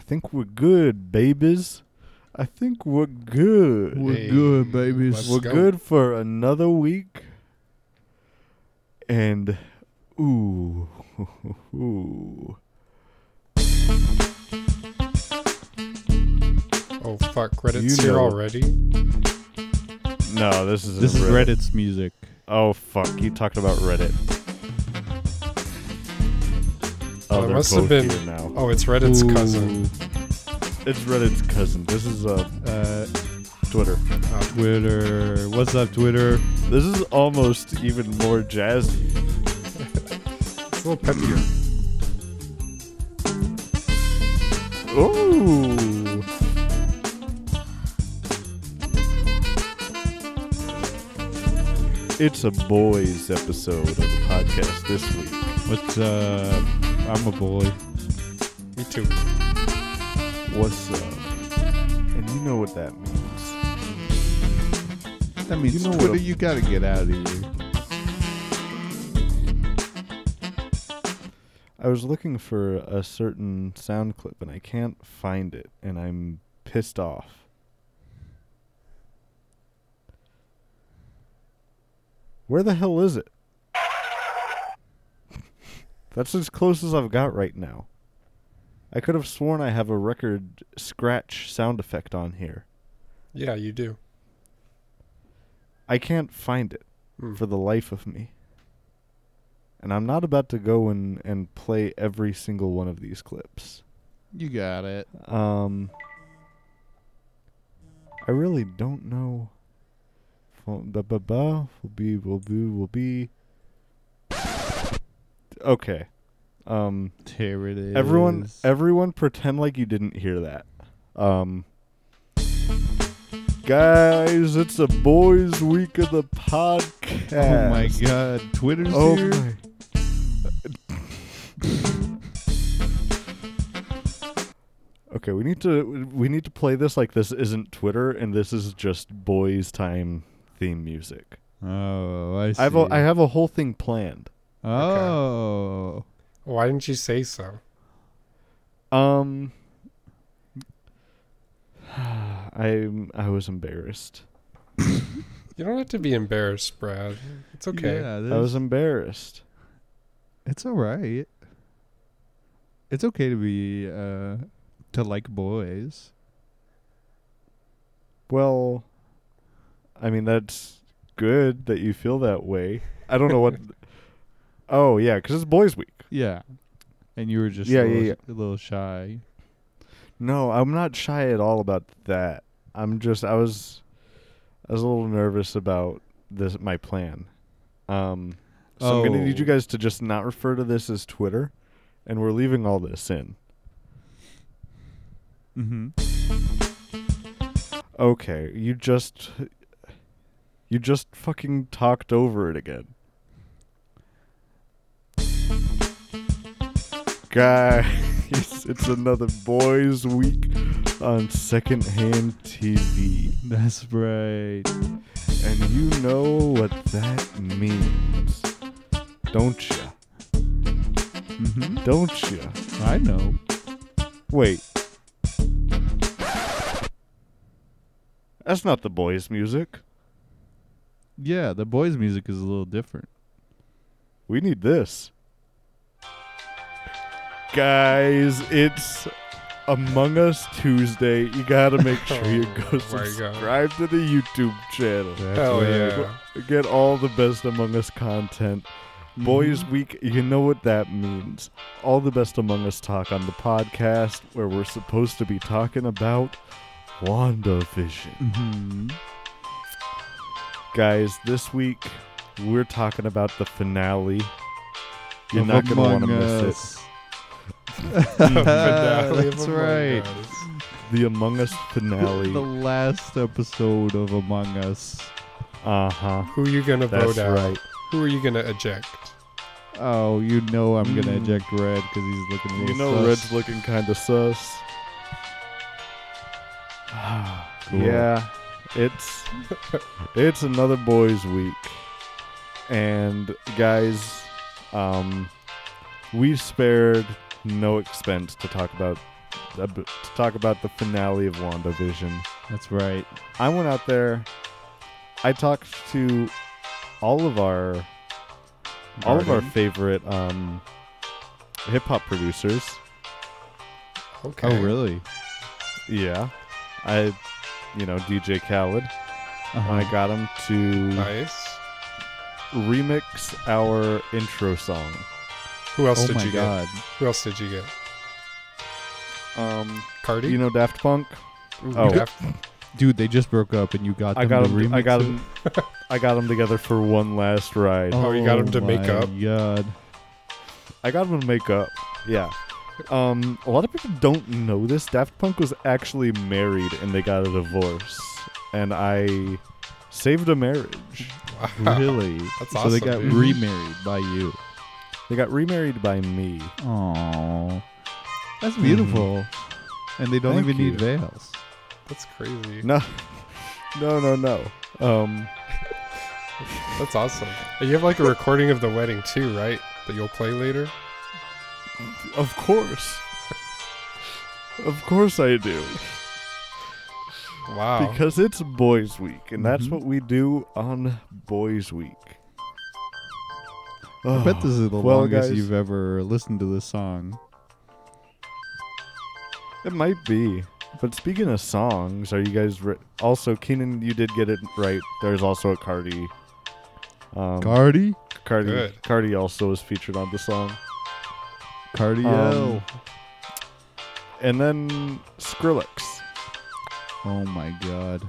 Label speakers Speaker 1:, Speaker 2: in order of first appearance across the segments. Speaker 1: think we're good, babies. I think we're good.
Speaker 2: We're
Speaker 3: Hey,
Speaker 2: good, babies.
Speaker 3: let's
Speaker 1: we're
Speaker 3: go.
Speaker 1: good for another week. And ooh. ooh.
Speaker 3: Oh fuck, credits
Speaker 1: You
Speaker 3: here
Speaker 1: know.
Speaker 3: already.
Speaker 1: No, this is
Speaker 2: This is Reddit's music.
Speaker 1: Oh fuck, you talked about Reddit.
Speaker 3: Well, it
Speaker 1: Oh, they're
Speaker 3: must have
Speaker 1: both
Speaker 3: been-
Speaker 1: here now.
Speaker 3: Oh, it's Reddit's
Speaker 2: Ooh.
Speaker 3: cousin.
Speaker 1: It's Reddit's cousin. This is uh
Speaker 2: Uh,
Speaker 1: Twitter.
Speaker 3: Oh,
Speaker 2: Twitter. What's up, Twitter?
Speaker 1: This is almost even more jazzy.
Speaker 3: it's a little peppier.
Speaker 1: Ooh. It's a boys episode of the podcast this week.
Speaker 2: What's up? I'm a boy.
Speaker 3: Me too.
Speaker 1: What's up? And you know what that means.
Speaker 2: That
Speaker 1: means You know Twitter, what a-
Speaker 2: you gotta get out of here.
Speaker 1: I was looking for a certain sound clip and I can't find it and I'm pissed off. Where the hell is it? That's as close as I've got right now. I could have sworn I have a record scratch sound effect on here.
Speaker 3: Yeah, you do.
Speaker 1: I can't find it
Speaker 3: Hmm.
Speaker 1: for the life of me. And I'm not about to go and, and play every single one of these clips.
Speaker 2: You got it.
Speaker 1: Um, I really don't know. Well, Ba ba ba will be will be will be. Okay, um,
Speaker 2: Here it is.
Speaker 1: everyone, everyone, pretend like you didn't hear that. Um, guys, it's a boys' week of the podcast.
Speaker 2: oh my god, Twitter's
Speaker 1: Oh
Speaker 2: here.
Speaker 1: my. okay, we need to we need to play this like this isn't Twitter and this is just boys' time theme music.
Speaker 2: Oh, I see.
Speaker 1: I've a, I have a whole thing planned.
Speaker 2: oh,
Speaker 3: Why didn't you say so?
Speaker 1: Um, I I was embarrassed.
Speaker 3: You don't have to be embarrassed, Brad. It's okay.
Speaker 2: Yeah,
Speaker 1: I was embarrassed.
Speaker 2: It's all right. It's okay to be uh to like boys.
Speaker 1: Well, I mean that's good that you feel that way. I don't know what. oh yeah, because it's Boys Week.
Speaker 2: Yeah. And you were just
Speaker 1: Yeah,
Speaker 2: a,
Speaker 1: yeah,
Speaker 2: little, a little shy.
Speaker 1: No, I'm not shy at all about that. I'm just I was I was a little nervous about this my plan. Um so I'm gonna need you
Speaker 2: Oh.
Speaker 1: guys to just not refer to this as Twitter and we're leaving all this in.
Speaker 2: Mhm.
Speaker 1: Okay, you just you just fucking talked over it again. Guys, it's another boys week on secondhand TV.
Speaker 2: That's right.
Speaker 1: And you know what that means. Don't ya?
Speaker 2: Mhm.
Speaker 1: Don't ya?
Speaker 2: I know.
Speaker 1: Wait. That's not the boys' music.
Speaker 2: Yeah, the boys music is a little different.
Speaker 1: We need this. Guys, it's Among Us Tuesday. You gotta make sure you go
Speaker 3: Oh my God.
Speaker 1: subscribe to the YouTube channel.
Speaker 3: Hell
Speaker 2: right.
Speaker 3: yeah.
Speaker 1: Get all the best Among Us content.
Speaker 2: Mm-hmm.
Speaker 1: Boys Week, you know what that means. All the best Among Us talk on the podcast where we're supposed to be talking about WandaVision.
Speaker 2: Mhm.
Speaker 1: Guys, this week we're talking about the finale. You're
Speaker 2: Of
Speaker 1: not going to want to
Speaker 2: Among
Speaker 1: miss
Speaker 2: Us.
Speaker 3: Finale of
Speaker 2: That's
Speaker 3: Among
Speaker 2: right.
Speaker 3: Us.
Speaker 1: it. The Among Us
Speaker 2: the
Speaker 1: finale.
Speaker 2: last episode of Among Us.
Speaker 1: Uh huh.
Speaker 3: Who you gonna
Speaker 1: That's
Speaker 3: vote out?
Speaker 1: right.
Speaker 3: Who are you gonna eject?
Speaker 2: Oh, you know I'm gonna
Speaker 1: Mm.
Speaker 2: eject Red because he's looking a little
Speaker 1: You know,
Speaker 2: sus.
Speaker 1: Red's looking kind of sus.
Speaker 2: Cool.
Speaker 1: Yeah, it's it's another boys' week, and guys, um, we spared no expense to talk about ab- to talk about the finale of WandaVision.
Speaker 2: That's right.
Speaker 1: I went out there. I talked to all of our all of our
Speaker 2: Garden.
Speaker 1: favorite um, hip hop producers.
Speaker 3: Okay.
Speaker 2: Oh, really?
Speaker 1: Yeah, I, you know, DJ Khaled. I
Speaker 2: Uh-huh.
Speaker 1: got him to
Speaker 3: Nice.
Speaker 1: remix our intro song.
Speaker 3: Who else
Speaker 2: Oh
Speaker 3: did
Speaker 2: my
Speaker 3: you
Speaker 2: god.
Speaker 3: get? Who else did you get?
Speaker 1: Um,
Speaker 3: Cardi.
Speaker 1: you know Daft Punk.
Speaker 3: Ooh,
Speaker 1: oh.
Speaker 3: Daft-
Speaker 2: Dude, they just broke up and you got them
Speaker 1: I got
Speaker 2: to
Speaker 1: him. I
Speaker 2: remix
Speaker 1: got
Speaker 2: it?
Speaker 1: him. I got them together for one last ride.
Speaker 3: Oh, you got 'em to
Speaker 2: my
Speaker 3: make up?
Speaker 2: God.
Speaker 1: I got him to make up. Yeah. Um, a lot of people don't know this. Daft Punk was actually married and they got a divorce. And I saved a marriage.
Speaker 3: wow.
Speaker 2: Really?
Speaker 3: That's
Speaker 2: so
Speaker 3: awesome,
Speaker 2: they got
Speaker 3: dude.
Speaker 2: remarried by you.
Speaker 1: They got remarried by me.
Speaker 2: Oh, that's beautiful. And they don't
Speaker 1: Thank
Speaker 2: even
Speaker 1: you.
Speaker 2: need veils.
Speaker 3: That's crazy.
Speaker 1: No. No, no, no. Um,
Speaker 3: That's awesome. And You have like a recording of the wedding too, right? That you'll play later.
Speaker 1: of course. Of course I do.
Speaker 3: Wow.
Speaker 1: Because it's Boys Week, and that's
Speaker 2: Mhm.
Speaker 1: what we do on Boys Week.
Speaker 2: I bet this is the
Speaker 1: Well,
Speaker 2: longest
Speaker 1: guys-
Speaker 2: you've ever listened to this song.
Speaker 1: It might be. But speaking of songs, are you guys re- also Keenan? You did get it right. There's also a Cardi. Um,
Speaker 2: Cardi?
Speaker 1: Cardi.
Speaker 3: Good.
Speaker 1: Cardi also was featured on the song,
Speaker 2: Cardi
Speaker 1: Um,
Speaker 2: L.
Speaker 1: and then Skrillex,
Speaker 2: Oh my god.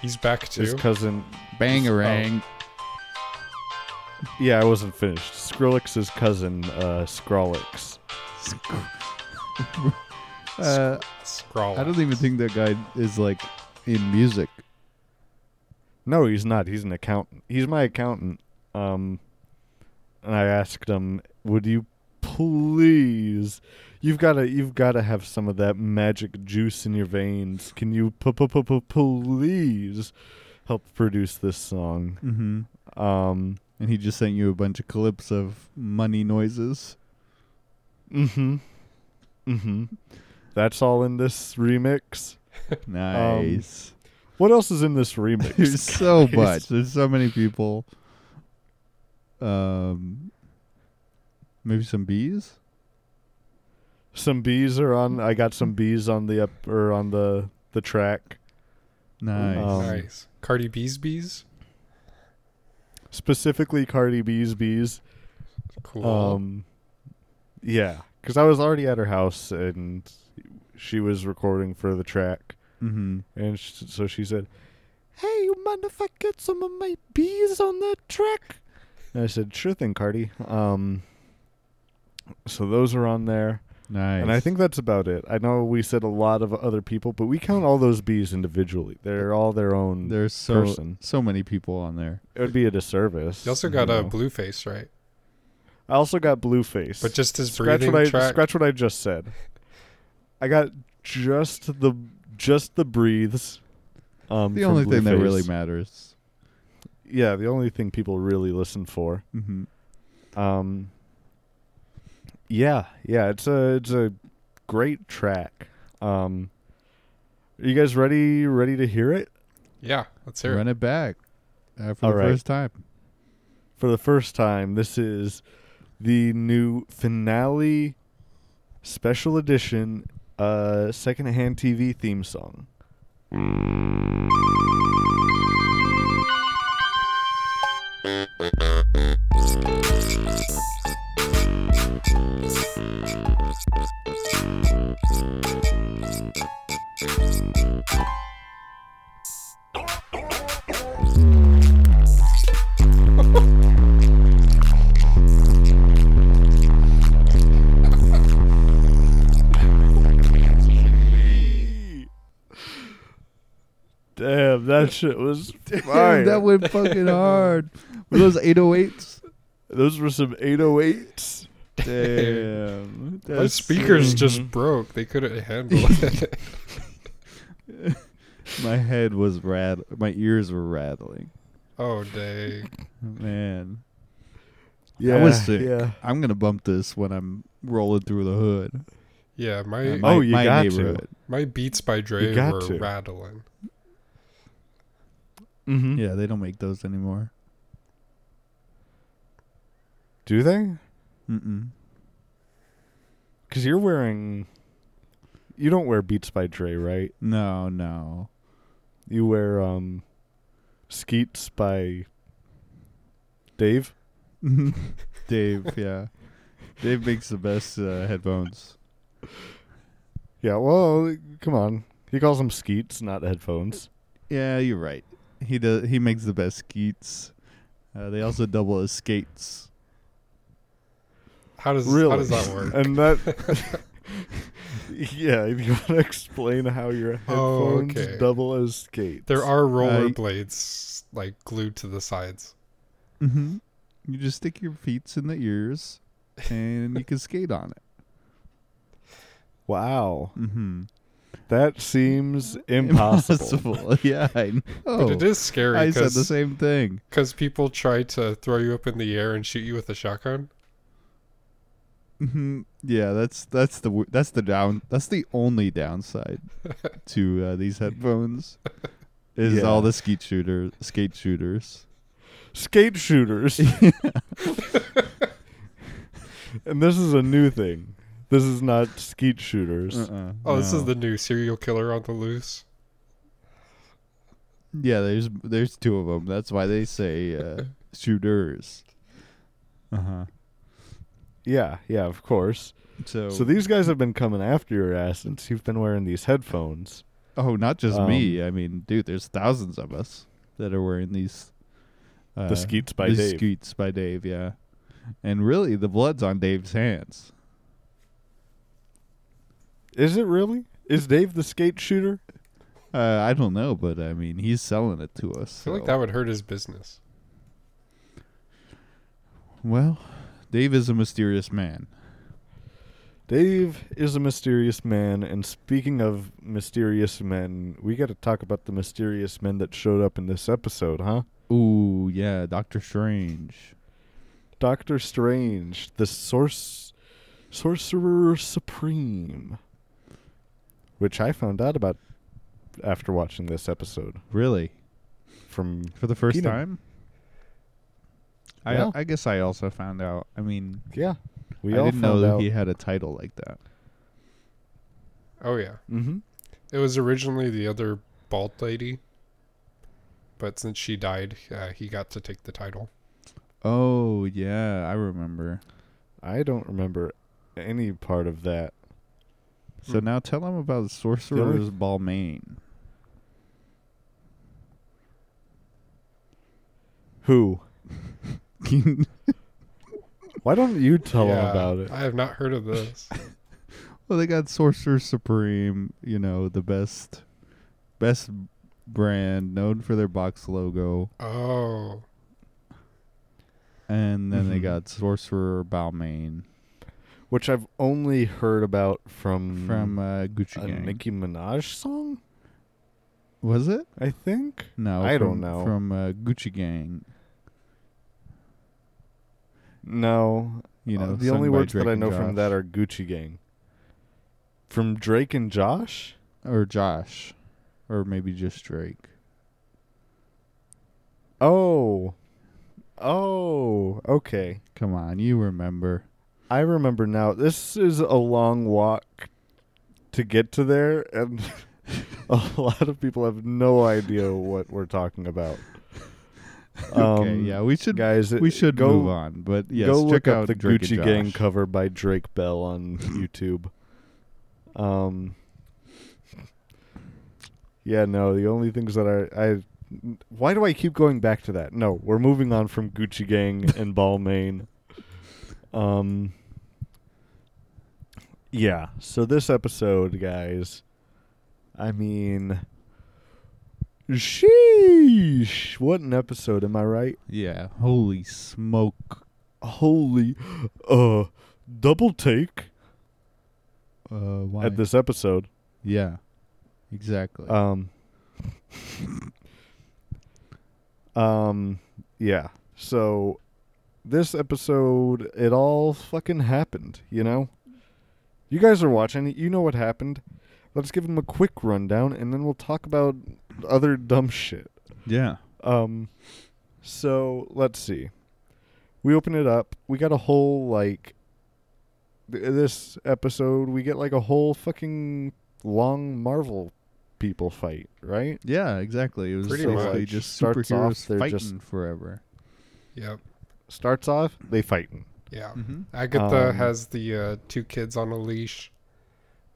Speaker 3: He's back too.
Speaker 1: his cousin.
Speaker 2: Bangarang.
Speaker 1: Yeah, I wasn't finished. Skrillex's cousin, uh, Skrillex.
Speaker 2: Uh,
Speaker 3: Scroll.
Speaker 2: I don't even think that guy is like in music.
Speaker 1: No, he's not. He's an accountant. He's my accountant. Um, and I asked him, "Would you please? You've got to. You've got to have some of that magic juice in your veins. Can you p- p- p- p- please help produce this song?"
Speaker 2: Mm-hmm.
Speaker 1: Um,
Speaker 2: And he just sent you a bunch of clips of money noises.
Speaker 1: mm-hmm, mm-hmm. That's all in this remix.
Speaker 2: Nice.
Speaker 1: What else is in this remix?
Speaker 2: There's so
Speaker 1: guys?
Speaker 2: much. There's so many people. Um, maybe some bees.
Speaker 1: Some bees are on. I got some bees on the up or on the the track.
Speaker 2: Nice.
Speaker 1: Um,
Speaker 3: nice. Cardi B's bees.
Speaker 1: Specifically, Cardi B's bees.
Speaker 3: Cool.
Speaker 1: Um, yeah, because I was already at her house and she was recording for the track,
Speaker 2: mm-hmm.
Speaker 1: and sh so she said, "Hey, you mind if I get some of my bees on that track?" And I said, "Sure thing, Cardi." Um, so those are on there,
Speaker 2: Nice.
Speaker 1: and I think that's about it. I know we said a lot of other people, but we count all those bees individually. They're all their own.
Speaker 2: there's so
Speaker 1: person.
Speaker 2: so many people on there.
Speaker 1: it would be a disservice.
Speaker 3: you also got
Speaker 1: you
Speaker 3: a
Speaker 1: know.
Speaker 3: blue face, right?
Speaker 1: I also got Blueface.
Speaker 3: But just his
Speaker 1: scratch
Speaker 3: breathing
Speaker 1: what I
Speaker 3: track.
Speaker 1: scratch what I just said. I got just the just the breathes. Um,
Speaker 2: The
Speaker 1: from
Speaker 2: only thing that
Speaker 1: Blueface.
Speaker 2: really matters.
Speaker 1: yeah, the only thing people really listen for.
Speaker 2: Mm-hmm.
Speaker 1: Um, yeah, yeah, it's a it's a great track. Um, are you guys ready ready to hear it
Speaker 3: yeah. Let's hear it.
Speaker 2: Run it back uh, for
Speaker 1: All
Speaker 2: the
Speaker 1: right.
Speaker 2: first time.
Speaker 1: for the first time? This is the new finale special edition uh secondhand TV theme song. Damn, that shit was fire.
Speaker 2: Damn, that went fucking hard. Were those 808s?
Speaker 1: Those were some 808s.
Speaker 2: Damn.
Speaker 3: My
Speaker 2: that's-
Speaker 3: speakers
Speaker 1: Mhm.
Speaker 3: just broke. They couldn't handle it.
Speaker 2: My head was rad. My ears were rattling.
Speaker 3: oh dang.
Speaker 2: Man.
Speaker 1: Yeah,
Speaker 2: was sick.
Speaker 1: yeah.
Speaker 2: I'm gonna bump this when I'm rolling through the hood.
Speaker 3: Yeah, my
Speaker 2: Uh,
Speaker 3: my,
Speaker 1: Oh, you got to.
Speaker 3: Beats by Dre
Speaker 1: got
Speaker 3: were
Speaker 1: to.
Speaker 3: rattling.
Speaker 1: Mm-hmm.
Speaker 2: Yeah, they don't make those anymore.
Speaker 1: Do they?
Speaker 2: Mm-mm.
Speaker 1: Because you're wearing. You don't wear Beats by Dre, right?
Speaker 2: No, no.
Speaker 1: You wear um, Skeets by Dave.
Speaker 2: Mm-hmm. Dave, yeah. Dave makes the best uh, headphones.
Speaker 1: Yeah, well, come on. He calls them Skeets, not headphones.
Speaker 2: Yeah, you're right. He does. He makes the best skeets. Uh, they also double as skates.
Speaker 3: How does
Speaker 1: Really?
Speaker 3: how does that work?
Speaker 1: And that. yeah, if you want to explain how your
Speaker 3: Oh,
Speaker 1: headphones
Speaker 3: okay.
Speaker 1: double as skates.
Speaker 3: there are roller blades like glued to the sides.
Speaker 2: Mm-hmm. You just stick your feet in the ears, and you can skate on it.
Speaker 1: Wow.
Speaker 2: Mm-hmm.
Speaker 1: That seems impossible.
Speaker 2: yeah, I know.
Speaker 3: But it is scary
Speaker 2: Oh, I said the
Speaker 3: because
Speaker 2: same thing.
Speaker 3: people try to throw you up in the air and shoot you with a shotgun.
Speaker 2: hmm Yeah, that's that's the wo- that's the down that's the only downside to uh, these headphones is
Speaker 1: Yeah.
Speaker 2: all the skeet shooter skate shooters.
Speaker 1: Skate shooters. and this is a new thing. This is not skeet shooters.
Speaker 2: Uh-uh,
Speaker 3: Oh, this is
Speaker 2: no.
Speaker 3: the new serial killer on the loose.
Speaker 2: yeah. There's there's two of them. That's why they say uh, shooters. Uh huh.
Speaker 1: Yeah, yeah, of course.
Speaker 2: So,
Speaker 1: So these guys have been coming after your ass since you've been wearing these headphones.
Speaker 2: oh, not just me. I mean, dude, there's thousands of us that are wearing these. Uh,
Speaker 1: the skeets by
Speaker 2: the
Speaker 1: Dave.
Speaker 2: skeets by Dave, yeah. And really, the blood's on Dave's hands.
Speaker 1: is it really? Is Dave the skate shooter?
Speaker 2: Uh, I don't know, but I mean, he's selling it to us.
Speaker 3: I feel like
Speaker 2: so-
Speaker 3: that would hurt his business.
Speaker 2: Well, Dave is a mysterious man.
Speaker 1: Dave is a mysterious man, and speaking of mysterious men, we got to talk about the mysterious men that showed up in this episode, huh?
Speaker 2: Ooh, yeah, Doctor Strange.
Speaker 1: Doctor Strange, the source sorcerer supreme, which I found out about after watching this episode
Speaker 2: Really?
Speaker 1: from
Speaker 2: For the first
Speaker 1: Keenan.
Speaker 2: time?
Speaker 1: Yeah.
Speaker 2: I I guess I also found out. I mean,
Speaker 1: yeah, we
Speaker 2: I
Speaker 1: all
Speaker 2: didn't know
Speaker 1: found
Speaker 2: that
Speaker 1: out.
Speaker 2: he had a title like that.
Speaker 3: Oh yeah,
Speaker 1: hmm
Speaker 3: it was originally the other bald lady, but since she died, uh, he got to take the title.
Speaker 2: Oh, yeah, I remember.
Speaker 1: I don't remember any part of that.
Speaker 2: So
Speaker 3: Hmm.
Speaker 2: now tell him about Sorcerer's Balmain.
Speaker 1: Who? Why don't you tell them
Speaker 3: Yeah,
Speaker 1: about it?
Speaker 3: I have not heard of this.
Speaker 2: Well, they got Sorcerer Supreme, you know, the best best brand known for their box logo,
Speaker 3: oh,
Speaker 2: and then they
Speaker 1: Mhm.
Speaker 2: got Sorcerer Balmain
Speaker 1: Which I've only heard about from
Speaker 2: from uh, Gucci
Speaker 1: a
Speaker 2: Gang.
Speaker 1: Nicki Minaj song,
Speaker 2: Was it?
Speaker 1: I think.
Speaker 2: No,
Speaker 1: I don't
Speaker 2: from-
Speaker 1: know.
Speaker 2: From uh, Gucci Gang,
Speaker 1: No,
Speaker 2: you
Speaker 1: Uh,
Speaker 2: know,
Speaker 1: the
Speaker 2: sung
Speaker 1: only
Speaker 2: by
Speaker 1: words
Speaker 2: Drake
Speaker 1: that I
Speaker 2: and
Speaker 1: know
Speaker 2: Josh.
Speaker 1: from that are Gucci Gang. From Drake and Josh?
Speaker 2: or Josh, or maybe just Drake.
Speaker 1: Oh. Oh, okay.
Speaker 2: Come on, you remember?
Speaker 1: I remember now. This is a long walk to get to there and a lot of people have no idea what we're talking about.
Speaker 2: okay,
Speaker 1: Um,
Speaker 2: yeah, we should
Speaker 1: Guys, it-
Speaker 2: we should
Speaker 1: go
Speaker 2: move on, but yes,
Speaker 1: go look
Speaker 2: check
Speaker 1: up
Speaker 2: out
Speaker 1: the
Speaker 2: Drake
Speaker 1: Gucci
Speaker 2: and
Speaker 1: Gang
Speaker 2: Josh.
Speaker 1: cover by Drake Bell on YouTube. Um, yeah, no, the only things that are I. Why do I keep going back to that? No, we're moving on from Gucci Gang and Balmain. Um, yeah. So this episode, guys. I mean, sheesh! What an episode, am I right?
Speaker 2: Yeah, holy smoke.
Speaker 1: holy uh double take
Speaker 2: Uh, why?
Speaker 1: at this episode
Speaker 2: Yeah, exactly.
Speaker 1: um um yeah so this episode it all fucking happened you know You guys are watching. You know what happened. Let's give them a quick rundown, and then we'll talk about other dumb shit.
Speaker 2: Yeah.
Speaker 1: Um, so let's see. We open it up. We got a whole like th- this episode. We get like a whole fucking long Marvel people fight, right?
Speaker 2: Yeah, exactly. It was
Speaker 3: Pretty
Speaker 2: basically
Speaker 1: much.
Speaker 2: just
Speaker 1: Starts off,
Speaker 2: superheroes
Speaker 1: they're
Speaker 2: fighting
Speaker 1: just-
Speaker 2: forever.
Speaker 3: Yep.
Speaker 1: Starts off they fighting.
Speaker 3: Yeah.
Speaker 2: Mm-hmm.
Speaker 3: Agatha
Speaker 1: Um,
Speaker 3: has the uh, two kids on a leash.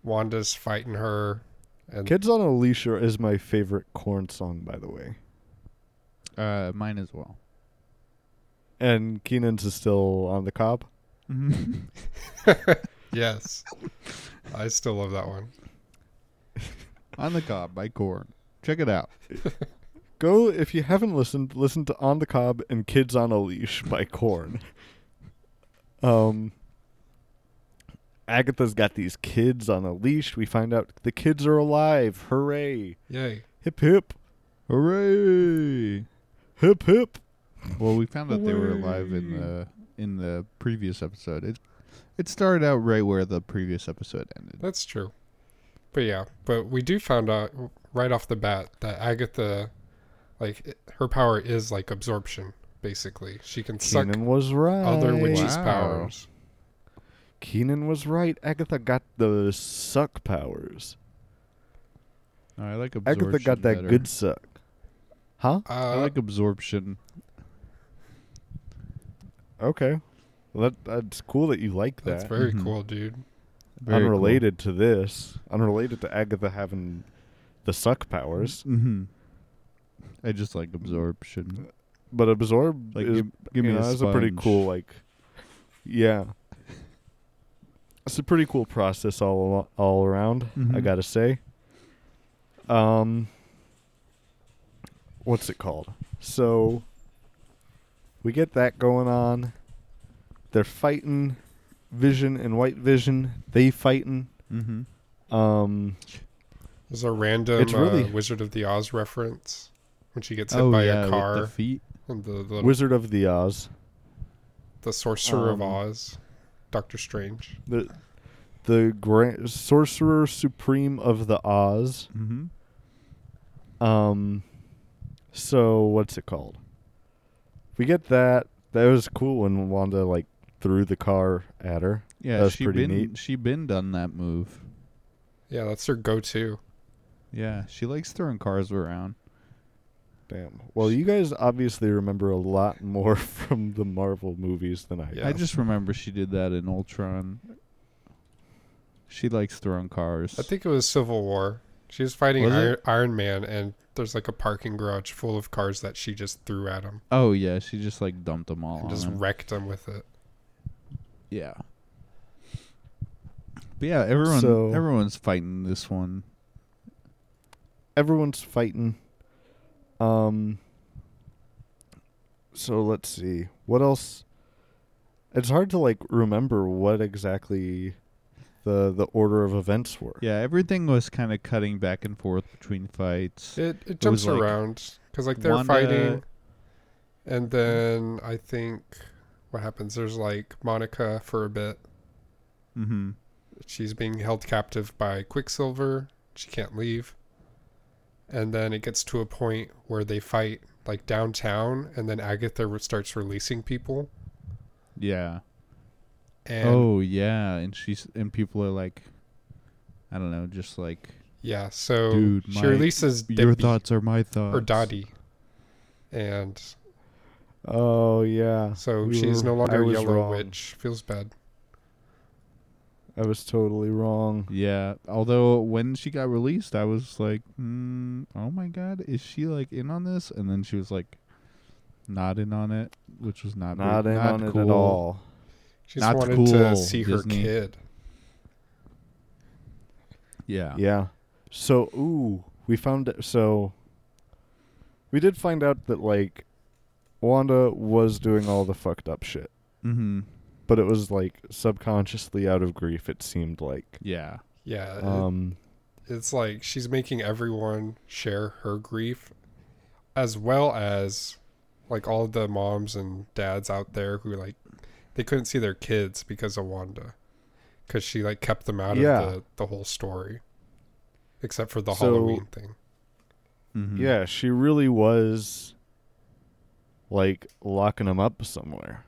Speaker 3: Wanda's fighting her. And
Speaker 1: Kids on a Leash are- is my favorite corn song, by the way.
Speaker 2: Uh, mine as well.
Speaker 1: And Keenan's is still on the cob.
Speaker 3: yes. I still love that one.
Speaker 2: On the Cob by Korn. Check it out.
Speaker 1: Go if you haven't listened, listen to On the Cob and Kids on a Leash by Korn. Um Agatha's got these kids on a leash. We find out the kids are alive. Hooray.
Speaker 3: Yay.
Speaker 1: Hip hip.
Speaker 2: Hooray!
Speaker 1: Hip hip.
Speaker 2: Well, we found out they were alive in the in the previous episode. It it started out right where the previous episode ended.
Speaker 3: That's true. But yeah, but we do find out right off the bat that Agatha, like, her power is like absorption, basically. She can suck
Speaker 1: Keenan was right.
Speaker 3: other witches'
Speaker 2: Wow.
Speaker 3: powers.
Speaker 1: Keenan was right. Agatha got the suck powers.
Speaker 2: No, I like absorption.
Speaker 1: Agatha got that
Speaker 2: better.
Speaker 1: good suck. Huh?
Speaker 2: I
Speaker 3: Uh,
Speaker 2: like absorption.
Speaker 1: Okay. Well, that, that's cool that you like
Speaker 3: that's
Speaker 1: that.
Speaker 3: very
Speaker 2: Mhm.
Speaker 3: cool, dude.
Speaker 2: Very
Speaker 1: unrelated to this. Unrelated to Agatha having the suck powers.
Speaker 2: Cool. hmm I just like absorption.
Speaker 1: But absorb
Speaker 2: Like
Speaker 1: is,
Speaker 2: give, give
Speaker 1: you
Speaker 2: me
Speaker 1: know,
Speaker 2: a
Speaker 1: that's a pretty
Speaker 2: sponge.
Speaker 1: cool like Yeah. It's a pretty cool process all al- all around, I
Speaker 2: Mhm.
Speaker 1: gotta say. Um what's it called? So we get that going on. They're fighting Vision and White Vision. They fighting.
Speaker 2: Mm-hmm.
Speaker 1: Um
Speaker 3: There's a random
Speaker 1: It's really-
Speaker 3: uh, Wizard of the Oz reference when she gets hit
Speaker 2: oh
Speaker 3: by
Speaker 2: yeah,
Speaker 3: a
Speaker 2: with
Speaker 3: car.
Speaker 2: the feet.
Speaker 3: and the, the,
Speaker 1: Wizard of the Oz.
Speaker 3: the Sorcerer of
Speaker 1: um,
Speaker 3: Oz, Doctor Strange.
Speaker 1: The the grand sorcerer supreme of the Oz.
Speaker 2: Mm-hmm.
Speaker 1: Um, so what's it called? We get that. That was cool when Wanda like threw the car at her.
Speaker 2: Yeah,
Speaker 1: That's
Speaker 2: she
Speaker 1: pretty
Speaker 2: been
Speaker 1: neat.
Speaker 2: she been done that move.
Speaker 3: Yeah, that's her go-to.
Speaker 2: Yeah, she likes throwing cars around.
Speaker 1: Damn. Well, you guys obviously remember a lot more from the Marvel movies than I.
Speaker 3: Yeah.
Speaker 2: I just remember she did that in Ultron. She likes throwing cars.
Speaker 3: I think it was Civil War. She was fighting
Speaker 2: Was
Speaker 3: Iron, Iron Man, and there's like a parking garage full of cars that she just threw at him
Speaker 2: Oh yeah, she just like dumped them all.
Speaker 3: and
Speaker 2: on
Speaker 3: just
Speaker 2: him.
Speaker 3: wrecked him with it.
Speaker 2: yeah. But yeah, everyone
Speaker 1: So-
Speaker 2: everyone's fighting this one.
Speaker 1: Everyone's fighting. Um. So let's see what else. It's hard to like remember what exactly the the order of events were.
Speaker 2: Yeah, everything was kind of cutting back and forth between fights.
Speaker 3: It it
Speaker 2: was
Speaker 3: jumps
Speaker 2: like
Speaker 3: around because like they're
Speaker 2: Wanda-
Speaker 3: fighting, and then I think what happens? There's like Monica for a bit.
Speaker 2: Mm-hmm.
Speaker 3: She's being held captive by Quicksilver. She can't leave. And then it gets to a point where they fight like downtown, and then Agatha re- starts releasing people.
Speaker 2: Yeah.
Speaker 3: And
Speaker 2: oh yeah, and she's and people are like, I don't know, just like
Speaker 3: yeah, so
Speaker 2: Dude,
Speaker 3: she
Speaker 2: Mike,
Speaker 3: releases
Speaker 2: your
Speaker 3: Dippy
Speaker 2: thoughts are my thoughts
Speaker 3: or Dottie. And
Speaker 1: Oh yeah.
Speaker 3: so
Speaker 1: We
Speaker 3: she's
Speaker 1: were-
Speaker 3: no
Speaker 1: I
Speaker 3: longer
Speaker 1: was
Speaker 3: Yellow
Speaker 1: wrong.
Speaker 3: Witch. Feels bad.
Speaker 1: I was totally wrong.
Speaker 2: Yeah. Although when she got released, I was like, mm, "Oh my god, is she like in on this?" And then she was like, "Not in on it," which was not very-
Speaker 1: not in
Speaker 2: not
Speaker 1: on it at
Speaker 2: cool.
Speaker 1: all.
Speaker 3: She just
Speaker 2: Not
Speaker 3: wanted
Speaker 2: cool,
Speaker 3: to see her
Speaker 2: Disney.
Speaker 3: kid.
Speaker 2: Yeah.
Speaker 1: Yeah. So ooh, we found so we did find out that like Wanda was doing all the fucked up shit,
Speaker 2: Mm-hmm.
Speaker 1: but it was like subconsciously out of grief. It seemed like.
Speaker 2: Yeah.
Speaker 3: Yeah, it-
Speaker 1: Um.
Speaker 3: it's like she's making everyone share her grief as well as like all the moms and dads out there who like they couldn't see their kids because of Wanda because she like kept them out
Speaker 1: Yeah.
Speaker 3: of the, the whole story, except for the
Speaker 1: So-
Speaker 3: Halloween thing. Hmm.
Speaker 2: Mhm.
Speaker 1: Yeah, she really was like locking them up somewhere.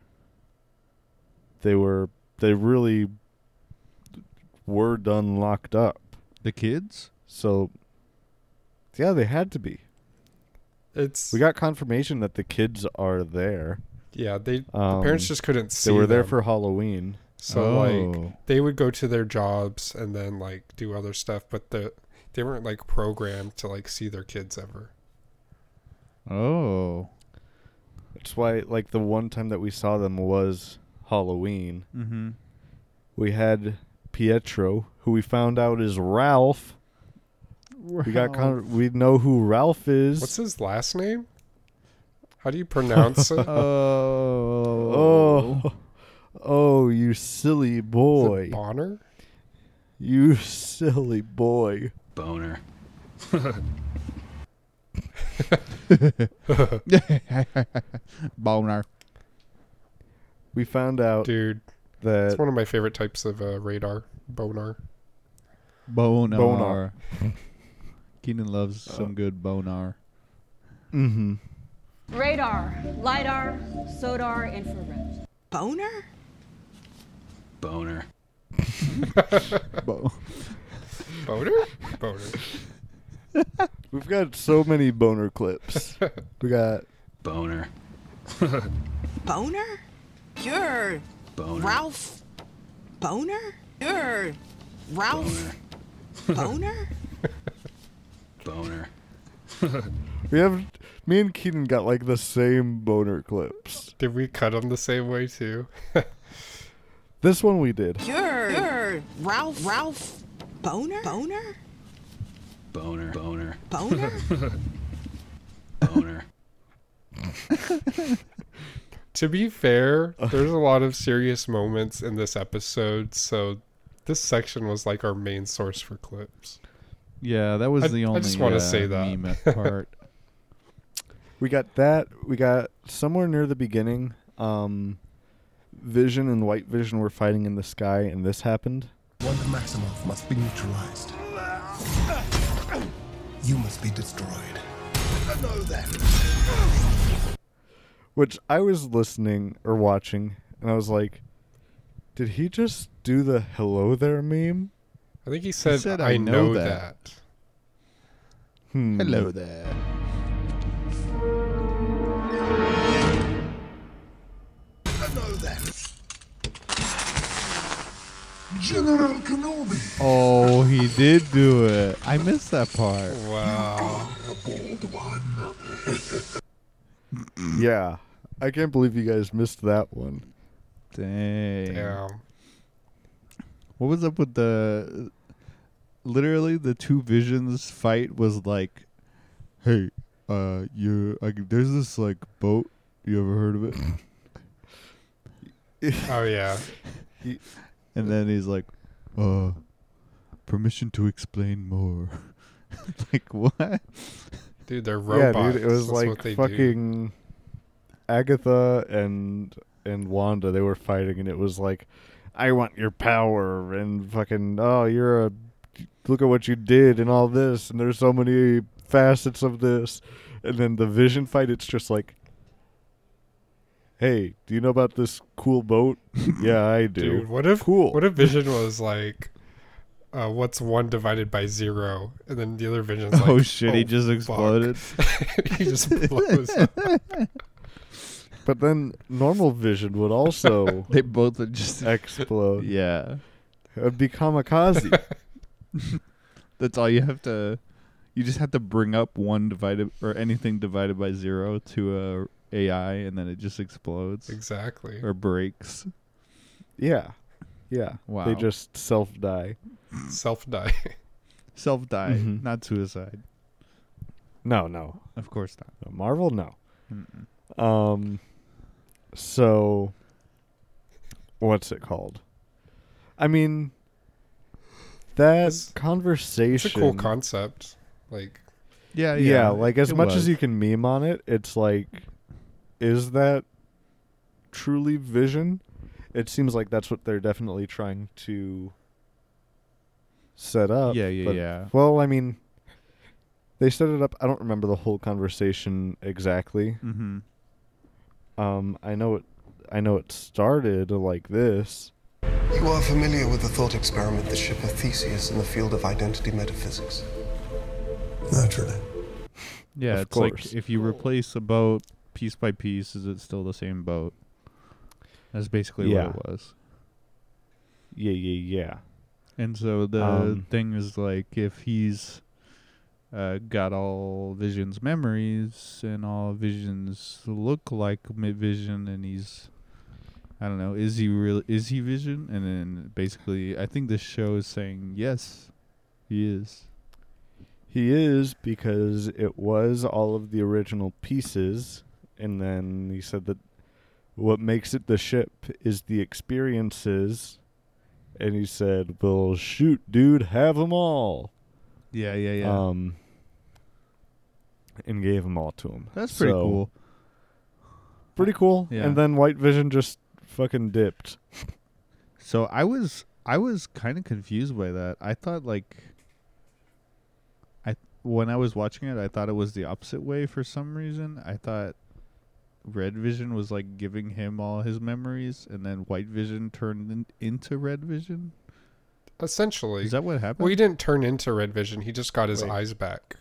Speaker 1: They were they really were done locked up.
Speaker 2: The kids?
Speaker 1: So yeah, they had to be.
Speaker 3: It's
Speaker 1: We got confirmation that the kids are there.
Speaker 3: yeah. They
Speaker 1: Um,
Speaker 3: the parents just couldn't see.
Speaker 1: they were there
Speaker 3: them.
Speaker 1: for Halloween.
Speaker 3: so like
Speaker 2: oh.
Speaker 3: they would go to their jobs and then like do other stuff, but the they weren't like programmed to like see their kids ever.
Speaker 2: Oh.
Speaker 1: That's why like the one time that we saw them was Halloween.
Speaker 2: Mm-hmm.
Speaker 1: We had Pietro, who we found out is Ralph. We got con- we know who Ralph is.
Speaker 3: What's his last name? How do you pronounce it?
Speaker 2: Oh.
Speaker 1: Oh, oh, you silly
Speaker 3: Is
Speaker 1: boy.
Speaker 3: it Bonner.
Speaker 1: You silly boy.
Speaker 4: Boner.
Speaker 2: Boner.
Speaker 1: We found out
Speaker 3: Dude, it's
Speaker 1: that
Speaker 3: one of my favorite types of uh, radar, bonar.
Speaker 2: Bonar.
Speaker 1: Bonar. Uh.
Speaker 2: Keenan loves some good bonar.
Speaker 1: Mhm.
Speaker 5: Radar, LIDAR, SODAR, infrared.
Speaker 6: Boner?
Speaker 4: Boner.
Speaker 2: Bo-
Speaker 3: Boner? Boner.
Speaker 1: we've got so many boner clips. we got
Speaker 4: Boner.
Speaker 6: Boner? You're
Speaker 4: Boner.
Speaker 6: Ralph Boner? You're Ralph Boner?
Speaker 4: Boner.
Speaker 1: we have me and Keaton got like the same boner clips.
Speaker 3: Did we cut him the same way too?
Speaker 1: This one we did.
Speaker 6: You're, you're Ralph Ralph Boner? Boner?
Speaker 4: Boner. Boner.
Speaker 6: Boner?
Speaker 4: Boner.
Speaker 3: to be fair, there's a lot of serious moments in this episode, so this section was like our main source for clips.
Speaker 2: yeah, that was
Speaker 3: I-
Speaker 2: the
Speaker 3: I
Speaker 2: only
Speaker 3: just wanna
Speaker 2: uh,
Speaker 3: say that.
Speaker 2: meme part.
Speaker 1: We got that. We got somewhere near the beginning. Um, Vision and White Vision were fighting in the sky, and this happened.
Speaker 7: One Maximoff must be neutralized. You must be destroyed. Know that.
Speaker 1: which I was listening or watching, and I was like, "Did he just do the hello there meme?"
Speaker 3: I think he said,
Speaker 2: said,
Speaker 3: I, know, that.
Speaker 1: Hmm.
Speaker 2: Hello there.
Speaker 7: Know that. General Kenobi.
Speaker 2: Oh, he did do it. I missed that part.
Speaker 3: Wow.
Speaker 1: Yeah, I can't believe you guys missed that one.
Speaker 2: Dang.
Speaker 3: Damn.
Speaker 2: What was up with the? Literally, the two visions fight was like, "Hey, uh, you like, there's this like boat. You ever heard of it?"
Speaker 3: Oh, yeah.
Speaker 2: And then he's like, "Uh, permission to explain more." like what?
Speaker 3: Dude, they're robots.
Speaker 1: Yeah, dude, it was
Speaker 3: That's what they
Speaker 1: like
Speaker 3: do.
Speaker 1: fucking Agatha and and Wanda. They were fighting, and it was like, "I want your power," and fucking, "Oh, you're a look at what you did," and all this, and there's so many facets of this, and then the Vision fight. It's just like. Hey, do you know about this cool boat? yeah, I do.
Speaker 3: Dude, what if
Speaker 1: Cool.
Speaker 3: What if Vision was like, uh, what's one divided by zero, and then the other Vision's like,
Speaker 2: oh shit! he
Speaker 3: "Oh,
Speaker 2: just
Speaker 3: fuck."
Speaker 2: exploded.
Speaker 3: he just blows up.
Speaker 1: But then normal Vision would also
Speaker 2: They both are just
Speaker 1: explode.
Speaker 2: yeah.
Speaker 1: It would be kamikaze.
Speaker 2: That's all you have to. You just have to bring up one divided or anything divided by zero to uh, a AI, and then it just explodes
Speaker 3: Exactly.
Speaker 2: or breaks.
Speaker 1: Yeah. Yeah.
Speaker 2: Wow.
Speaker 1: They just self die.
Speaker 3: Self die.
Speaker 2: Self die,
Speaker 1: Mhm.
Speaker 2: not suicide.
Speaker 1: No, no.
Speaker 2: Of course not.
Speaker 1: Marvel, no. Um so what's it called? I mean that
Speaker 3: It's- It's
Speaker 1: conversation
Speaker 3: a cool concept. Like,
Speaker 2: Yeah,
Speaker 1: yeah, like as much as you can meme on it, it's like is that truly vision? it seems like that's what they're definitely trying to set up.
Speaker 2: Yeah, yeah,
Speaker 1: but-
Speaker 2: yeah.
Speaker 1: Well, I mean, they set it up. I don't remember the whole conversation exactly.
Speaker 2: Mm-hmm.
Speaker 1: Um, I know it. I know it started like this.
Speaker 7: You are familiar with the thought experiment, the ship of Theseus in the field of identity metaphysics. Naturally.
Speaker 2: Yeah,
Speaker 1: Of
Speaker 2: it's
Speaker 1: course.
Speaker 2: like if you replace a boat piece by piece, is it still the same boat? That's basically
Speaker 1: Yeah.
Speaker 2: what it was.
Speaker 1: Yeah, yeah, yeah.
Speaker 2: And so the
Speaker 1: Um,
Speaker 2: thing is like if he's uh, got all Vision's memories and all Vision's look like mi- Vision, and he's I don't know, is he real? Is he Vision? And then basically, I think this show is saying yes, he is.
Speaker 1: He is because it was all of the original pieces, and then he said that what makes it the ship is the experiences. And he said, "Well, shoot, dude, have them all."
Speaker 2: Yeah, yeah, yeah.
Speaker 1: Um, and gave them all to him.
Speaker 2: That's pretty
Speaker 1: So,
Speaker 2: cool.
Speaker 1: Pretty cool.
Speaker 2: Yeah.
Speaker 1: And then White Vision just fucking dipped.
Speaker 2: So I was I was kind of confused by that. I thought like I when I was watching it, I thought it was the opposite way for some reason. I thought Red Vision was like giving him all his memories and then White Vision turned in, into Red Vision.
Speaker 3: Essentially,
Speaker 2: Is that what happened?
Speaker 3: well, he didn't turn into Red Vision. He just got his
Speaker 1: Wait.
Speaker 3: eyes back.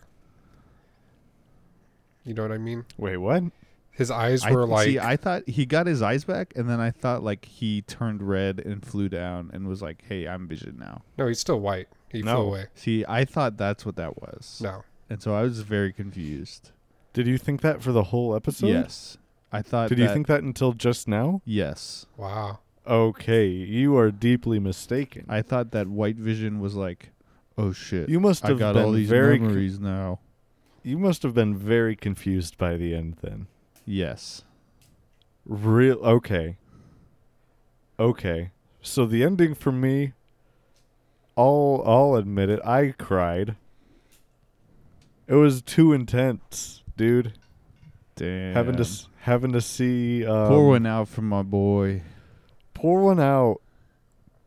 Speaker 3: You know what I mean?
Speaker 1: Wait, what?
Speaker 3: His eyes
Speaker 2: I,
Speaker 3: were like
Speaker 2: see, I thought he got his eyes back and then I thought like he turned red and flew down and was like, "Hey, I'm Vision now."
Speaker 3: no, he's still white. He
Speaker 1: No.
Speaker 3: flew away.
Speaker 2: See, I thought that's what that was.
Speaker 3: No,
Speaker 2: And so I was very confused.
Speaker 1: Did you think that for the whole episode?
Speaker 2: yes. I thought
Speaker 1: Did you think that until just now?
Speaker 2: Yes.
Speaker 3: wow.
Speaker 1: Okay, you are deeply mistaken.
Speaker 2: I thought that White Vision was like, oh shit.
Speaker 1: You must
Speaker 2: I
Speaker 1: have
Speaker 2: got all
Speaker 1: been
Speaker 2: these
Speaker 1: very c-
Speaker 2: memories now.
Speaker 1: you must have been very confused by the end then.
Speaker 2: Yes.
Speaker 1: Real okay. Okay. So the ending for me I'll I'll admit it, I cried. It was too intense, dude.
Speaker 2: Damn.
Speaker 1: Having to s- having to see um,
Speaker 2: pour one out for my boy.
Speaker 1: pour one out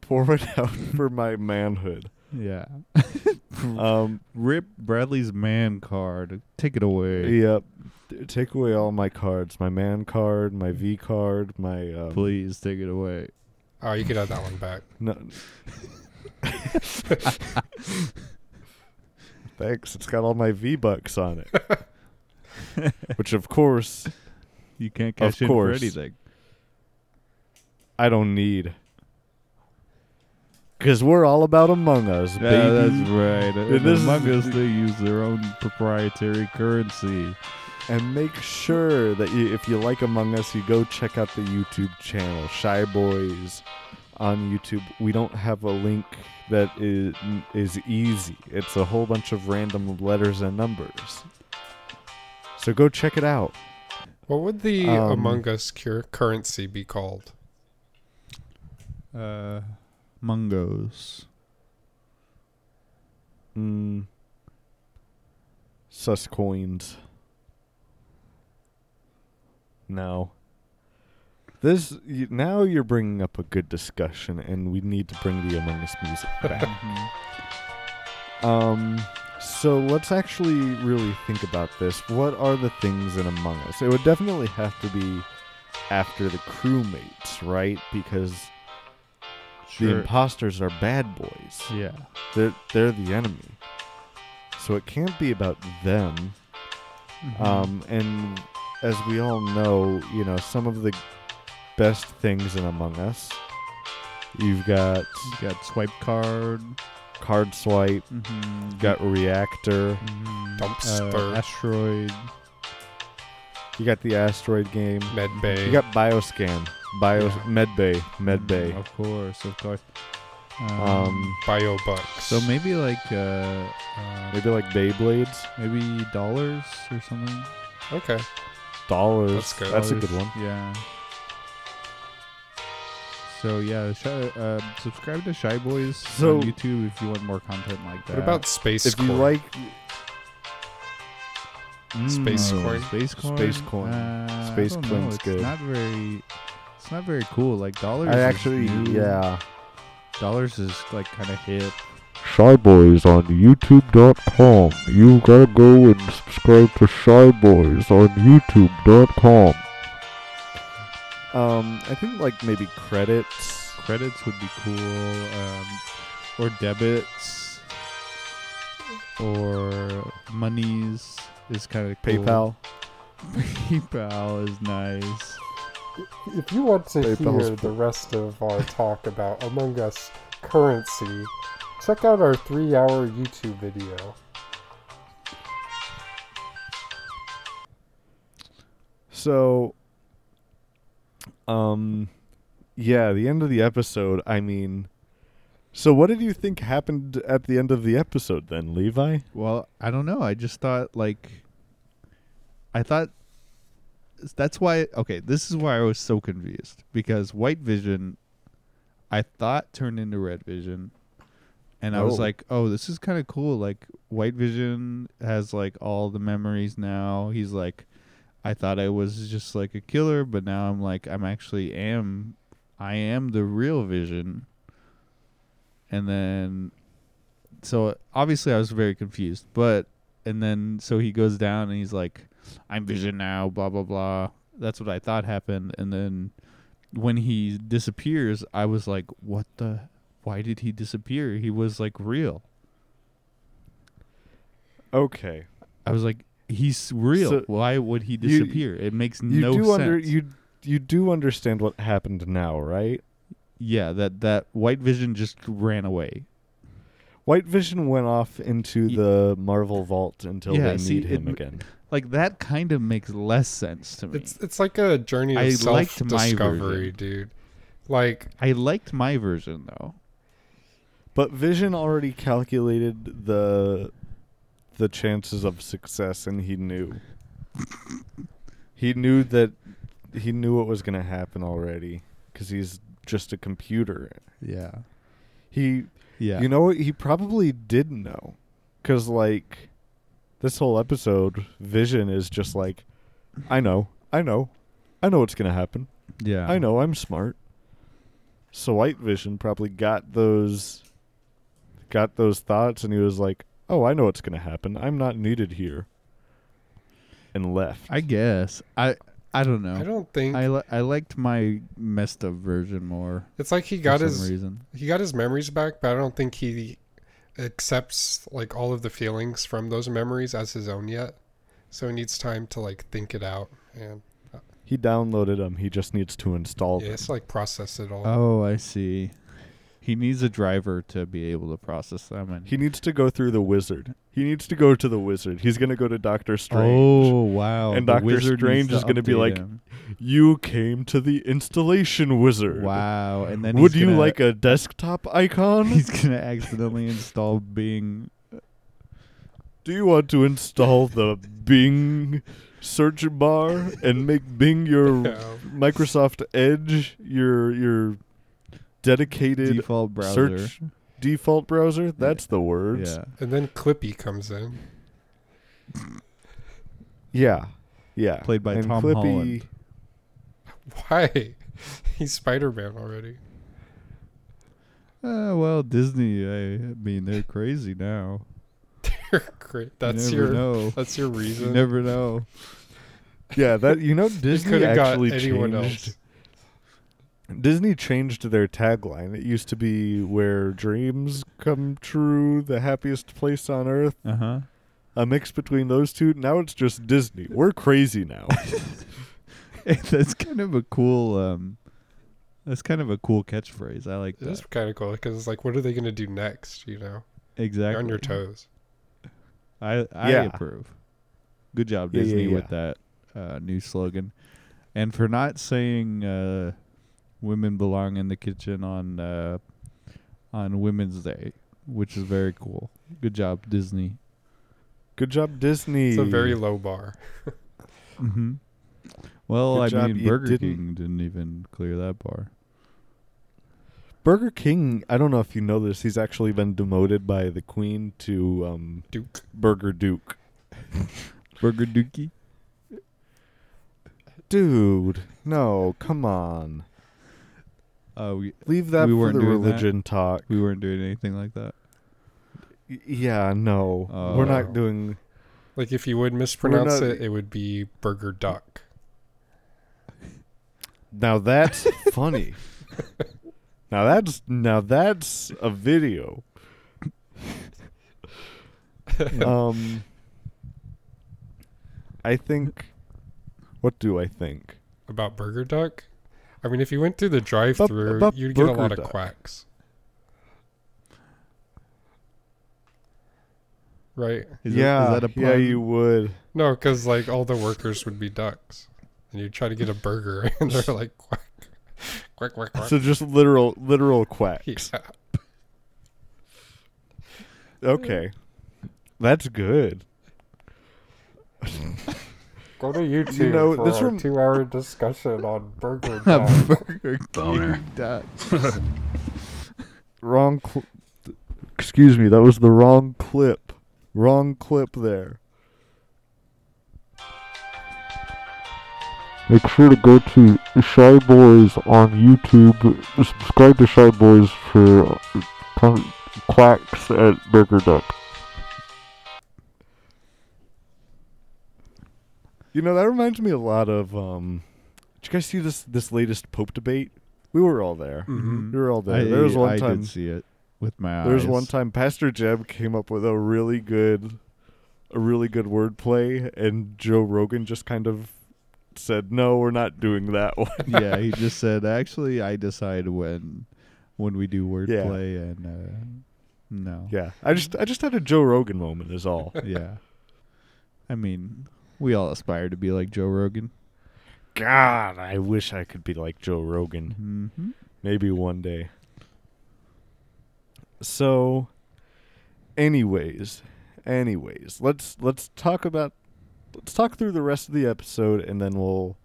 Speaker 1: pour one out for my manhood.
Speaker 2: Yeah.
Speaker 1: Um
Speaker 2: Rip Bradley's man card. Take it away,
Speaker 1: yep. D- Take away all my cards, my man card, my V card, my um,
Speaker 2: please. Take it away.
Speaker 3: Oh, you could have that one back.
Speaker 1: No. Thanks. It's got all my V bucks on it. Which, of course,
Speaker 2: You can't cash in
Speaker 1: course.
Speaker 2: for anything.
Speaker 1: I don't need. Because we're all about Among Us, baby.
Speaker 2: Yeah, that's right.
Speaker 1: And Uh, this is-
Speaker 2: Among Us, they use their own proprietary currency.
Speaker 1: And make sure that you, if you like Among Us, you go check out the YouTube channel, Shy Boys on YouTube. We don't have a link that is, is easy, it's a whole bunch of random letters and numbers. So go check it out.
Speaker 3: What would the
Speaker 1: Um,
Speaker 3: Among Us cur- currency be called?
Speaker 2: Uh, Mungos.
Speaker 1: Mm. Sus coins. No. This you, now you're bringing up a good discussion, and we need to bring the Among Us music back. um, so let's actually really think about this. What are the things in Among Us? It would definitely have to be after the crewmates, right? Because the imposters are bad boys.
Speaker 2: yeah.
Speaker 1: They're they're the enemy. So it can't be about them.
Speaker 2: Mm-hmm.
Speaker 1: Um, and as we all know, you know, some of the best things in Among Us. You've got
Speaker 2: You got swipe card.
Speaker 1: card swipe,
Speaker 2: Mm-hmm.
Speaker 1: you got reactor,
Speaker 2: Mhm.
Speaker 3: Dumpster.
Speaker 2: Uh, asteroid.
Speaker 1: you got the asteroid game,
Speaker 3: Medbay.
Speaker 1: you got bioscan, bio
Speaker 3: Yeah.
Speaker 1: medbay, medbay.
Speaker 2: Mm, Of course, of course. Um,
Speaker 1: Um,
Speaker 3: Bio bucks.
Speaker 2: so maybe like uh, uh,
Speaker 1: maybe like Beyblades,
Speaker 2: maybe dollars or something.
Speaker 3: okay.
Speaker 1: dollars.
Speaker 3: That's good.
Speaker 1: That's a
Speaker 2: Dollars,
Speaker 1: good one.
Speaker 2: Yeah. So yeah, sh- uh, subscribe to Shy Boys
Speaker 1: So-
Speaker 2: on YouTube if you want more content like that.
Speaker 3: What about space?
Speaker 1: If you
Speaker 3: coin?
Speaker 1: like
Speaker 3: Space
Speaker 2: Mm,
Speaker 3: coin?
Speaker 2: Space coin.
Speaker 1: Space coin.
Speaker 2: Uh, I
Speaker 1: Space
Speaker 2: don't know,
Speaker 1: coin's
Speaker 2: It's
Speaker 1: good.
Speaker 2: not very. It's not very cool. Like dollars.
Speaker 1: I
Speaker 2: is
Speaker 1: actually,
Speaker 2: new.
Speaker 1: yeah.
Speaker 2: Dollars is like kind of hip.
Speaker 1: Shy Boys on YouTube.com. You gotta go and subscribe to Shy Boys on YouTube.com. Um, I think like maybe credits.
Speaker 2: Credits would be cool, um, or debits, or monies is kind of cool.
Speaker 1: PayPal.
Speaker 2: PayPal is nice.
Speaker 3: If you want to
Speaker 1: PayPal's
Speaker 3: hear the rest of our talk about Among Us currency, check out our three hour YouTube video.
Speaker 1: So, um, yeah, the end of the episode. I mean, so what did you think happened at the end of the episode then, Levi?
Speaker 2: Well, I don't know. I just thought like I thought that's why okay, this is why I was so confused because white vision I thought turned into red vision and I was
Speaker 1: Oh.
Speaker 2: like, "Oh, this is kind of cool. Like white vision has like all the memories now. He's like I thought I was just like a killer, but now I'm like I'm actually am I am the real vision." And then so obviously I was very confused, but and then so he goes down and he's like, "I'm Vision now," blah blah blah. That's what I thought happened, and then when he disappears, I was like, "What the? Why did he disappear? He was like real."
Speaker 1: Okay,
Speaker 2: I was like, "He's real.
Speaker 1: So-
Speaker 2: why would he disappear? it makes
Speaker 1: you
Speaker 2: no
Speaker 1: do
Speaker 2: sense."
Speaker 1: under you you do understand what happened now, right?
Speaker 2: yeah, that that White Vision just ran away.
Speaker 1: White Vision went off into
Speaker 2: Ye-
Speaker 1: the Marvel vault until
Speaker 2: Yeah,
Speaker 1: they
Speaker 2: see,
Speaker 1: need him
Speaker 2: it-
Speaker 1: again.
Speaker 2: Like that kind of makes less sense to me.
Speaker 3: It's it's like a journey
Speaker 2: I
Speaker 3: of
Speaker 2: liked
Speaker 3: self
Speaker 2: my
Speaker 3: discovery,
Speaker 2: version.
Speaker 3: dude. Like
Speaker 2: I liked my version though.
Speaker 1: But Vision already calculated the the chances of success and he knew. he knew that he knew what was going to happen already cuz he's just a computer.
Speaker 2: Yeah.
Speaker 1: He
Speaker 2: Yeah.
Speaker 1: you know what he probably did know cuz like this whole episode Vision is just like I know. I know. I know what's going to happen.
Speaker 2: yeah.
Speaker 1: I know I'm smart. So White Vision probably got those got those thoughts and he was like, "Oh, I know what's going to happen. I'm not needed here." And left.
Speaker 2: I guess. I I don't know.
Speaker 3: I don't think
Speaker 2: I, li- I liked my messed up version more.
Speaker 3: it's like he
Speaker 2: for
Speaker 3: got
Speaker 2: some
Speaker 3: his
Speaker 2: reason.
Speaker 3: he got his memories back, but I don't think he accepts like all of the feelings from those memories as his own yet. So he needs time to like think it out and
Speaker 1: he downloaded them. He just needs to install
Speaker 3: yeah,
Speaker 1: them.
Speaker 3: it's like process it all.
Speaker 2: Oh, I see. He needs a driver to be able to process them. And
Speaker 1: He needs to go through the wizard. He needs to go to the wizard. He's going to go to Doctor Strange.
Speaker 2: oh wow!
Speaker 1: And
Speaker 2: the
Speaker 1: Doctor
Speaker 2: wizard
Speaker 1: Strange
Speaker 2: needs
Speaker 1: is gonna be
Speaker 2: update
Speaker 1: like,
Speaker 2: him.
Speaker 1: You came to the installation wizard.
Speaker 2: Oh. wow. And then
Speaker 1: Would
Speaker 2: he's
Speaker 1: you
Speaker 2: gonna-
Speaker 1: like a desktop icon?
Speaker 2: He's gonna accidentally install Bing.
Speaker 1: Do you want to install the Bing search bar and make Bing your
Speaker 3: Yeah.
Speaker 1: Microsoft Edge your your dedicated
Speaker 2: Default browser.
Speaker 1: search default browser? That's the words.
Speaker 2: Yeah.
Speaker 3: And then Clippy comes in.
Speaker 1: Yeah. Yeah.
Speaker 2: Played by
Speaker 1: And
Speaker 2: Tom
Speaker 1: Clippy,
Speaker 2: Holland.
Speaker 3: Why? He's Spider Man already.
Speaker 2: Uh, well, Disney. I, I mean, they're crazy now.
Speaker 3: Great. That's
Speaker 2: never
Speaker 3: your
Speaker 2: know.
Speaker 3: that's your
Speaker 2: You
Speaker 3: reason.
Speaker 2: never know.
Speaker 1: Yeah, that you know
Speaker 3: They
Speaker 1: Disney
Speaker 3: could've
Speaker 1: actually
Speaker 3: got anyone
Speaker 1: changed.
Speaker 3: else.
Speaker 1: Disney changed their tagline. It used to be where dreams come true, the happiest place on earth.
Speaker 2: Uh huh.
Speaker 1: a mix between those two. Now it's just Disney. We're crazy now.
Speaker 2: that's kind of a cool um that's kind of a cool catchphrase. I like
Speaker 3: It
Speaker 2: that.
Speaker 3: is kind of cool because it's like, what are they going to do next? You know,
Speaker 2: Exactly.
Speaker 3: you're on your toes.
Speaker 2: I I
Speaker 1: Yeah.
Speaker 2: approve. Good job
Speaker 1: Yeah, yeah,
Speaker 2: Disney
Speaker 1: yeah.
Speaker 2: with that uh, new slogan. And for not saying uh, women belong in the kitchen on uh, on Women's Day, which is very cool. Good job Disney.
Speaker 1: Good job, Disney.
Speaker 3: It's a very low bar.
Speaker 2: Mhm. Well,
Speaker 1: Good
Speaker 2: I
Speaker 1: job
Speaker 2: mean
Speaker 1: you
Speaker 2: Burger
Speaker 1: didn't-
Speaker 2: King didn't even clear that bar.
Speaker 1: Burger King. I don't know if you know this. He's actually been demoted by the Queen to um,
Speaker 3: Duke.
Speaker 1: Burger Duke.
Speaker 2: Burger Dookie.
Speaker 1: Dude, no, come on.
Speaker 2: Uh, we
Speaker 1: Leave that
Speaker 2: We
Speaker 1: for
Speaker 2: weren't
Speaker 1: the
Speaker 2: doing that.
Speaker 1: religion talk.
Speaker 2: we weren't doing anything like that.
Speaker 1: Y- Yeah, no, we're
Speaker 3: Oh.
Speaker 1: not doing.
Speaker 3: Like if you would mispronounce
Speaker 1: not-
Speaker 3: it, it would be burger duck.
Speaker 1: Now that's funny. Now that's now that's a video. um, I think. What do I think?
Speaker 3: About burger duck? I mean, if you went through the drive-through,
Speaker 1: about
Speaker 3: you'd get a
Speaker 1: Burger
Speaker 3: lot of
Speaker 1: Duck.
Speaker 3: quacks. Right?
Speaker 2: Is
Speaker 1: yeah,
Speaker 2: that, is that a pun?
Speaker 1: yeah, you would.
Speaker 3: No, because like all the workers would be ducks, and you try to get a burger, and they're like quack, quack, quack, quack.
Speaker 1: So just literal, literal quacks.
Speaker 3: Yeah.
Speaker 1: Okay, that's good.
Speaker 3: Go to YouTube
Speaker 1: You know, for this our rem-
Speaker 3: two-hour discussion on burger
Speaker 2: Burger King
Speaker 4: Boner.
Speaker 2: duck.
Speaker 1: Wrong. Cl- th- excuse me. That was the wrong clip. Wrong clip there.
Speaker 8: make sure to go to Shy Boys on YouTube. Subscribe to Shy Boys for con- quacks at Burger Duck.
Speaker 1: You know that reminds me a lot of. um Did you guys see this this latest Pope debate? We were all there. We were all there.
Speaker 2: Mm-hmm. I,
Speaker 1: there was one
Speaker 2: I
Speaker 1: time.
Speaker 2: did see it with my eyes.
Speaker 1: There was one time Pastor Jeb came up with a really good, a really good wordplay, and Joe Rogan just kind of said, "No, we're not doing that one."
Speaker 2: yeah, he just said, "Actually, I decide when when we do wordplay and uh, no."
Speaker 1: yeah, I just I just had a Joe Rogan moment, is all.
Speaker 2: yeah. I mean, we all aspire to be like Joe Rogan.
Speaker 1: God, I wish I could be like Joe Rogan.
Speaker 2: Mm-hmm.
Speaker 1: Maybe one day. So anyways, anyways, let's let's talk about let's talk through the rest of the episode and then we'll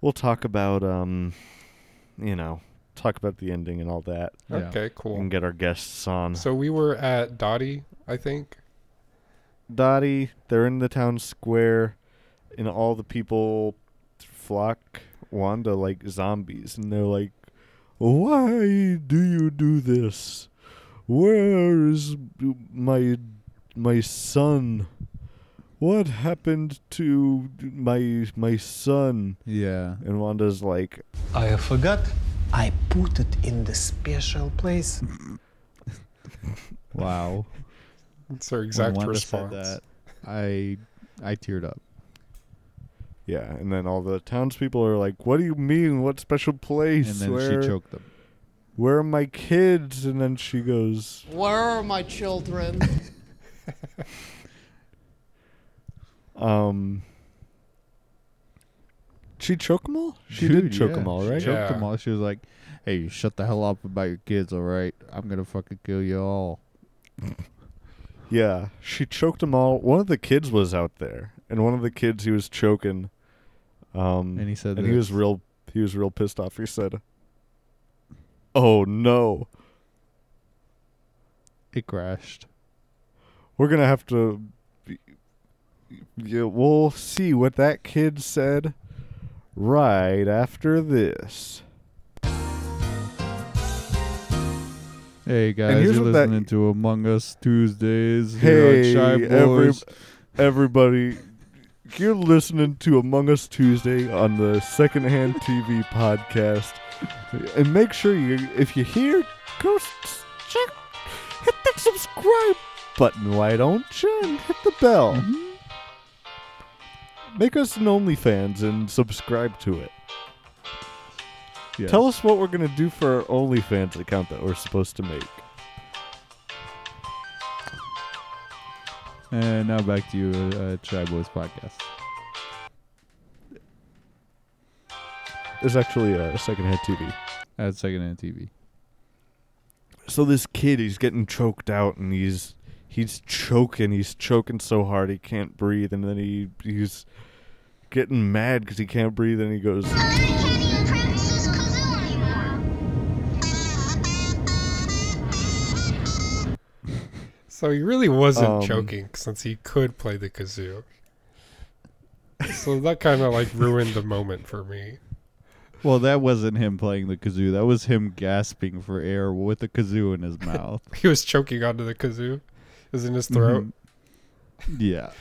Speaker 1: we'll talk about um you know, talk about the ending and all that
Speaker 2: Yeah.
Speaker 3: Okay,
Speaker 1: and
Speaker 3: cool.
Speaker 1: get our guests on.
Speaker 3: So we were at Dottie, I think.
Speaker 1: Dottie, they're in the town square and all the people flock Wanda like zombies and they're like why do you do this where is my my son what happened to my my son
Speaker 2: Yeah.
Speaker 1: and Wanda's like
Speaker 9: I forgot.
Speaker 10: I put it in the special place.
Speaker 2: Wow.
Speaker 3: That's her exact
Speaker 2: when Wanda said
Speaker 3: response.
Speaker 2: that, I I teared up.
Speaker 1: yeah and then all the townspeople are like what do you mean what special place
Speaker 2: and then
Speaker 1: where,
Speaker 2: she choked them.
Speaker 1: where are my kids and then she goes
Speaker 10: Where are my children?
Speaker 1: Um, she choke 'em all. She
Speaker 2: Dude,
Speaker 1: did choke 'em
Speaker 2: yeah,
Speaker 1: all,
Speaker 2: she
Speaker 1: right?
Speaker 2: choked
Speaker 3: Yeah.
Speaker 2: them all. She was like, "Hey, you shut the hell up about your kids, all right? I'm gonna fucking kill you all."
Speaker 1: Yeah, she choked them all. One of the kids was out there, and one of the kids he was choking. Um,
Speaker 2: And he said
Speaker 1: and he was
Speaker 2: this.
Speaker 1: real. He was real pissed off. He said, "Oh no,
Speaker 2: It crashed.
Speaker 1: we're gonna have to." be- Yeah, we'll see what that kid said right after this.
Speaker 2: Hey guys,
Speaker 1: here's
Speaker 2: you're
Speaker 1: what that-
Speaker 2: listening to Among Us Tuesdays.
Speaker 1: Hey,
Speaker 2: here on Shy
Speaker 1: every-
Speaker 2: Boys.
Speaker 1: everybody. You're listening to Among Us Tuesday on the Secondhand TV podcast, and make sure you, if you hear, go s- check, hit that subscribe button. Why don't you? And hit the bell. Make us an OnlyFans and subscribe to it.
Speaker 2: Yes.
Speaker 1: Tell us what we're gonna do for our OnlyFans account that we're supposed to make.
Speaker 2: And now back to you, uh, Shy Boys podcast.
Speaker 1: There's actually a Secondhand TV.
Speaker 2: At Second Hand TV.
Speaker 1: so this kid he's getting choked out and he's he's choking he's choking so hard he can't breathe and then he he's getting mad because he can't breathe and he goes
Speaker 3: So he really wasn't
Speaker 1: Um,
Speaker 3: choking since he could play the kazoo. So that kind of like ruined the moment for me.
Speaker 2: Well, that wasn't him playing the kazoo. That was him gasping for air with a kazoo in his mouth.
Speaker 3: He was choking onto the kazoo. It was in his throat.
Speaker 2: yeah.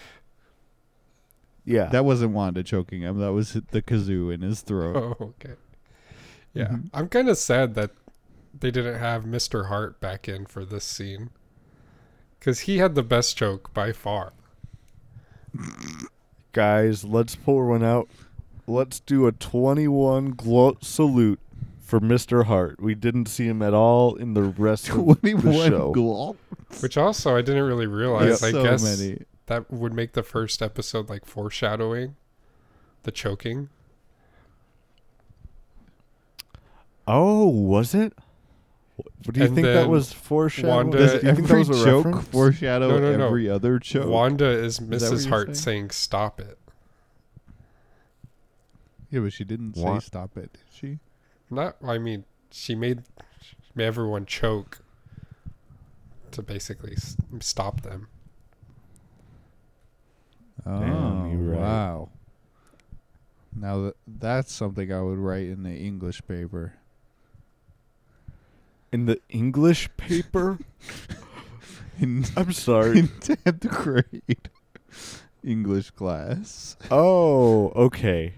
Speaker 1: Yeah.
Speaker 2: That wasn't Wanda choking him. That was the kazoo in his throat.
Speaker 3: Oh, okay. Yeah,
Speaker 2: Mm-hmm.
Speaker 3: I'm kind of sad that they didn't have Mr. Hart back in for this scene because he had the best joke by far.
Speaker 1: Guys, let's pour one out. Let's do a 21 gloat salute for Mr. Hart. We didn't see him at all in the rest of the
Speaker 2: 21
Speaker 1: show.
Speaker 2: gulp.
Speaker 3: Which also I didn't really realize.
Speaker 2: That's
Speaker 3: I
Speaker 2: so
Speaker 3: guess
Speaker 2: many.
Speaker 3: that would make the first episode like foreshadowing the choking.
Speaker 1: oh, was it? Do you
Speaker 3: And
Speaker 1: think that
Speaker 3: then
Speaker 1: was foreshadowing?
Speaker 3: Wanda-
Speaker 1: Do
Speaker 2: Does
Speaker 1: you think that
Speaker 2: every
Speaker 1: was a
Speaker 2: joke
Speaker 1: reference?
Speaker 2: foreshadow
Speaker 3: No, no, no.
Speaker 2: every other joke?
Speaker 3: Wanda is
Speaker 2: that what
Speaker 3: Mrs.
Speaker 2: you're
Speaker 3: Hart
Speaker 2: saying?
Speaker 3: saying "Stop it."
Speaker 2: Yeah, but she didn't
Speaker 1: Wa-
Speaker 2: say stop it, did she?
Speaker 3: Not, I mean, she made she made everyone choke to basically s- stop them.
Speaker 1: Damn,
Speaker 2: Oh,
Speaker 1: you're right.
Speaker 2: wow. Now that that's something I would write in the English paper.
Speaker 1: in the English paper?
Speaker 2: In,
Speaker 1: I'm sorry.
Speaker 2: in 10th grade English class.
Speaker 1: oh, okay.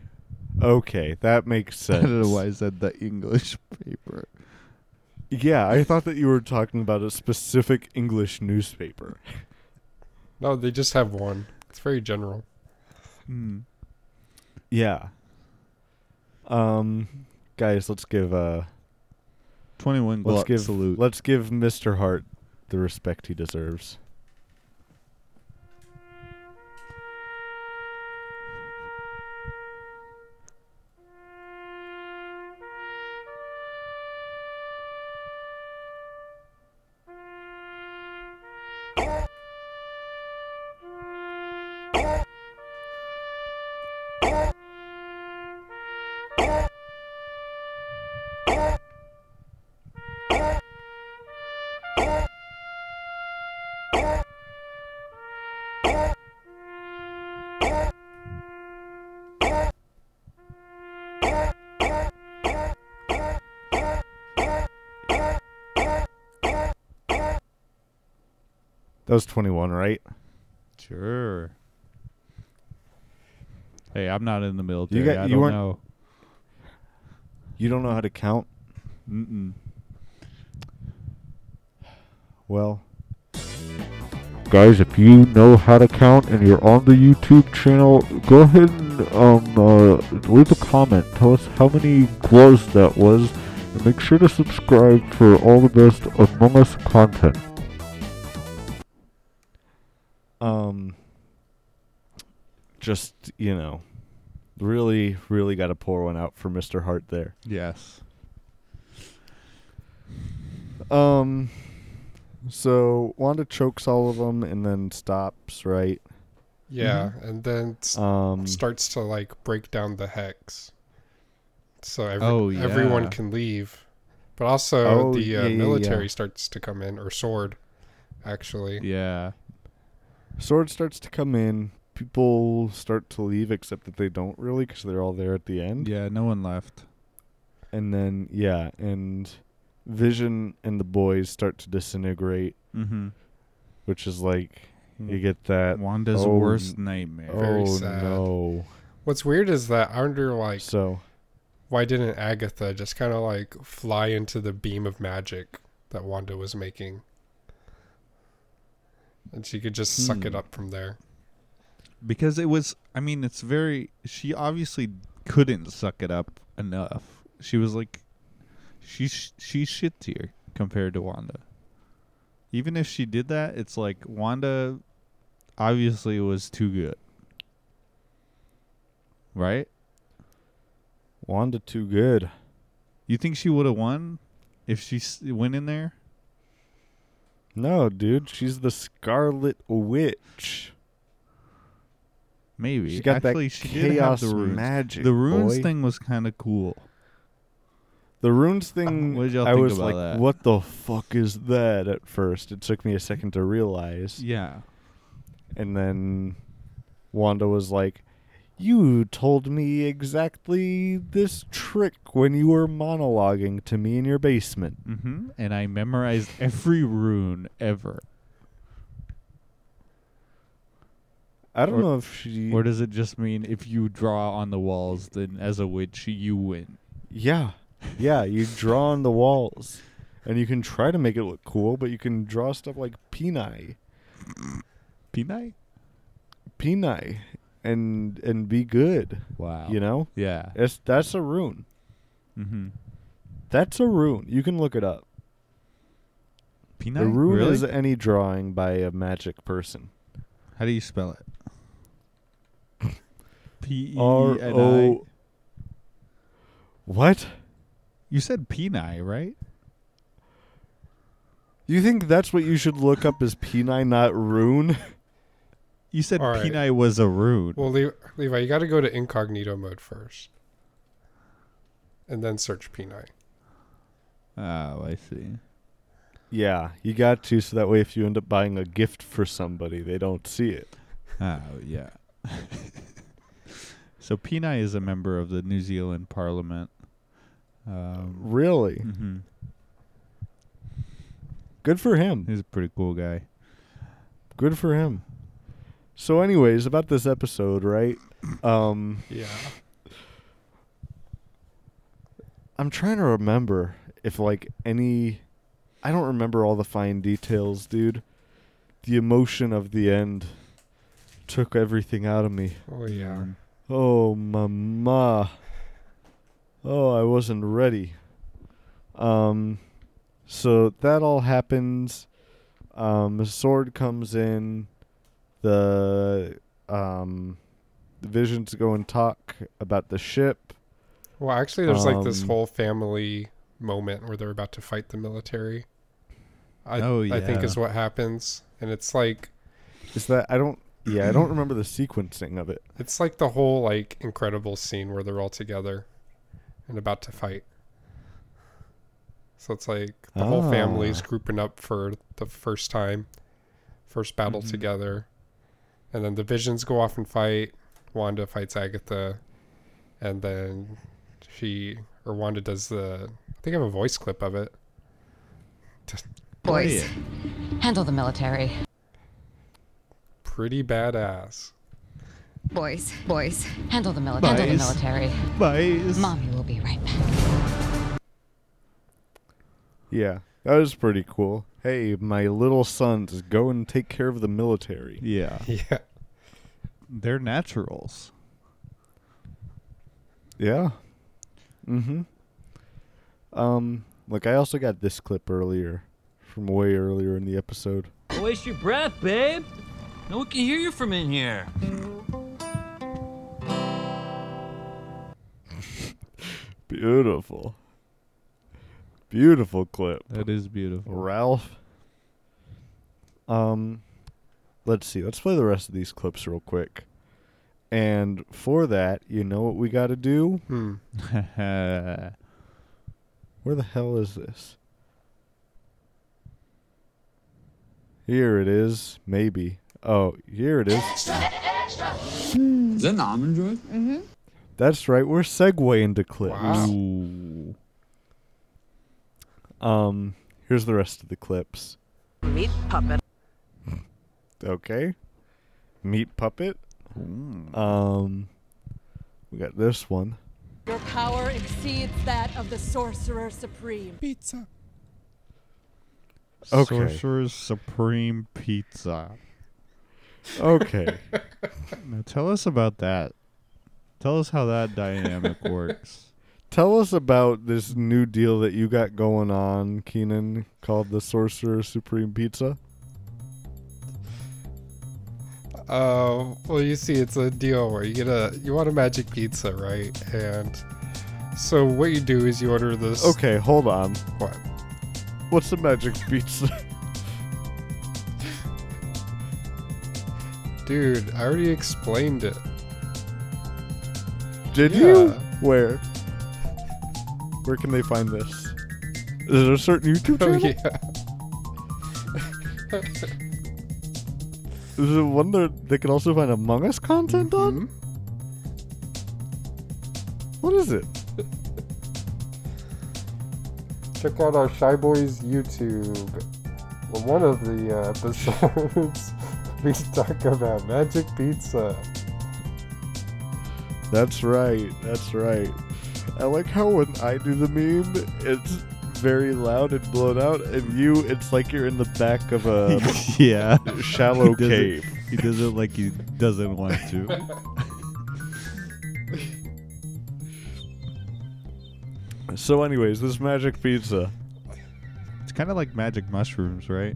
Speaker 1: Okay, that makes
Speaker 2: I
Speaker 1: sense.
Speaker 2: don't know why I said the English paper.
Speaker 1: Yeah, I thought that you were talking about a specific English newspaper.
Speaker 3: No, they just have one. It's very general.
Speaker 2: Hmm.
Speaker 1: Yeah. Um, guys, let's give uh,
Speaker 2: 21
Speaker 1: let's
Speaker 2: glut
Speaker 1: give
Speaker 2: salute.
Speaker 1: let's give Mr. Hart the respect he deserves. That was 21, right?
Speaker 2: sure. Hey, I'm not in the military.
Speaker 1: got-
Speaker 2: I
Speaker 1: you
Speaker 2: don't
Speaker 1: weren't-
Speaker 2: know.
Speaker 1: You don't know how to count?
Speaker 2: Mm-mm.
Speaker 1: Well,
Speaker 8: Guys, if you know how to count and you're on the YouTube channel, go ahead and um, uh, leave a comment. Tell us how many glows that was. And make sure to subscribe for all the best Among Us content.
Speaker 1: um just, you know, really really got to pour one out for Mr. Hart there.
Speaker 2: Yes.
Speaker 1: Um so Wanda chokes all of them and then stops, right?
Speaker 3: Yeah,
Speaker 2: Mm-hmm.
Speaker 3: and then s-
Speaker 1: Um
Speaker 3: starts to like break down the hex, so every,
Speaker 2: Oh,
Speaker 3: everyone
Speaker 2: yeah.
Speaker 3: can leave. But also
Speaker 1: Oh,
Speaker 3: the uh,
Speaker 1: yeah, yeah, yeah.
Speaker 3: military starts to come in, or sword, actually.
Speaker 2: Yeah.
Speaker 1: Sword starts to come in. People start to leave, except that they don't really, because they're all there at the end.
Speaker 2: Yeah, no one left.
Speaker 1: And then, yeah, and Vision and the boys start to disintegrate,
Speaker 2: Mm-hmm.
Speaker 1: which is like you
Speaker 2: Mm.
Speaker 1: get that.
Speaker 2: Wanda's
Speaker 1: Oh,
Speaker 2: worst nightmare.
Speaker 3: Very
Speaker 1: oh
Speaker 3: sad.
Speaker 1: no!
Speaker 3: What's weird is that I wonder like
Speaker 1: So
Speaker 3: why didn't Agatha just kind of like fly into the beam of magic that Wanda was making, and she could just suck it
Speaker 1: Hmm.
Speaker 3: up from there.
Speaker 2: Because it was, I mean, it's very. She obviously couldn't suck it up enough. She was like, she's she's shit tier compared to Wanda. Even if she did that, it's like Wanda obviously was too good. Right?
Speaker 1: Wanda too good.
Speaker 2: You think she would have won if she s- went in there?
Speaker 1: No, dude, she's the Scarlet Witch.
Speaker 2: Maybe.
Speaker 1: She got
Speaker 2: Actually,
Speaker 1: that
Speaker 2: she did have
Speaker 1: chaos
Speaker 2: the runes.
Speaker 1: magic.
Speaker 2: the runes
Speaker 1: boy.
Speaker 2: thing was kind of cool.
Speaker 1: The runes thing.
Speaker 2: What did y'all
Speaker 1: I
Speaker 2: think
Speaker 1: was
Speaker 2: about
Speaker 1: like,
Speaker 2: that?
Speaker 1: "What the fuck is that?" At first, it took me a second to realize.
Speaker 2: Yeah.
Speaker 1: And then Wanda was like, You told me exactly this trick when you were monologuing to me in your basement.
Speaker 2: Mm-hmm. And I memorized every rune ever.
Speaker 1: I don't
Speaker 2: Or-
Speaker 1: know if she.
Speaker 2: Or does it just mean if you draw on the walls, then as a witch, you win?
Speaker 1: yeah. Yeah, you draw on the walls. And you can try to make it look cool, but you can draw stuff like peni.
Speaker 2: Pinai?
Speaker 1: Peni. And and be good.
Speaker 2: Wow.
Speaker 1: You know?
Speaker 2: Yeah.
Speaker 1: It's, that's a rune.
Speaker 2: Mm-hmm.
Speaker 1: That's a rune. You can look it up.
Speaker 2: Pinai?
Speaker 1: The rune
Speaker 2: really?
Speaker 1: is any drawing by a magic person.
Speaker 2: How do you spell it? P E
Speaker 1: R
Speaker 2: N I.
Speaker 1: O. What?
Speaker 2: You said Pinai, right?
Speaker 1: You think that's what you should look up as peni, not rune?
Speaker 2: You said
Speaker 3: All right.
Speaker 2: Pinai was a rune.
Speaker 3: Well, Le- Levi, you got to go to incognito mode first, and then search P9.
Speaker 2: oh, I see.
Speaker 1: yeah, you got to, so that way if you end up buying a gift for somebody, they don't see it.
Speaker 2: Oh, yeah. so Pinai is a member of the New Zealand Parliament. Um,
Speaker 1: Really?
Speaker 2: mhm.
Speaker 1: Good for him.
Speaker 2: He's a pretty cool guy.
Speaker 1: Good for him. So, anyways, about this episode, right? Um,
Speaker 3: Yeah.
Speaker 1: I'm trying to remember if like any I don't remember all the fine details, dude. The emotion of the end took everything out of me.
Speaker 3: Oh yeah.
Speaker 2: Mm.
Speaker 1: Oh mama. Oh, I wasn't ready. Um so that all happens. Um the sword comes in. The um the visions go and talk about the ship.
Speaker 3: Well, actually, there's like this
Speaker 1: Um,
Speaker 3: whole family moment where they're about to fight the military. I,
Speaker 2: Oh,
Speaker 3: I think is
Speaker 2: yeah.
Speaker 3: what happens, and it's like
Speaker 1: Is that I don't yeah, I don't remember the sequencing of it.
Speaker 3: it's like the whole like incredible scene where they're all together and about to fight. So it's like the whole family's
Speaker 1: Ah.
Speaker 3: grouping up for the first time, first battle
Speaker 2: Mhm.
Speaker 3: together, and then the visions go off and fight. Wanda fights Agatha, and then she or Wanda does the. I think I have a voice clip of it.
Speaker 5: Boys, handle the military.
Speaker 3: Pretty badass.
Speaker 5: Boys, boys, handle the military.
Speaker 2: Handle
Speaker 5: Handle
Speaker 2: the
Speaker 5: the
Speaker 2: Boys.
Speaker 5: military.
Speaker 2: Boys.
Speaker 5: Mommy will be right back.
Speaker 1: Yeah, that was pretty cool. Hey, my little sons, go and take care of the military.
Speaker 2: Yeah.
Speaker 3: Yeah.
Speaker 2: They're naturals.
Speaker 1: Yeah. Mm-hmm. Um, look, I also got this clip earlier, from way earlier in the episode.
Speaker 9: Don't waste your breath, babe. No one can hear you from in here.
Speaker 1: Beautiful. Beautiful clip.
Speaker 2: That is beautiful.
Speaker 1: Ralph. Um, let's see. Let's play the rest of these clips real quick. And for that, you know what we got to do?
Speaker 3: Hmm.
Speaker 1: Where the hell is this? Here it is, maybe. Oh, here it is.
Speaker 4: Hmm. Is that an almond droid?
Speaker 6: Mm-hmm.
Speaker 1: That's right. We're segueing to clips.
Speaker 3: Wow.
Speaker 2: Ooh.
Speaker 1: Um, here's the rest of the clips.
Speaker 6: Meat puppet.
Speaker 1: Okay. Meat puppet.
Speaker 6: Hmm.
Speaker 1: Um, we got this one.
Speaker 5: Your power exceeds that of the Sorcerer Supreme.
Speaker 3: Pizza.
Speaker 1: Okay.
Speaker 2: Sorcerer's Supreme Pizza.
Speaker 1: Okay.
Speaker 2: Now tell us about that. Tell us how that dynamic works.
Speaker 1: Tell us about this new deal that you got going on, Keenan, called the Sorcerer Supreme Pizza.
Speaker 3: Uh, well, you see, it's a deal where you get a you want a magic pizza, right? And so what you do is you order this.
Speaker 1: Okay, hold on.
Speaker 3: What?
Speaker 1: What's the magic pizza?
Speaker 3: Dude, I already explained it.
Speaker 1: Did
Speaker 3: Yeah.
Speaker 1: you? Where? Where can they find this? Is it a certain YouTube
Speaker 3: Oh
Speaker 1: channel?
Speaker 3: yeah.
Speaker 1: Is it one that they can also find Among Us content on? What is it?
Speaker 3: Check out our Shy Boys YouTube. Well, one of the uh, episodes, we talk about magic pizza.
Speaker 1: That's right. That's right. I like how when I do the meme, it's very loud and blown out, and you, it's like you're in the back of a
Speaker 2: yeah.
Speaker 1: shallow
Speaker 2: He does it-
Speaker 1: cave.
Speaker 2: He does it like he doesn't want to.
Speaker 1: So, anyways, this magic pizza.
Speaker 2: It's kind of like magic mushrooms, right?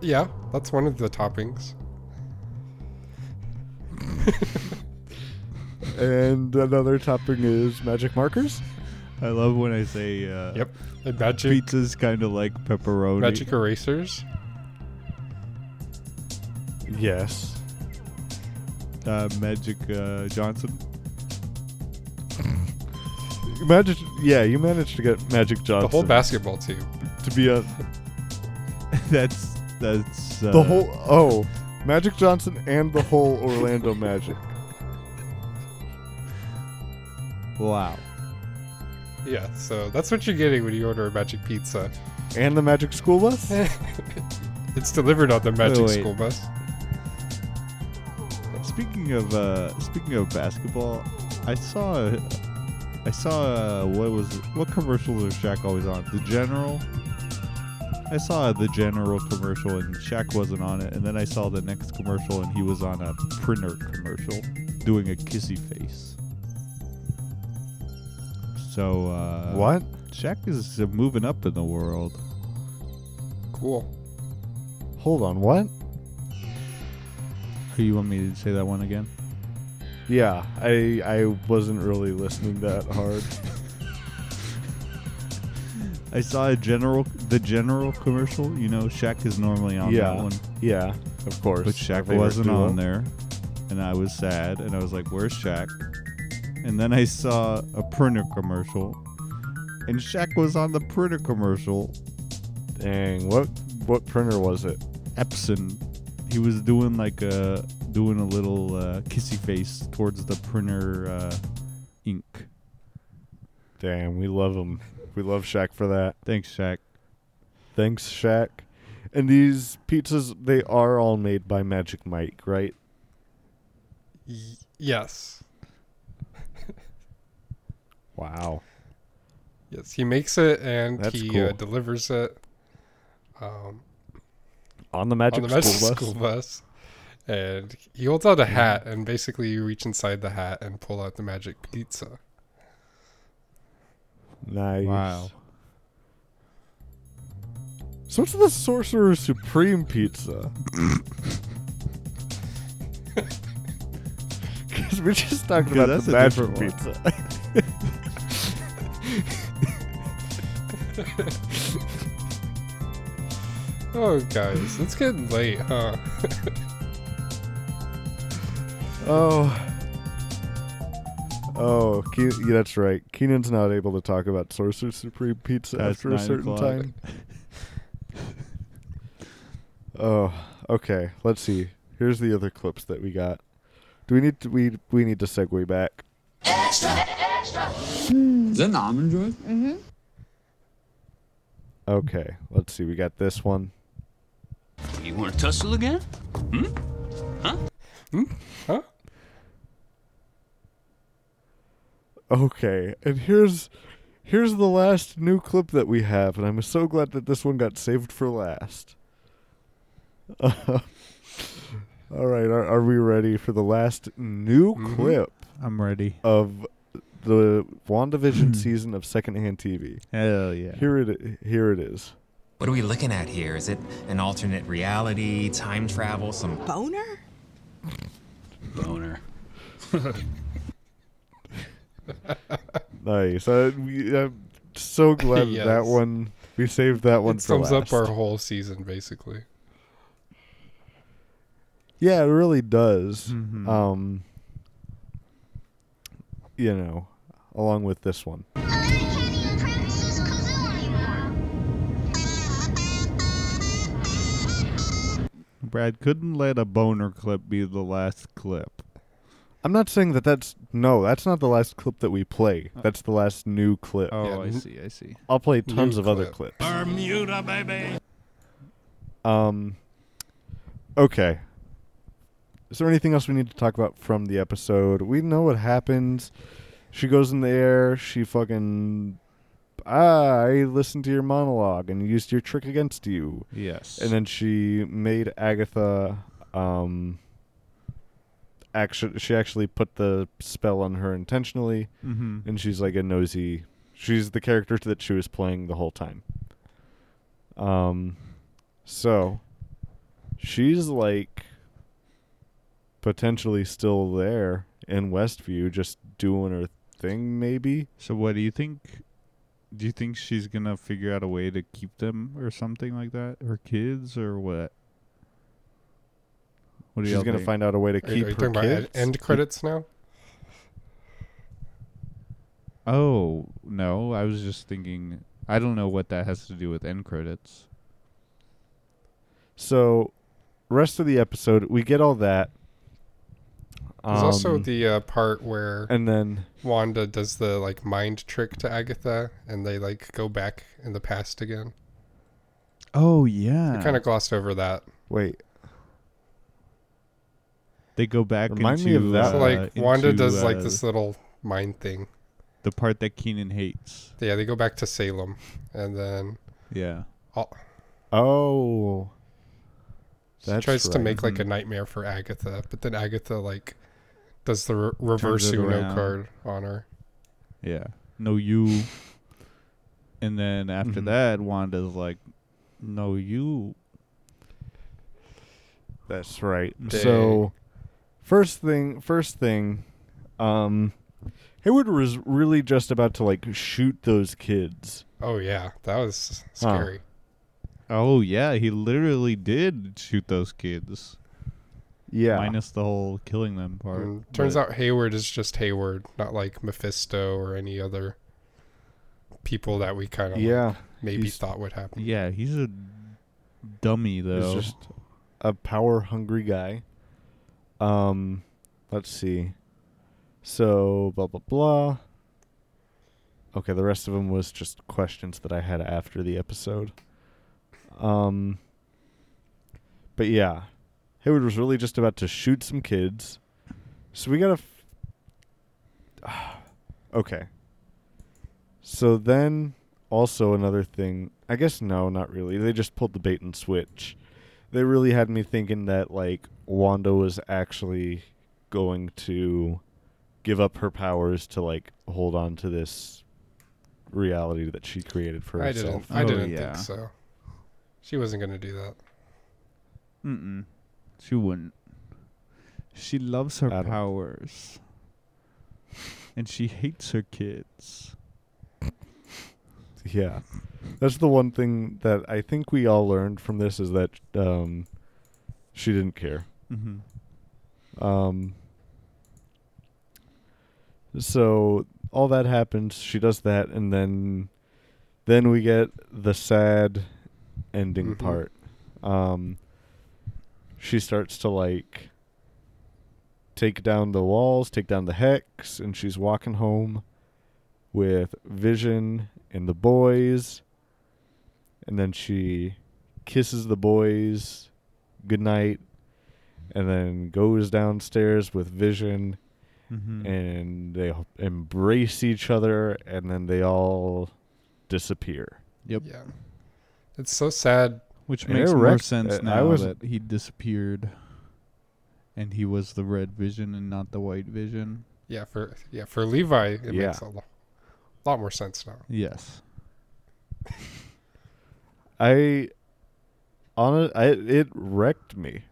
Speaker 3: Yeah, that's one of the toppings.
Speaker 1: And another topping is magic markers.
Speaker 2: I love when I say uh,
Speaker 3: Yep. And magic
Speaker 2: pizza's kind of like pepperoni.
Speaker 3: magic erasers.
Speaker 1: Yes.
Speaker 2: uh, magic uh, Johnson.
Speaker 1: Magic. Yeah, you managed to get Magic Johnson.
Speaker 3: The whole basketball team.
Speaker 1: to be a
Speaker 2: that's that's uh,
Speaker 1: the whole. Oh, Magic Johnson and the whole Orlando Magic.
Speaker 2: Wow.
Speaker 3: Yeah, so that's what you're getting when you order a magic pizza.
Speaker 1: And the Magic School Bus?
Speaker 3: It's delivered on the magic
Speaker 2: wait.
Speaker 3: school bus.
Speaker 2: Speaking of uh, speaking of basketball, I saw I saw uh, what was what commercials was Shaq always on? The General. I saw the General commercial and Shaq wasn't on it, and then I saw the next commercial and he was on a printer commercial doing a kissy face. So uh,
Speaker 1: what?
Speaker 2: Shaq is uh, moving up in the world.
Speaker 3: Cool.
Speaker 1: Hold on. What?
Speaker 2: Who you want me to say that one again?
Speaker 1: Yeah, I I wasn't really listening that hard.
Speaker 2: I saw a general, the general commercial. You know, Shaq is normally on
Speaker 1: yeah,
Speaker 2: that one,
Speaker 1: yeah, of course.
Speaker 2: but Shaq
Speaker 1: Favorite
Speaker 2: wasn't
Speaker 1: duo.
Speaker 2: on there, and I was sad, and I was like, "Where's Shaq?" And then I saw a printer commercial, and Shaq was on the printer commercial.
Speaker 1: Dang, what what printer was it?
Speaker 2: Epson, he was doing like a doing a little uh, kissy face towards the printer uh, ink.
Speaker 1: Damn, we love him. We love Shaq for that.
Speaker 2: Thanks, Shaq.
Speaker 1: Thanks, Shaq. And these pizzas, they are all made by Magic Mike, right?
Speaker 3: Y- yes.
Speaker 1: Wow.
Speaker 3: Yes, he makes it and
Speaker 1: That's
Speaker 3: he uh,
Speaker 1: cool.
Speaker 3: delivers it um,
Speaker 1: On the Magic,
Speaker 3: on the magic
Speaker 1: school,
Speaker 3: school,
Speaker 1: bus.
Speaker 3: bus. And he holds out a hat, and basically you reach inside the hat and pull out the magic pizza.
Speaker 1: Nice.
Speaker 2: Wow.
Speaker 1: So what's the Sorcerer Supreme pizza? Because we're just talking
Speaker 2: Because
Speaker 1: about
Speaker 2: that's
Speaker 1: the
Speaker 2: a
Speaker 1: magic
Speaker 2: different
Speaker 1: pizza.
Speaker 3: Oh, guys, it's getting late, huh?
Speaker 1: oh. Oh, Ke- yeah, that's right. Keenan's not able to talk about Sorcerer Supreme pizza
Speaker 2: That's
Speaker 1: after a
Speaker 2: nine
Speaker 1: certain
Speaker 2: o'clock.
Speaker 1: time. Oh, okay. Let's see. Here's the other clips that we got. Do we need to we we need to segue back?
Speaker 4: Is that an almond joy?
Speaker 1: Okay. Let's see. We got this one.
Speaker 11: You want to tussle again?
Speaker 3: Huh?
Speaker 1: Okay. And here's here's the last new clip that we have, and I'm so glad that this one got saved for last. all right. Are, are we ready for the last new
Speaker 3: Mhm.
Speaker 1: clip
Speaker 2: I'm ready.
Speaker 1: of the WandaVision season of Secondhand TV?
Speaker 2: Hell yeah.
Speaker 1: Here it here it is.
Speaker 11: What are we looking at here? Is it an alternate reality, time travel, some
Speaker 6: Boner?
Speaker 11: boner?
Speaker 1: Nice. Uh, we, I'm so glad that that
Speaker 3: Yes.
Speaker 1: one. We saved that one
Speaker 3: It
Speaker 1: for
Speaker 3: sums
Speaker 1: last.
Speaker 3: up our whole season, basically.
Speaker 1: yeah, it really does.
Speaker 2: Mhm.
Speaker 1: Um, you know, along with this one.
Speaker 2: Brad couldn't let a boner clip be the last clip.
Speaker 1: I'm not saying that that's no. That's not the last clip that we play. That's the last new clip.
Speaker 2: Uh. Oh, Yeah. I see, I see.
Speaker 1: I'll play
Speaker 2: New
Speaker 1: tons of other
Speaker 2: clip.
Speaker 1: clips.
Speaker 12: Bermuda, baby.
Speaker 1: Um. Okay. Is there anything else we need to talk about from the episode? We know what happens. She goes in the air. She fucking. Ah, I listened to your monologue and used your trick against you.
Speaker 2: Yes.
Speaker 1: And then she made Agatha. Um. Actually, she actually put the spell on her intentionally,
Speaker 2: Mhm.
Speaker 1: and she's like a nosy. She's the character that she was playing the whole time. Um, so she's like potentially still there in Westview, just doing her thing, maybe.
Speaker 2: So what do you think? Do you think she's gonna figure out a way to keep them or something like that, her kids or what? What do
Speaker 1: She's
Speaker 2: y'all
Speaker 1: gonna
Speaker 2: think?
Speaker 1: find out a way to
Speaker 3: Are you, are you talking about ed- end credits now?
Speaker 2: Oh no, I was just thinking. I don't know what that has to do with end credits.
Speaker 1: So, rest of the episode, we get all that.
Speaker 3: There's also
Speaker 1: Um,
Speaker 3: the uh, part where
Speaker 1: and then-
Speaker 3: Wanda does the like mind trick to Agatha, and they like go back in the past again.
Speaker 2: Oh yeah.
Speaker 3: I kind of glossed over that.
Speaker 1: wait.
Speaker 2: They go back.
Speaker 1: Remind me
Speaker 2: into,
Speaker 1: of that.
Speaker 3: So,
Speaker 2: uh,
Speaker 3: like Wanda
Speaker 2: into,
Speaker 3: does like
Speaker 2: uh,
Speaker 3: this little mind thing.
Speaker 2: The part that Keenan hates.
Speaker 3: Yeah, they go back to Salem, and then
Speaker 2: Yeah.
Speaker 3: all,
Speaker 1: Oh.
Speaker 3: she
Speaker 1: That's
Speaker 3: tries to
Speaker 1: right.
Speaker 3: make like a nightmare for Agatha, but then Agatha like does the re-
Speaker 2: Turns it
Speaker 3: reverse Uno
Speaker 2: around.
Speaker 3: card on her.
Speaker 2: Yeah. No you. And then after
Speaker 1: Mm-hmm.
Speaker 2: that, Wanda's like, "No you."
Speaker 1: That's right. So, first thing, first thing, um, Hayward was really just about to like shoot those kids.
Speaker 3: Oh yeah, that was
Speaker 1: Huh.
Speaker 3: scary.
Speaker 2: Oh yeah, he literally did shoot those kids.
Speaker 1: Yeah.
Speaker 2: Minus the whole killing them part.
Speaker 1: Mm,
Speaker 3: And turns
Speaker 2: but-
Speaker 3: out Hayward is just Hayward, not like Mephisto or any other people that we kind of
Speaker 1: Yeah,
Speaker 3: like maybe
Speaker 1: he's-
Speaker 3: thought would happen.
Speaker 2: Yeah, he's a dummy though.
Speaker 1: He's just a power hungry guy. Um, let's see. So blah blah blah. Okay, the rest of them was just questions that I had after the episode. Um, but yeah, Hayward was really just about to shoot some kids, so we gotta. F- okay. So then, also another thing. I guess no, not really. They just pulled the bait and switch. They really had me thinking that like Wanda was actually going to give up her powers to like hold on to this reality that she created for
Speaker 3: I
Speaker 1: herself.
Speaker 3: didn't. I didn't think so. She wasn't going to do that.
Speaker 2: Mm-mm. She wouldn't. She loves her powers. And she hates her kids.
Speaker 1: Oh, Yeah. That's the one thing that I think we all learned from this is that um, she didn't care.
Speaker 2: Mhm.
Speaker 1: Um, so all that happens. She does that, and then then we get the sad ending
Speaker 2: Mhm.
Speaker 1: part. Um, she starts to like take down the walls, take down the hex, and she's walking home with Vision and the boys. And then she kisses the boys goodnight and then goes downstairs with Vision
Speaker 3: Hmm.
Speaker 2: Mhm.
Speaker 1: and they h- embrace each other and then they all disappear.
Speaker 2: Yep.
Speaker 3: Yeah. It's so sad.
Speaker 2: Which
Speaker 1: Yeah,
Speaker 2: makes more
Speaker 1: Rex-
Speaker 2: sense
Speaker 1: uh, I
Speaker 2: now
Speaker 1: was-
Speaker 2: that he disappeared and he was the red vision and not the white vision.
Speaker 3: Yeah, for yeah for Levi, it
Speaker 2: Yeah.
Speaker 3: makes a lo- lot more sense now.
Speaker 2: Yes.
Speaker 1: I on it, I, it wrecked me.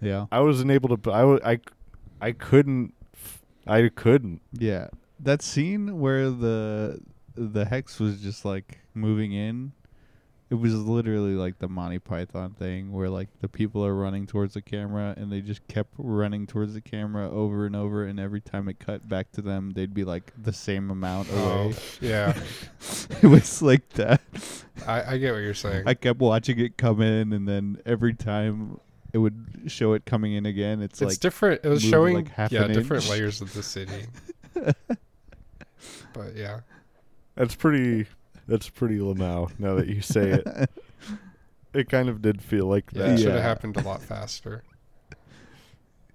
Speaker 2: Yeah.
Speaker 1: I wasn't able to I wa- I c- I couldn't f- I couldn't
Speaker 2: Yeah. That scene where the the hex was just like moving in, it was literally like the Monty Python thing where like the people are running towards the camera and they just kept running towards the camera over and over and every time it cut back to them they'd be like the same amount
Speaker 3: Oh,
Speaker 2: away.
Speaker 3: yeah.
Speaker 2: it was like that.
Speaker 3: I, I get what you're saying.
Speaker 2: I kept watching it come in, and then every time it would show it coming in again. It's,
Speaker 3: It's
Speaker 2: like
Speaker 3: different. It was
Speaker 2: moved,
Speaker 3: showing
Speaker 2: like half
Speaker 3: yeah
Speaker 2: an
Speaker 3: different
Speaker 2: inch.
Speaker 3: layers of the city. but yeah,
Speaker 1: That's pretty. That's pretty Lamau. Now that you say it, it kind of did feel like
Speaker 3: yeah,
Speaker 1: that.
Speaker 3: it should have happened a lot faster.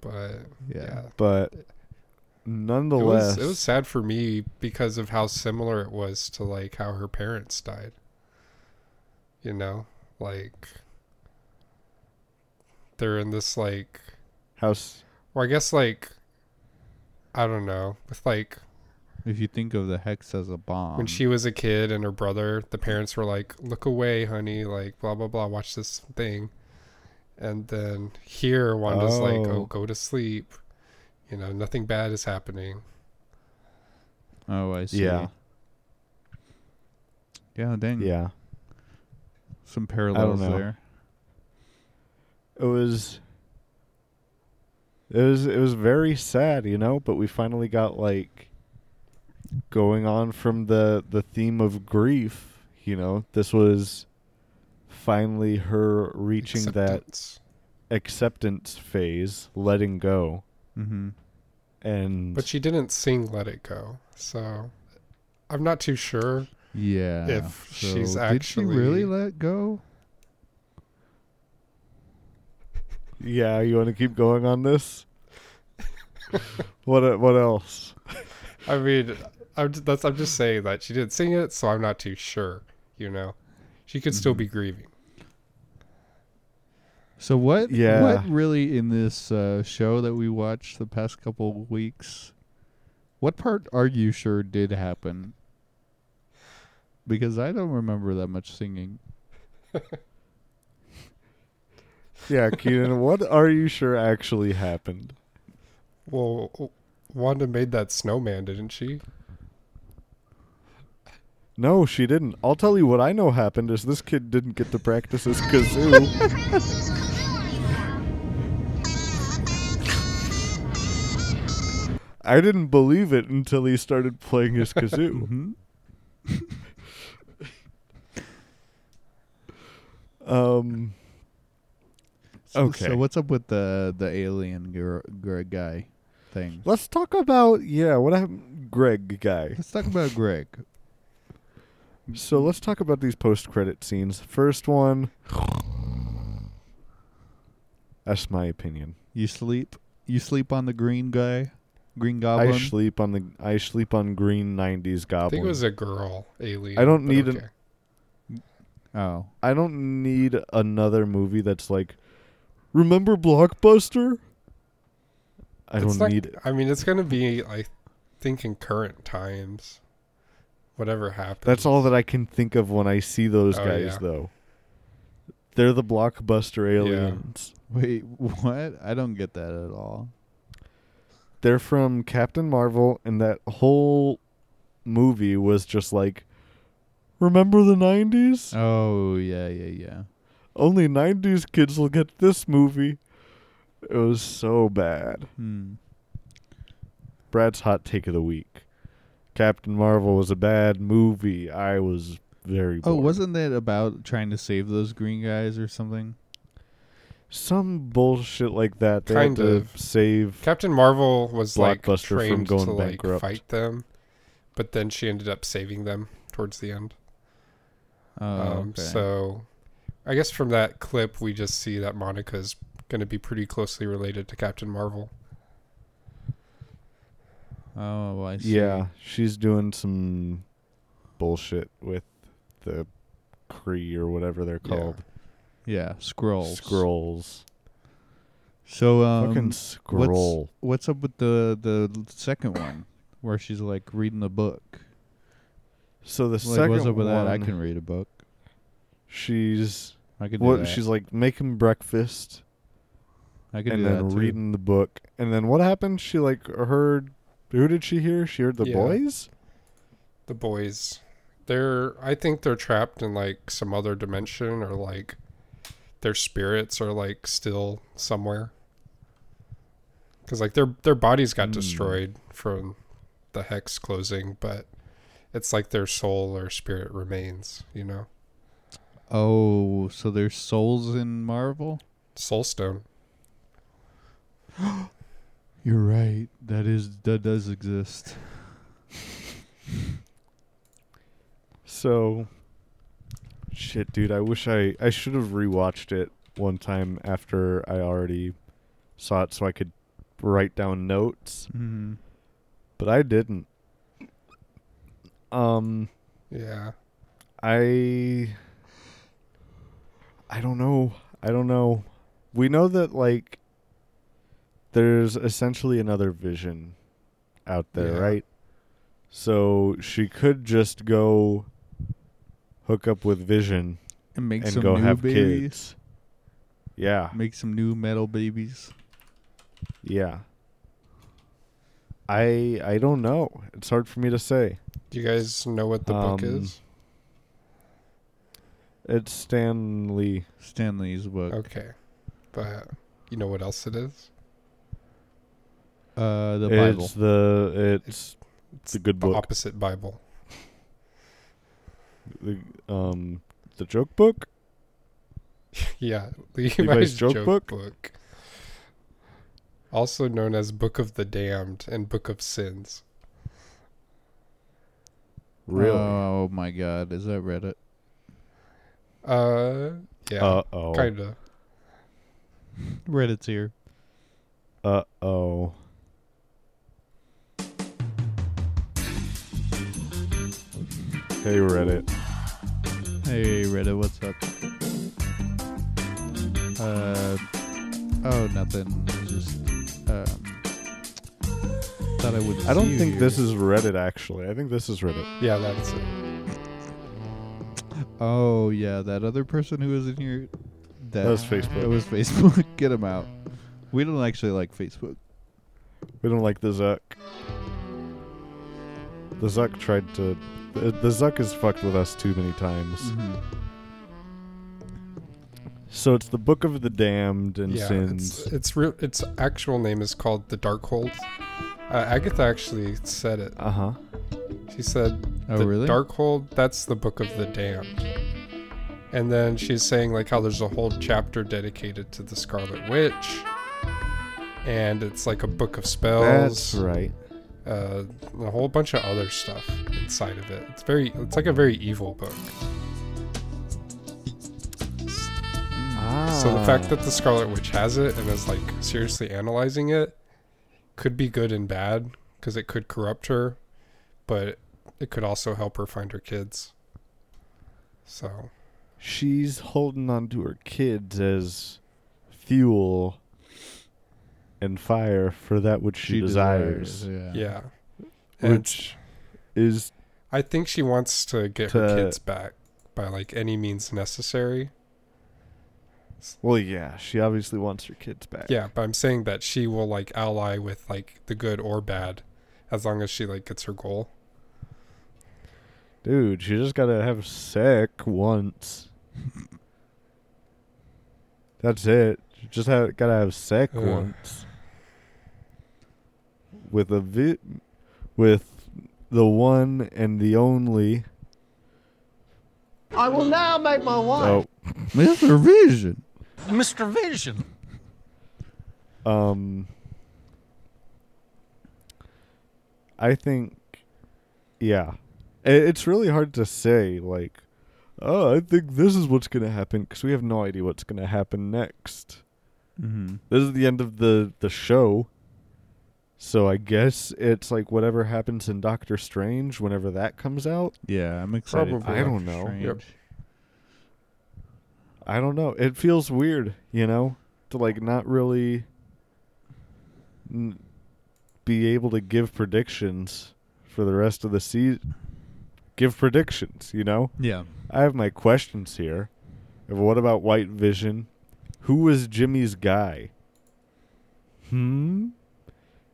Speaker 3: But yeah,
Speaker 1: But
Speaker 3: it
Speaker 1: nonetheless,
Speaker 3: was it was sad for me because of how similar it was to like how her parents died. You know, like they're in this like
Speaker 1: house.
Speaker 3: Or I guess like I don't know with like
Speaker 2: If you think of the hex as a bomb,
Speaker 3: when she was a kid and her brother, the parents were like, "Look away, honey," like blah blah blah. Watch this thing, and then here Wanda's like,
Speaker 2: Oh.
Speaker 3: "Oh, go to sleep," you know, nothing bad is happening.
Speaker 2: oh, I see.
Speaker 1: Yeah.
Speaker 2: Yeah,
Speaker 3: Hmm.
Speaker 2: dang.
Speaker 1: Yeah.
Speaker 2: Some parallels
Speaker 1: know.
Speaker 2: there.
Speaker 1: it was it was it was very sad you know but we finally got like going on from the the theme of grief you know this was finally her reaching that acceptance phase letting go
Speaker 2: mm-hmm.
Speaker 1: and
Speaker 3: But she didn't sing "Let It Go," so I'm not too sure.
Speaker 2: Yeah.
Speaker 3: If
Speaker 2: so
Speaker 3: she's
Speaker 2: did she really
Speaker 3: actually-
Speaker 2: let go?
Speaker 1: yeah you want to keep going on this what what else
Speaker 3: I mean, I'm just, that's I'm just saying that she didn't sing it, so I'm not too sure. You know, she could still be
Speaker 1: Mm-hmm.
Speaker 3: grieving.
Speaker 2: So what?
Speaker 1: Yeah.
Speaker 2: What really in this uh, show that we watched the past couple weeks? What part are you sure did happen? Because I don't remember that much singing.
Speaker 1: yeah keenan what are you sure actually happened
Speaker 3: Well, w- Wanda made that snowman, didn't she?
Speaker 1: No, she didn't. I'll tell you what I know happened is this kid didn't get to practice his kazoo. I didn't believe it until he started playing his kazoo.
Speaker 2: Mhm.
Speaker 3: Mm-hmm.
Speaker 1: um,
Speaker 2: So,
Speaker 1: Okay.
Speaker 2: So what's up with the the alien gir- gir- guy thing?
Speaker 1: let's talk about yeah, what happened, Greg guy.
Speaker 2: Let's talk about Greg.
Speaker 3: Mm-hmm.
Speaker 1: So let's talk about these post-credit scenes. First one. That's my opinion.
Speaker 2: You sleep. You sleep on the green guy, green goblin.
Speaker 1: I sleep on the I sleep on green nineties
Speaker 3: I
Speaker 1: goblin.
Speaker 3: think it was a girl alien.
Speaker 1: I don't
Speaker 3: but
Speaker 1: need an-
Speaker 3: okay.
Speaker 2: oh,
Speaker 1: I don't need another movie that's like, remember Blockbuster? I
Speaker 3: It's
Speaker 1: don't
Speaker 3: not-
Speaker 1: need it.
Speaker 3: I mean, it's gonna be I think in current times, whatever happens.
Speaker 1: That's all that I can think of when I see those
Speaker 3: Oh,
Speaker 1: guys,
Speaker 3: yeah.
Speaker 1: though. They're the blockbuster aliens.
Speaker 2: wait, what? I don't get that at all.
Speaker 1: They're from Captain Marvel, and that whole movie was just like, remember the '90s?
Speaker 2: Oh yeah, yeah, yeah.
Speaker 1: Only '90s kids will get this movie. It was so bad.
Speaker 2: Hmm.
Speaker 1: Brad's hot take of the week. Captain Marvel was a bad movie. I was very
Speaker 2: Oh,
Speaker 1: bored.
Speaker 2: wasn't that about trying to save those green guys or something?
Speaker 1: some bullshit like that. They
Speaker 3: Kind
Speaker 1: had to
Speaker 3: of.
Speaker 1: save.
Speaker 3: Captain Marvel was like
Speaker 1: Blockbuster from
Speaker 3: trained
Speaker 1: going
Speaker 3: to
Speaker 1: bankrupt.
Speaker 3: like fight them, but then she ended up saving them towards the end.
Speaker 2: Oh,
Speaker 3: um,
Speaker 2: okay.
Speaker 3: So, I guess from that clip we just see that Monica's gonna be pretty closely related to Captain Marvel.
Speaker 2: oh, I see.
Speaker 1: yeah, she's doing some bullshit with the Kree or whatever they're
Speaker 3: Yeah.
Speaker 1: called.
Speaker 2: yeah. Scrolls.
Speaker 1: Scrolls.
Speaker 2: So um,
Speaker 1: Fucking scroll.
Speaker 2: What's, what's up with the the second one where she's like reading the book?
Speaker 1: So the
Speaker 2: like,
Speaker 1: second
Speaker 2: what's up with
Speaker 1: one,
Speaker 2: that? I can read a book.
Speaker 1: she's
Speaker 2: I can do
Speaker 1: what?
Speaker 2: that.
Speaker 1: She's like making breakfast.
Speaker 2: I can
Speaker 1: and
Speaker 2: do
Speaker 1: then
Speaker 2: that too.
Speaker 1: reading the book. And then what happened? She like heard who did she hear? She heard the
Speaker 3: Yeah.
Speaker 1: boys?
Speaker 3: The boys, they're I think they're trapped in like some other dimension or like their spirits are like still somewhere. Cuz like their their bodies got
Speaker 1: Hmm.
Speaker 3: destroyed from the hex closing, but it's like their soul or spirit remains, you know.
Speaker 2: Oh, so there's souls in Marvel?
Speaker 3: Soulstone.
Speaker 2: You're right. That is that does exist.
Speaker 1: So, shit, dude. I wish I I should have rewatched it one time after I already saw it, so I could write down notes.
Speaker 2: Mm-hmm.
Speaker 1: But I didn't. Um.
Speaker 3: Yeah.
Speaker 1: I. I don't know. I don't know. We know that like there's essentially another vision out there,
Speaker 3: Yeah.
Speaker 1: right? So she could just go hook up with Vision
Speaker 2: And make
Speaker 1: and
Speaker 2: some
Speaker 1: go
Speaker 2: new
Speaker 1: have
Speaker 2: babies.
Speaker 1: kids. Yeah,
Speaker 2: Make some new metal babies.
Speaker 1: yeah. I I don't know. It's hard for me to say.
Speaker 3: Do you guys know what the book
Speaker 1: Um,
Speaker 3: is?
Speaker 1: It's Stanley.
Speaker 2: Stanley's book.
Speaker 3: Okay. But you know what else it is?
Speaker 2: Uh, the Bible.
Speaker 1: It's the it's, the good
Speaker 3: The
Speaker 1: book.
Speaker 3: opposite Bible.
Speaker 1: The, um, the joke book.
Speaker 3: yeah.
Speaker 1: Levi's joke book?
Speaker 3: Also known as Book of the Damned and Book of Sins.
Speaker 1: Really?
Speaker 2: Oh my God! Is that Reddit?
Speaker 3: Uh yeah.
Speaker 1: Uh-oh.
Speaker 3: Kinda.
Speaker 2: Reddit's here.
Speaker 1: Uh oh. Hey Reddit.
Speaker 2: Hey Reddit, what's up? Uh, oh nothing. Just um, thought I would.
Speaker 1: I don't think this is Reddit actually. I think this is Reddit.
Speaker 3: Yeah, that's it.
Speaker 2: Oh yeah, that other person who was in here. That,
Speaker 1: was Facebook.
Speaker 2: That was Facebook. Get him out. We don't actually like Facebook.
Speaker 1: We don't like the Zuck. The Zuck tried to. The, the Zuck has fucked with us too many times.
Speaker 3: Mm-hmm.
Speaker 1: So it's the Book of the Damned and
Speaker 3: Yeah,
Speaker 1: Sins.
Speaker 3: it's it's real. Its actual name is called the Darkhold. Uh, Agatha actually said it.
Speaker 1: Uh huh.
Speaker 3: She said,
Speaker 2: Oh,
Speaker 3: "The
Speaker 2: really?
Speaker 3: Darkhold. That's the Book of the Damned." And then she's saying like how there's a whole chapter dedicated to the Scarlet Witch, and it's like a book of spells.
Speaker 1: That's right.
Speaker 3: Uh, and a whole bunch of other stuff inside of it. It's very. It's like a very evil book. So the
Speaker 1: Ah.
Speaker 3: fact that the Scarlet Witch has it and is like seriously analyzing it could be good and bad because it could corrupt her, but it could also help her find her kids. So
Speaker 1: she's holding on to her kids as fuel and fire for that which she,
Speaker 2: She
Speaker 1: desires,
Speaker 2: desires,
Speaker 3: yeah, And
Speaker 1: which is
Speaker 3: I think she wants to get her
Speaker 1: To-
Speaker 3: kids back by like any means necessary.
Speaker 1: well, yeah. She obviously wants her kids back.
Speaker 3: Yeah, but I'm saying that she will like ally with like the good or bad, as long as she like gets her goal.
Speaker 1: dude, she just gotta have sex once. That's it. She just have, gotta have sex
Speaker 3: Ugh.
Speaker 1: once with a vi- with the one and the only.
Speaker 13: I will now make my
Speaker 1: Oh,
Speaker 2: Mr. Vision.
Speaker 13: Mr. Vision.
Speaker 1: Um, I think, yeah, I- it's really hard to say. Like, oh, I think this is what's gonna happen because we have no idea what's gonna happen next.
Speaker 2: Mm-hmm.
Speaker 1: This is the end of the the show, so I guess it's like whatever happens in Doctor Strange whenever that comes out.
Speaker 2: Yeah, I'm excited. for
Speaker 1: I don't
Speaker 2: Doctor
Speaker 1: know.
Speaker 2: Strange.
Speaker 1: Yep. I don't know. It feels weird, you know, to like not really n- be able to give predictions for the rest of the season. Give predictions, you know?
Speaker 2: Yeah.
Speaker 1: I have my questions here. Of What about White Vision? Who was Jimmy's guy? Hmm?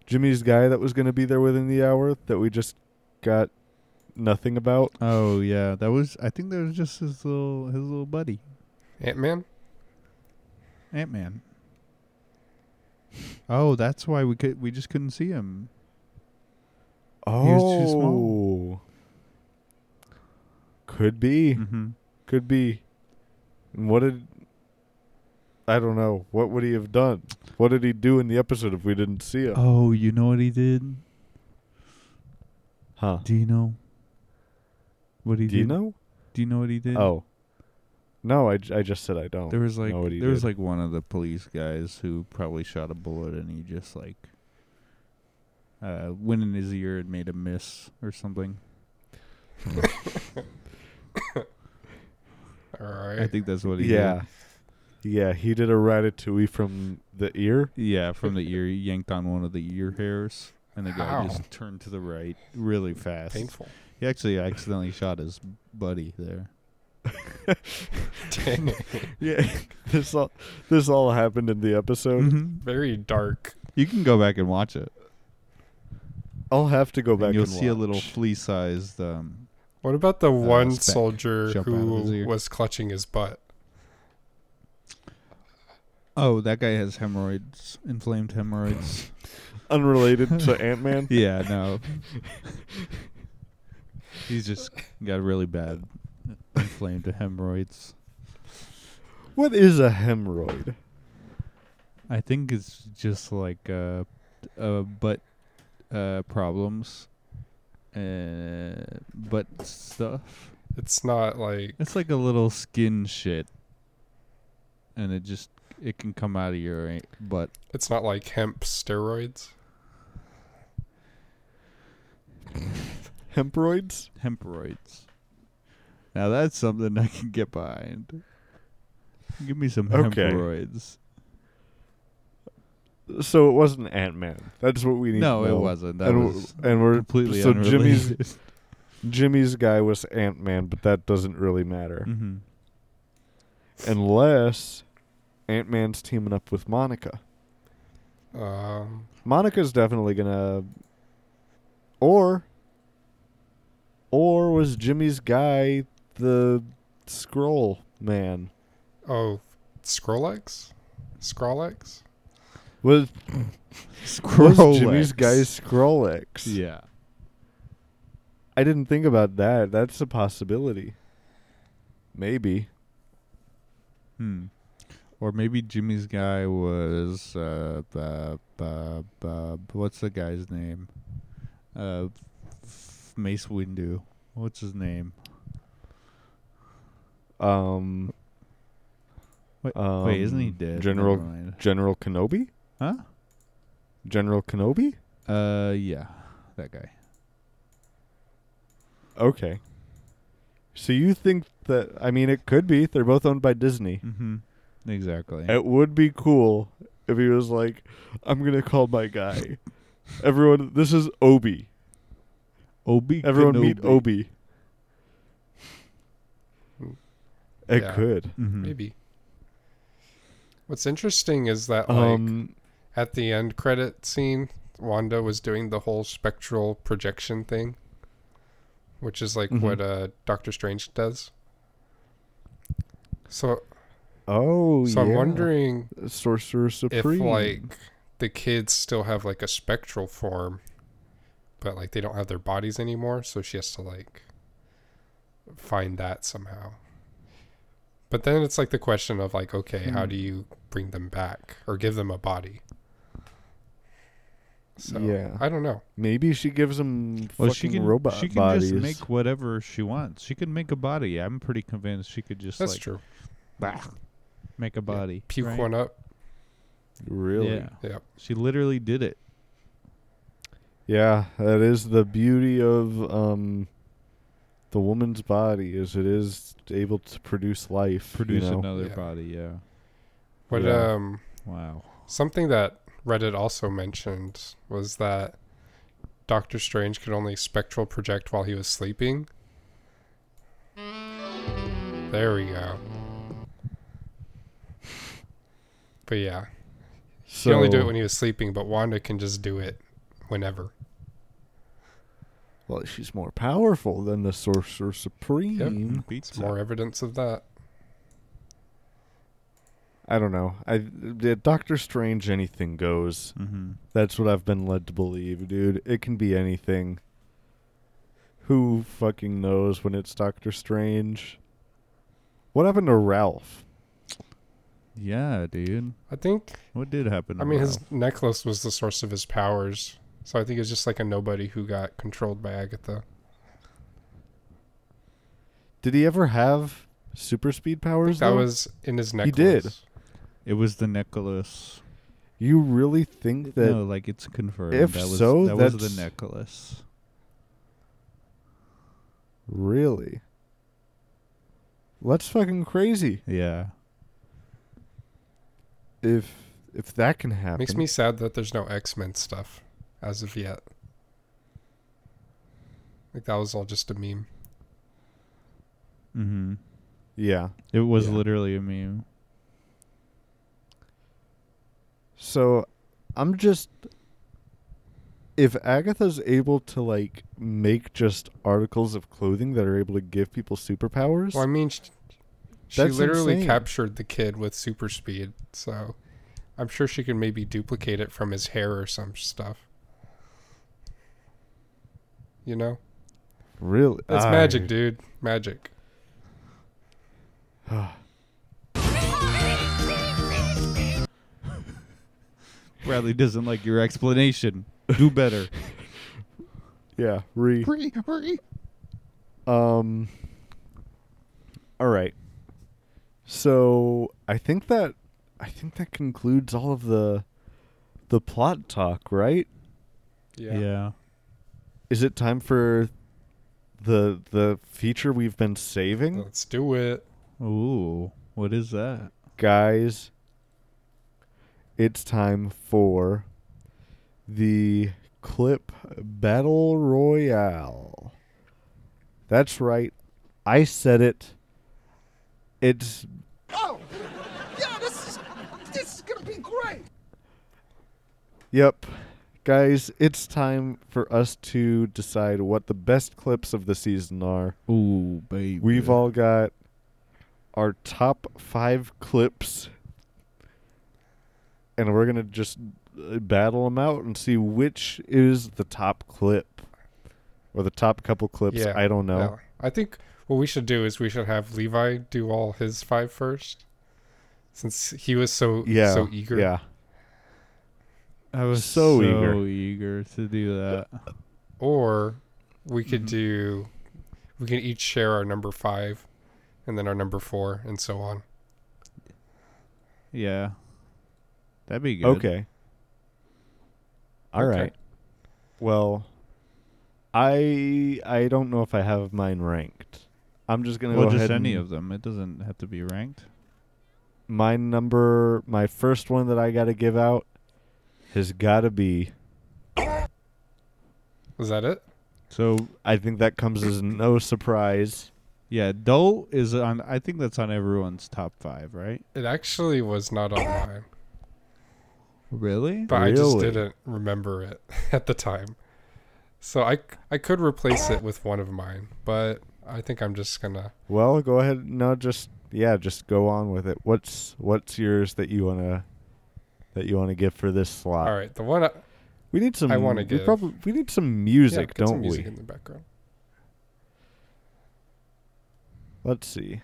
Speaker 1: Jimmy's guy that was going to be there within the hour that we just got nothing about?
Speaker 2: Oh yeah, that was. I think that was just his little his little buddy,
Speaker 3: Ant Man.
Speaker 2: Ant Man. Oh, that's why we could we just couldn't see him.
Speaker 1: Oh,
Speaker 2: was too small.
Speaker 1: Could be.
Speaker 2: Mm-hmm.
Speaker 1: Could be. And what did I don't know. What would he have done? What did he do in the episode if we didn't see him?
Speaker 2: Oh, you know what he did?
Speaker 1: Huh?
Speaker 2: Do you know what he
Speaker 1: Do
Speaker 2: did?
Speaker 1: you know?
Speaker 2: Do you know what he did?
Speaker 1: Oh. No, I, j- I just said I don't.
Speaker 2: There was like
Speaker 1: know
Speaker 2: there
Speaker 1: what he
Speaker 2: was
Speaker 1: did.
Speaker 2: like one of the police guys who probably shot a bullet and he just like uh, went in his ear and made a miss or something.
Speaker 3: All right.
Speaker 2: I think that's what he
Speaker 1: yeah. Yeah, he did a ratatouille from the ear.
Speaker 2: did. Yeah, from the ear, he yanked on one of the ear hairs, and the guy
Speaker 3: Ow.
Speaker 2: just turned to the right really fast.
Speaker 3: Painful.
Speaker 2: He actually accidentally shot his buddy there.
Speaker 1: yeah, this all this all happened in the episode.
Speaker 2: Mm-hmm.
Speaker 3: Very dark.
Speaker 2: You can go back and watch it.
Speaker 1: I'll have to go back.
Speaker 2: and you'll
Speaker 1: and
Speaker 2: see a
Speaker 1: watch.
Speaker 2: little flea-sized. Um,
Speaker 3: What about the
Speaker 2: uh,
Speaker 3: one
Speaker 2: speck
Speaker 3: soldier
Speaker 2: jump out of his
Speaker 3: who
Speaker 2: ear.
Speaker 3: was clutching his butt?
Speaker 2: Oh, that guy has hemorrhoids, inflamed hemorrhoids.
Speaker 1: unrelated to Ant Man.
Speaker 2: yeah, no. He's just got really bad inflamed hemorrhoids.
Speaker 1: What is a hemorrhoid?
Speaker 2: I think it's just like uh, uh butt uh problems, uh butt stuff.
Speaker 3: It's not like
Speaker 2: It's like a little skin shit, and it just it can come out of your a- butt.
Speaker 3: it's not like hemp steroids.
Speaker 1: Hemorrhoids?
Speaker 2: Hemorrhoids. Now that's something I can get behind. Give me some
Speaker 1: Okay.
Speaker 2: hemorrhoids.
Speaker 1: So it wasn't Ant Man. That's what we need.
Speaker 2: No,
Speaker 1: to
Speaker 2: it
Speaker 1: know.
Speaker 2: wasn't. That
Speaker 1: and, we're-
Speaker 2: was
Speaker 1: and we're
Speaker 2: completely
Speaker 1: so
Speaker 2: unrelated.
Speaker 1: Jimmy's Jimmy's guy was Ant Man, but that doesn't really matter
Speaker 2: Mhm.
Speaker 1: unless Ant Man's teaming up with Monica.
Speaker 3: Um,
Speaker 1: Monica's definitely gonna, or, or was Jimmy's guy the scroll man?
Speaker 3: oh, Skrillex? Skrillex?
Speaker 1: Was was Jimmy's
Speaker 2: Skrillex.
Speaker 1: guy Skrillex?
Speaker 2: Yeah.
Speaker 1: I didn't think about that. That's a possibility. Maybe.
Speaker 2: Hmm. Or maybe Jimmy's guy was uh, uh, uh, uh, what's the guy's name? Uh, f- Mace Windu. What's his name?
Speaker 1: Um.
Speaker 2: Wait, wait, isn't he
Speaker 1: um,
Speaker 2: dead?
Speaker 1: General
Speaker 2: Never mind.
Speaker 1: General Kenobi?
Speaker 2: Huh?
Speaker 1: General Kenobi?
Speaker 2: Uh, yeah, that guy.
Speaker 1: Okay. So you think that I mean it could be they're both owned by Disney.
Speaker 2: Mm-hmm. Exactly.
Speaker 1: It would be cool if he was like, "I'm gonna call my guy." Everyone, this is Obi.
Speaker 2: Obi.
Speaker 1: Everyone meet
Speaker 2: Kenobi.
Speaker 1: Obi. It
Speaker 3: Yeah.
Speaker 1: could.
Speaker 2: Mhm.
Speaker 3: Maybe. What's interesting is that like
Speaker 1: Um,
Speaker 3: at the end credit scene, Wanda was doing the whole spectral projection thing, which is like
Speaker 1: Mhm.
Speaker 3: what uh, Doctor Strange does. So,
Speaker 1: oh,
Speaker 3: so I'm
Speaker 1: yeah.
Speaker 3: wondering
Speaker 1: Sorcerer Supreme.
Speaker 3: if like the kids still have like a spectral form, but like they don't have their bodies anymore, so she has to like find that somehow. But then it's like the question of like, okay, how
Speaker 2: Hmm.
Speaker 3: do you bring them back or give them a body? So
Speaker 1: Yeah.
Speaker 3: I don't know.
Speaker 1: Maybe she gives him
Speaker 2: Well,
Speaker 1: fucking
Speaker 2: she can
Speaker 1: robot
Speaker 2: she can
Speaker 1: bodies.
Speaker 2: just make whatever she wants. She can make a body. I'm pretty convinced she could just
Speaker 3: That's
Speaker 2: like
Speaker 3: true.
Speaker 2: make a body.
Speaker 3: Puke
Speaker 2: right?
Speaker 3: one up.
Speaker 1: really?
Speaker 2: Yeah.
Speaker 3: Yep.
Speaker 2: She literally did it.
Speaker 1: Yeah, that is the beauty of um the woman's body is it is able to produce life. you
Speaker 2: Produce
Speaker 1: know?
Speaker 2: another
Speaker 3: Yeah.
Speaker 2: body. Yeah.
Speaker 3: But
Speaker 1: Yeah.
Speaker 3: um
Speaker 2: Wow.
Speaker 3: Something that Reddit also mentioned was that Doctor Strange could only spectral project while he was sleeping. There we go. But yeah,
Speaker 1: So,
Speaker 3: he only do it when he was sleeping, but Wanda can just do it whenever.
Speaker 1: well, she's more powerful than the Sorcerer Supreme.
Speaker 3: It's more evidence of that.
Speaker 1: I don't know. I the Doctor Strange anything goes.
Speaker 2: Mm-hmm.
Speaker 1: That's what I've been led to believe, dude. It can be anything. Who fucking knows when it's Doctor Strange? What happened to Ralph?
Speaker 2: Yeah, dude.
Speaker 3: I think.
Speaker 2: What did happen?
Speaker 3: I
Speaker 2: to
Speaker 3: mean,
Speaker 2: Ralph?
Speaker 3: his necklace was the source of his powers, so I think it's just like a nobody who got controlled by Agatha.
Speaker 1: Did he ever have super speed powers?
Speaker 3: that
Speaker 1: though?
Speaker 3: was in his
Speaker 1: He did.
Speaker 3: necklace.
Speaker 2: It was the necklace.
Speaker 1: You really think that?
Speaker 2: no, like it's confirmed.
Speaker 1: If
Speaker 2: that was,
Speaker 1: so,
Speaker 2: that
Speaker 1: that's
Speaker 2: was the necklace.
Speaker 1: Really? That's fucking crazy.
Speaker 2: Yeah.
Speaker 1: If if that can happen,
Speaker 3: Makes me sad that there's no X Men stuff as of yet. Like that was all just a meme.
Speaker 2: Mm-hmm.
Speaker 1: Yeah.
Speaker 2: It was
Speaker 1: Yeah.
Speaker 2: literally a meme.
Speaker 1: So I'm just if Agatha's able to like make just articles of clothing that are able to give people superpowers.
Speaker 3: Well, I mean, she, she
Speaker 1: That's
Speaker 3: literally
Speaker 1: insane.
Speaker 3: captured the kid with super speed, so I'm sure she can maybe duplicate it from his hair or some stuff. You know,
Speaker 1: really?
Speaker 3: it's
Speaker 1: I-
Speaker 3: magic, dude. Magic.
Speaker 2: Bradley doesn't like your explanation. Do better.
Speaker 1: Yeah, re. Um. All right. So I think that I think that concludes all of the the plot talk, right?
Speaker 3: Yeah.
Speaker 2: yeah.
Speaker 1: Is it time for the the feature we've been saving,
Speaker 3: Let's do it.
Speaker 2: Ooh, what is that?
Speaker 1: guys? It's time for the clip battle royale. That's right. I said it. It's
Speaker 10: Oh! Yeah, this is this is gonna be great!
Speaker 1: Yep. Guys, it's time for us to decide what the best clips of the season are.
Speaker 2: Ooh, baby.
Speaker 1: We've all got our top five clips, and we're going to just uh, battle them out and see which is the top clip or the top couple clips.
Speaker 3: Yeah,
Speaker 1: I don't know.
Speaker 3: yeah. I think what we should do is we should have Levi do all his five first, since he was so
Speaker 1: Yeah.
Speaker 3: so eager.
Speaker 1: Yeah.
Speaker 2: I was
Speaker 1: So
Speaker 2: so,
Speaker 1: eager.
Speaker 2: eager. to do that.
Speaker 3: Or we could
Speaker 1: Mm-hmm.
Speaker 3: do, we can each share our number five, and then our number four, and so on.
Speaker 2: Yeah. That'd be good.
Speaker 1: Okay. All right.
Speaker 3: Okay.
Speaker 1: Well, I I don't know if I have mine ranked. I'm just gonna
Speaker 2: Well,
Speaker 1: go
Speaker 2: just
Speaker 1: ahead
Speaker 2: any
Speaker 1: and
Speaker 2: of them. It doesn't have to be ranked.
Speaker 1: my number. My first one that I got to give out has got to be.
Speaker 3: Was that it?
Speaker 2: So
Speaker 1: I think that comes as no surprise.
Speaker 2: yeah, Dole is on. I think that's on everyone's top five, right?
Speaker 3: It actually was not on mine,
Speaker 2: Really?
Speaker 3: but I just
Speaker 1: Really?
Speaker 3: didn't remember it at the time. So I I could replace it with one of mine, but I think I'm just gonna
Speaker 1: Well, go ahead. No, just yeah, just go on with it. What's what's yours that you wanna that you wanna give for this slot?
Speaker 3: All right, the one I,
Speaker 1: We need some.
Speaker 3: I wanna
Speaker 1: we
Speaker 3: give-
Speaker 1: probably we need some
Speaker 3: yeah,
Speaker 1: music,
Speaker 3: get
Speaker 1: don't
Speaker 3: some music
Speaker 1: we?
Speaker 3: in the background.
Speaker 1: Let's see.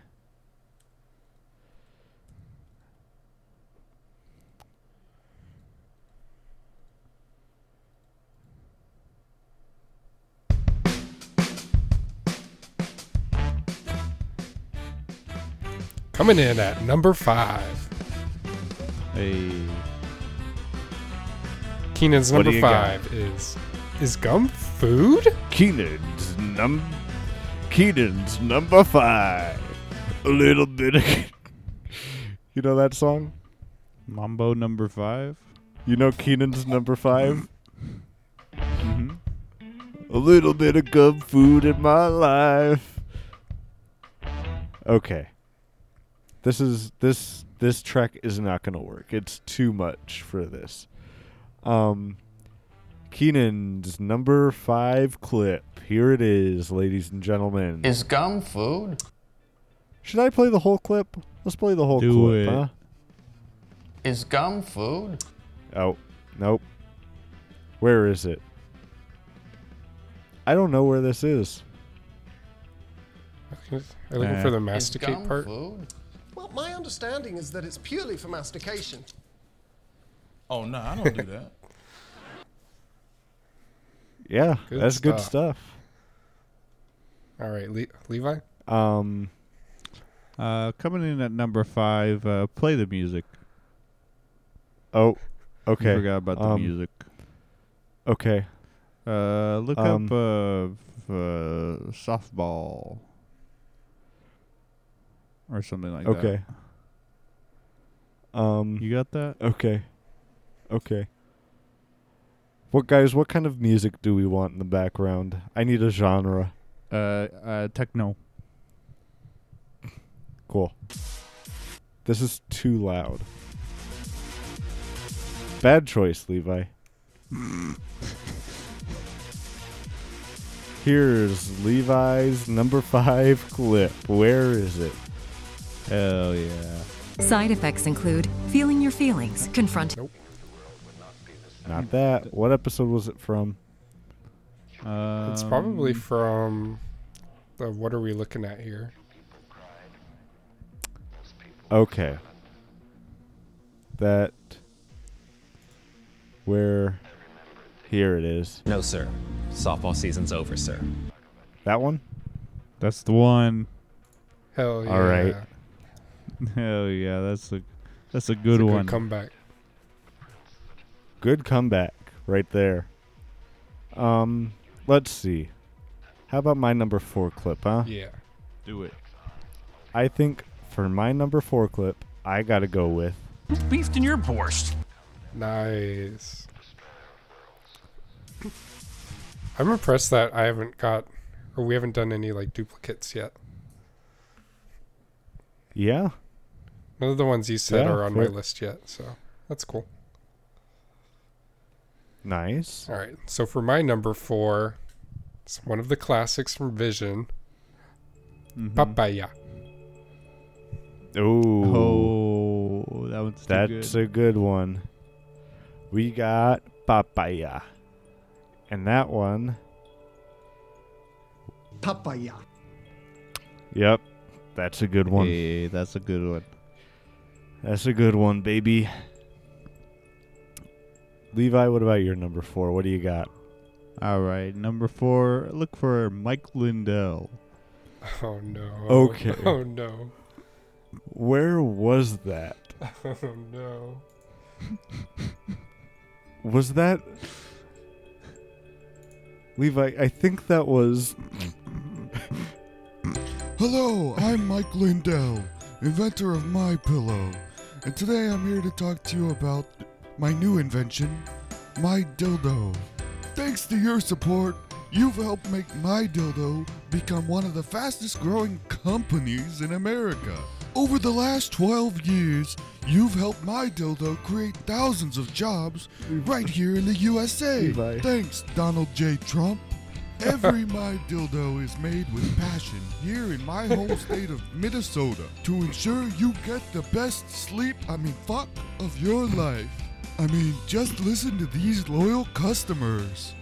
Speaker 3: Coming in at number five,
Speaker 2: Hey.
Speaker 3: Keenan's
Speaker 1: What do
Speaker 3: number
Speaker 1: you got? Eh,
Speaker 3: five is is gum food.
Speaker 1: Keenan's num Keenan's number five. A little bit of You know that song?
Speaker 2: Mambo number five.
Speaker 1: You know Keenan's number 5
Speaker 3: Mm-hmm.
Speaker 1: A little bit of gum food in my life. Okay. This is this this track is not gonna work. It's too much for this. Um Keenan's number five clip. Here it is, ladies and gentlemen.
Speaker 12: Is gum food?
Speaker 1: Should I play the whole clip? Let's play the whole
Speaker 2: Do
Speaker 1: clip,
Speaker 2: it.
Speaker 1: huh?
Speaker 12: Is gum food?
Speaker 1: Oh, nope. Where is it? I don't know where this is.
Speaker 3: Are you looking
Speaker 2: Nah.
Speaker 3: for the
Speaker 12: Is
Speaker 3: masticate
Speaker 12: gum
Speaker 3: part?
Speaker 12: food?
Speaker 14: Well, my understanding is that it's purely for mastication.
Speaker 13: Oh no, I don't do that.
Speaker 1: Yeah, that's good stuff.
Speaker 3: All right, Le- Levi.
Speaker 1: Um,
Speaker 2: uh, coming in at number five, uh, play the music.
Speaker 1: Oh, okay.
Speaker 2: forgot about the
Speaker 1: Um,
Speaker 2: music.
Speaker 1: Okay.
Speaker 2: Uh, look
Speaker 1: Um,
Speaker 2: up uh, f- uh, softball or something like that.
Speaker 1: okay. Um,
Speaker 2: you got that?
Speaker 1: Okay. Okay. What guys? What kind of music do we want in the background? I need a genre.
Speaker 2: Uh, uh, techno.
Speaker 1: Cool. This is too loud. Bad choice, Levi. Here's Levi's number five clip. Where is it?
Speaker 2: Hell yeah.
Speaker 15: Side effects include feeling your feelings, confronting.
Speaker 1: Not that. What episode was it from?
Speaker 3: it's
Speaker 2: Um,
Speaker 3: probably
Speaker 1: Um,
Speaker 3: from. Uh, what are we looking at here?
Speaker 1: Okay. That. Where. Here it is.
Speaker 11: No, sir. Softball season's over, sir.
Speaker 1: That one?
Speaker 2: That's the one.
Speaker 3: Hell yeah!
Speaker 1: All right.
Speaker 2: Hell yeah, that's a that's a
Speaker 3: It's
Speaker 2: good
Speaker 3: a
Speaker 2: one.
Speaker 3: Good comeback.
Speaker 1: Good comeback right there. Um, let's see. How about my number four clip, huh?
Speaker 3: Yeah.
Speaker 2: Do it.
Speaker 1: I think for my number four clip, I gotta go with
Speaker 13: Beefed in your borscht.
Speaker 3: Nice. I'm impressed that I haven't got, or we haven't done any like duplicates yet.
Speaker 1: yeah.
Speaker 3: None of the ones you said
Speaker 1: Yeah,
Speaker 3: are on my
Speaker 1: fair.
Speaker 3: list yet, so that's cool.
Speaker 1: Nice.
Speaker 3: All right. So for my number four, it's one of the classics from Vision.
Speaker 1: Mm-hmm.
Speaker 3: Papaya.
Speaker 2: Mm-hmm.
Speaker 1: Oh.
Speaker 2: Oh, that one's too
Speaker 1: That's a good one. We got papaya. And that one,
Speaker 14: Papaya.
Speaker 1: yep. That's a good one.
Speaker 2: Hey, that's a good one.
Speaker 1: That's a good one, baby. Levi, what about your number four? What do you got?
Speaker 2: All right, number four. Look for Mike Lindell.
Speaker 3: Oh no.
Speaker 1: Okay.
Speaker 3: Oh no.
Speaker 1: Where was that?
Speaker 3: Oh no.
Speaker 1: Was that Levi? I think that was.
Speaker 16: Hello, I'm Mike Lindell, inventor of My Pillow, and today I'm here to talk to you about my new invention, my dildo. Thanks to your support, you've helped make my dildo become one of the fastest growing companies in America. Over the last 12 years, you've helped my dildo create thousands of jobs right here in the USA.
Speaker 1: Levi.
Speaker 16: Thanks, Donald J. Trump. Every My Dildo is made with passion here in my home state of Minnesota to ensure you get the best sleep, I mean, fuck, of your life. I mean, just listen to these loyal customers.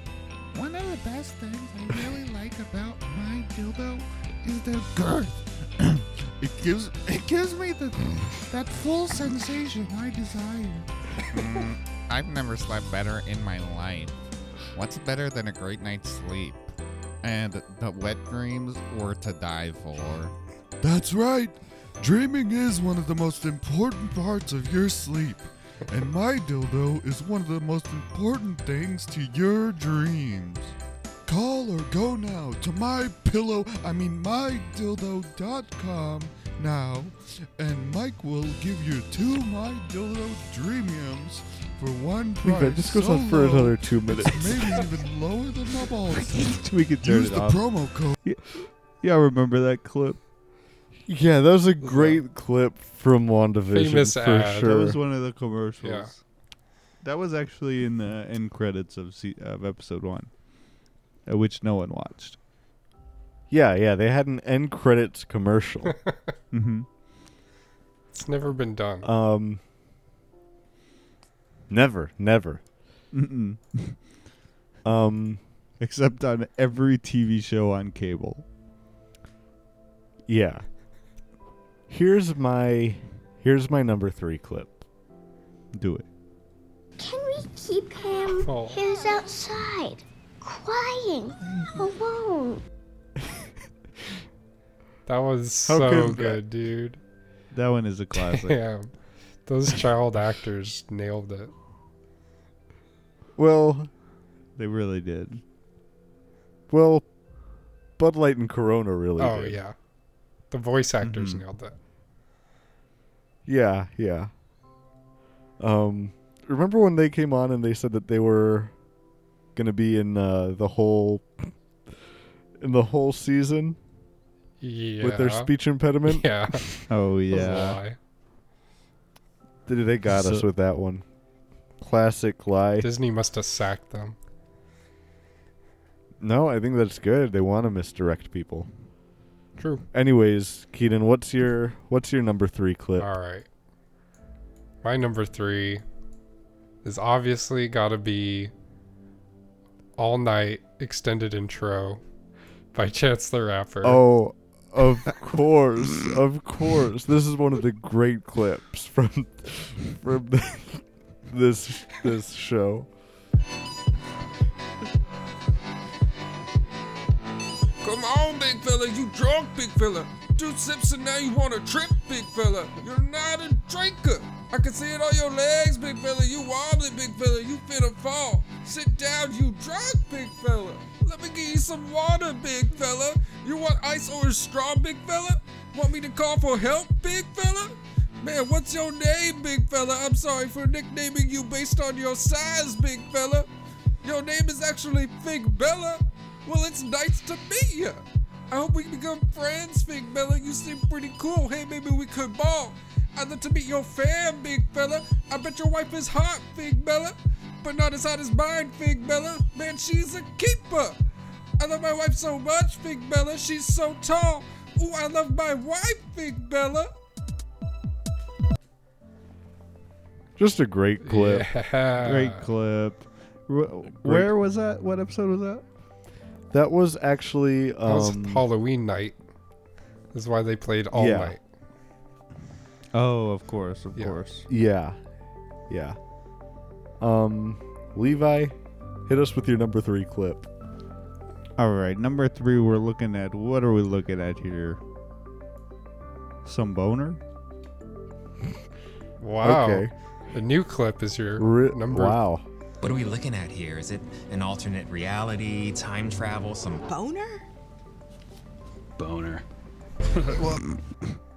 Speaker 17: One of the best things I really like about my dildo is the girth.
Speaker 16: It gives.
Speaker 17: It gives me the that full sensation I desire.
Speaker 18: Mm, I've never slept better in my life. What's better than a great night's sleep? And the wet dreams were to die for.
Speaker 16: That's right. Dreaming is one of the most important parts of your sleep. And my dildo is one of the most important things to your dreams. Call or go now to my pillow, I mean mydildo.com now, and Mike will give you two My Dildo Dreamiums for one price.
Speaker 1: Levi, this goes
Speaker 16: so
Speaker 1: on for
Speaker 16: low,
Speaker 1: another two
Speaker 16: it's
Speaker 1: minutes.
Speaker 16: Maybe even lower than my balls.
Speaker 2: we could turn
Speaker 16: Use
Speaker 2: it
Speaker 16: the
Speaker 2: off.
Speaker 16: promo code.
Speaker 2: Y- Y'all remember that clip?
Speaker 1: Yeah, that was a great clip from WandaVision
Speaker 3: Famous
Speaker 1: for
Speaker 3: ad.
Speaker 1: sure.
Speaker 2: That was one of the commercials.
Speaker 3: Yeah.
Speaker 2: That was actually in the end credits of se- of episode one, uh, which no one watched.
Speaker 1: yeah, yeah, they had an end credits commercial.
Speaker 2: mm-hmm.
Speaker 3: It's never been done.
Speaker 1: um, never, never.
Speaker 2: Mm-mm.
Speaker 1: Um,
Speaker 2: except on every TV show on cable.
Speaker 1: Yeah. Here's my here's my number three clip.
Speaker 2: Do it.
Speaker 19: Can we keep him?
Speaker 1: Oh.
Speaker 19: He's outside, crying,
Speaker 17: Mm-hmm.
Speaker 19: alone.
Speaker 3: That was
Speaker 2: How
Speaker 3: so
Speaker 2: could-
Speaker 3: good, dude.
Speaker 2: That one is a classic.
Speaker 3: Damn. Those child actors nailed it.
Speaker 1: Well,
Speaker 2: they really did.
Speaker 1: Well, Bud Light and Corona really
Speaker 3: oh,
Speaker 1: did.
Speaker 3: yeah. The voice actors nailed it.
Speaker 1: Yeah, yeah. Um, remember when they came on and they said that they were gonna be in uh, the whole in the whole season
Speaker 3: Yeah.
Speaker 1: with their speech impediment?
Speaker 3: Yeah.
Speaker 2: Oh
Speaker 3: That was a
Speaker 2: yeah.
Speaker 3: lie.
Speaker 1: They- They got us
Speaker 2: So-
Speaker 1: with that one. Classic lie.
Speaker 3: Disney must have sacked them.
Speaker 1: No, I think that's good. They want to misdirect people.
Speaker 3: True.
Speaker 1: Anyways, Keaton, what's your what's your number three clip?
Speaker 3: All right. My number three is obviously got to be All Night Extended Intro by Chance the Rapper.
Speaker 1: Oh, of course, of course. This is one of the great clips from from the, this this show.
Speaker 20: Come on, big fella, you drunk, big fella. Two sips and now you want a trip, big fella. You're not a drinker. I can see it on your legs, big fella. You wobbly, big fella. You finna fall. Sit down, you drunk, big fella. Let me get you some water, big fella. You want ice or a straw, big fella? Want me to call for help, big fella? Man, what's your name, big fella? I'm sorry for nicknaming you based on your size, big fella. Your name is actually Fig Bella. Well, it's nice to meet you. I hope we can become friends, Fig Bella. You seem pretty cool. Hey, maybe we could ball. I'd love to meet your fam, Big Fella. I bet your wife is hot, Fig Bella. But not as hot as mine, Fig Bella. Man, she's a keeper. I love my wife so much, Fig Bella. She's so tall. Ooh, I love my wife, Fig Bella.
Speaker 1: Just a great clip.
Speaker 2: Great clip. Wh- Where was that? What episode was that?
Speaker 1: That was actually
Speaker 3: That was
Speaker 1: um,
Speaker 3: Halloween night. Is why they played All
Speaker 1: Yeah.
Speaker 3: Night.
Speaker 2: Oh, of course, of course.
Speaker 1: yeah, yeah. Um, Levi, hit us with your number three clip.
Speaker 2: All right, number three. We're looking at what are we looking at here? Some boner.
Speaker 3: Wow.
Speaker 2: Okay.
Speaker 3: The new clip is your
Speaker 2: Re-
Speaker 3: number.
Speaker 2: wow.
Speaker 11: What are we looking at here? Is it an alternate reality, time travel, some
Speaker 6: Boner?
Speaker 11: boner?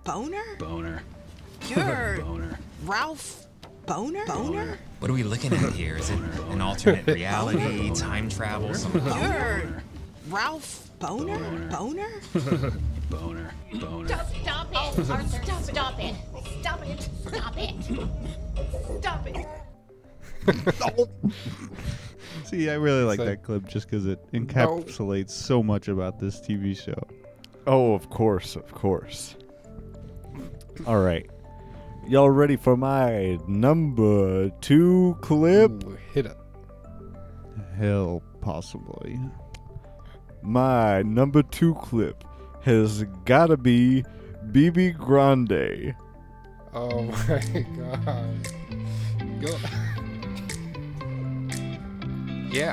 Speaker 6: Boner?
Speaker 11: boner.
Speaker 6: You're Ralph Boner? Boner?
Speaker 11: What are we looking at here? Is it an alternate reality, time travel, some
Speaker 6: You're Ralph Boner? Boner?
Speaker 11: boner? Boner.
Speaker 21: Stop, stop it! Arthur, Oh, stop, it! Stop it! Stop it! Stop it!
Speaker 2: See, I really like
Speaker 3: So-
Speaker 2: that clip just because it encapsulates so much about this TV show.
Speaker 1: Oh, of course, of course. All right. Y'all ready for my number two clip?
Speaker 3: hit it.
Speaker 2: Hell, possibly.
Speaker 1: My number two clip has gotta be BB Grande.
Speaker 3: Oh my god. Go.
Speaker 22: Yeah.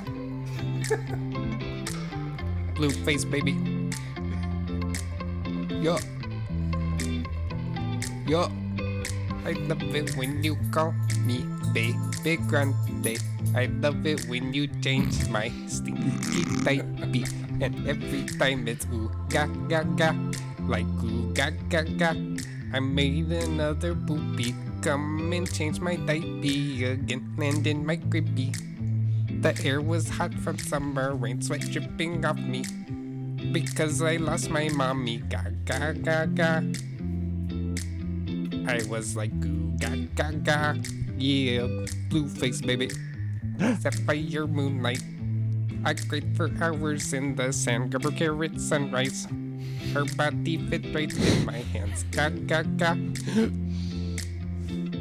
Speaker 22: Blue face, baby. Yo. Yo. I love it when you call me baby grande. I love it when you change my stinky diaper. And every time it's ooh ga ga ga. Like ooh ga ga ga. I made another poopy. Come and change my diaper again. And in my cribby. The air was hot from summer rain, sweat dripping off me. Because I lost my mommy. Ga ga ga ga. I was like goo ga ga ga. Yeah, blue face baby. Sapphire moonlight. I grate for hours in the sand, grabber carrot sunrise. Her body fit right in my hands. Ga ga ga.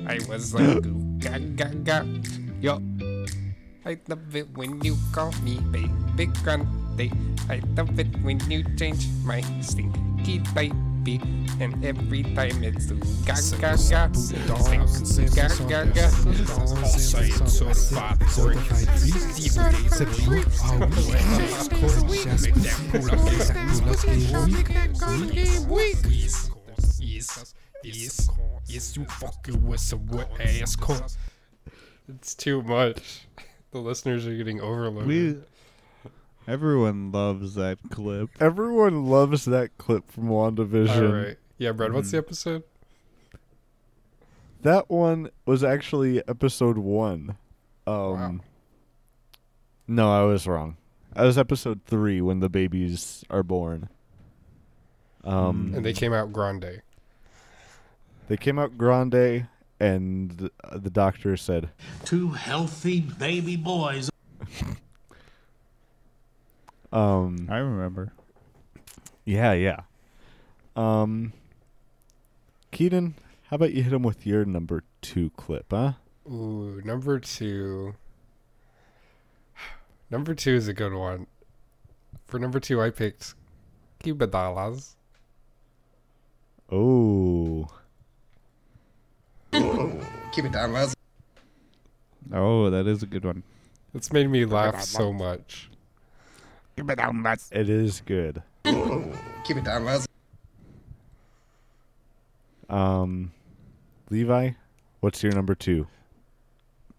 Speaker 22: I was like goo ga ga ga. Yo. I love it when you call me baby grande. I love it when you change my stinky diaper baby, and every time it's ooh, ga ga ga. Ga ga ga.
Speaker 20: Yes, yes, yes, yes, you fucking was a wet ass cunt.
Speaker 3: It's too much. The listeners are getting overloaded.
Speaker 2: We, everyone loves that clip.
Speaker 1: Everyone loves that clip from WandaVision.
Speaker 3: All right. Yeah, Brad, what's the episode?
Speaker 1: That one was actually episode one. Um, No, I was wrong. That was episode three when the babies are born. Um,
Speaker 3: And they came out grande.
Speaker 1: They came out grande, and uh, the doctor said,
Speaker 7: Two healthy baby boys.
Speaker 3: Hmm.
Speaker 1: um,
Speaker 2: "I remember."
Speaker 1: Yeah, yeah. Um, Keaton, how about you hit him with your number two clip, huh?
Speaker 3: Ooh, number two. Number two is a good one. For number two, I picked Kibadalas.
Speaker 1: Oh,
Speaker 22: Kibadalas.
Speaker 2: Oh, that is a good one.
Speaker 3: It's made me laugh so much.
Speaker 22: Kibadalas.
Speaker 1: it is good.
Speaker 22: Kibadalas.
Speaker 1: Um, Levi, what's your number two?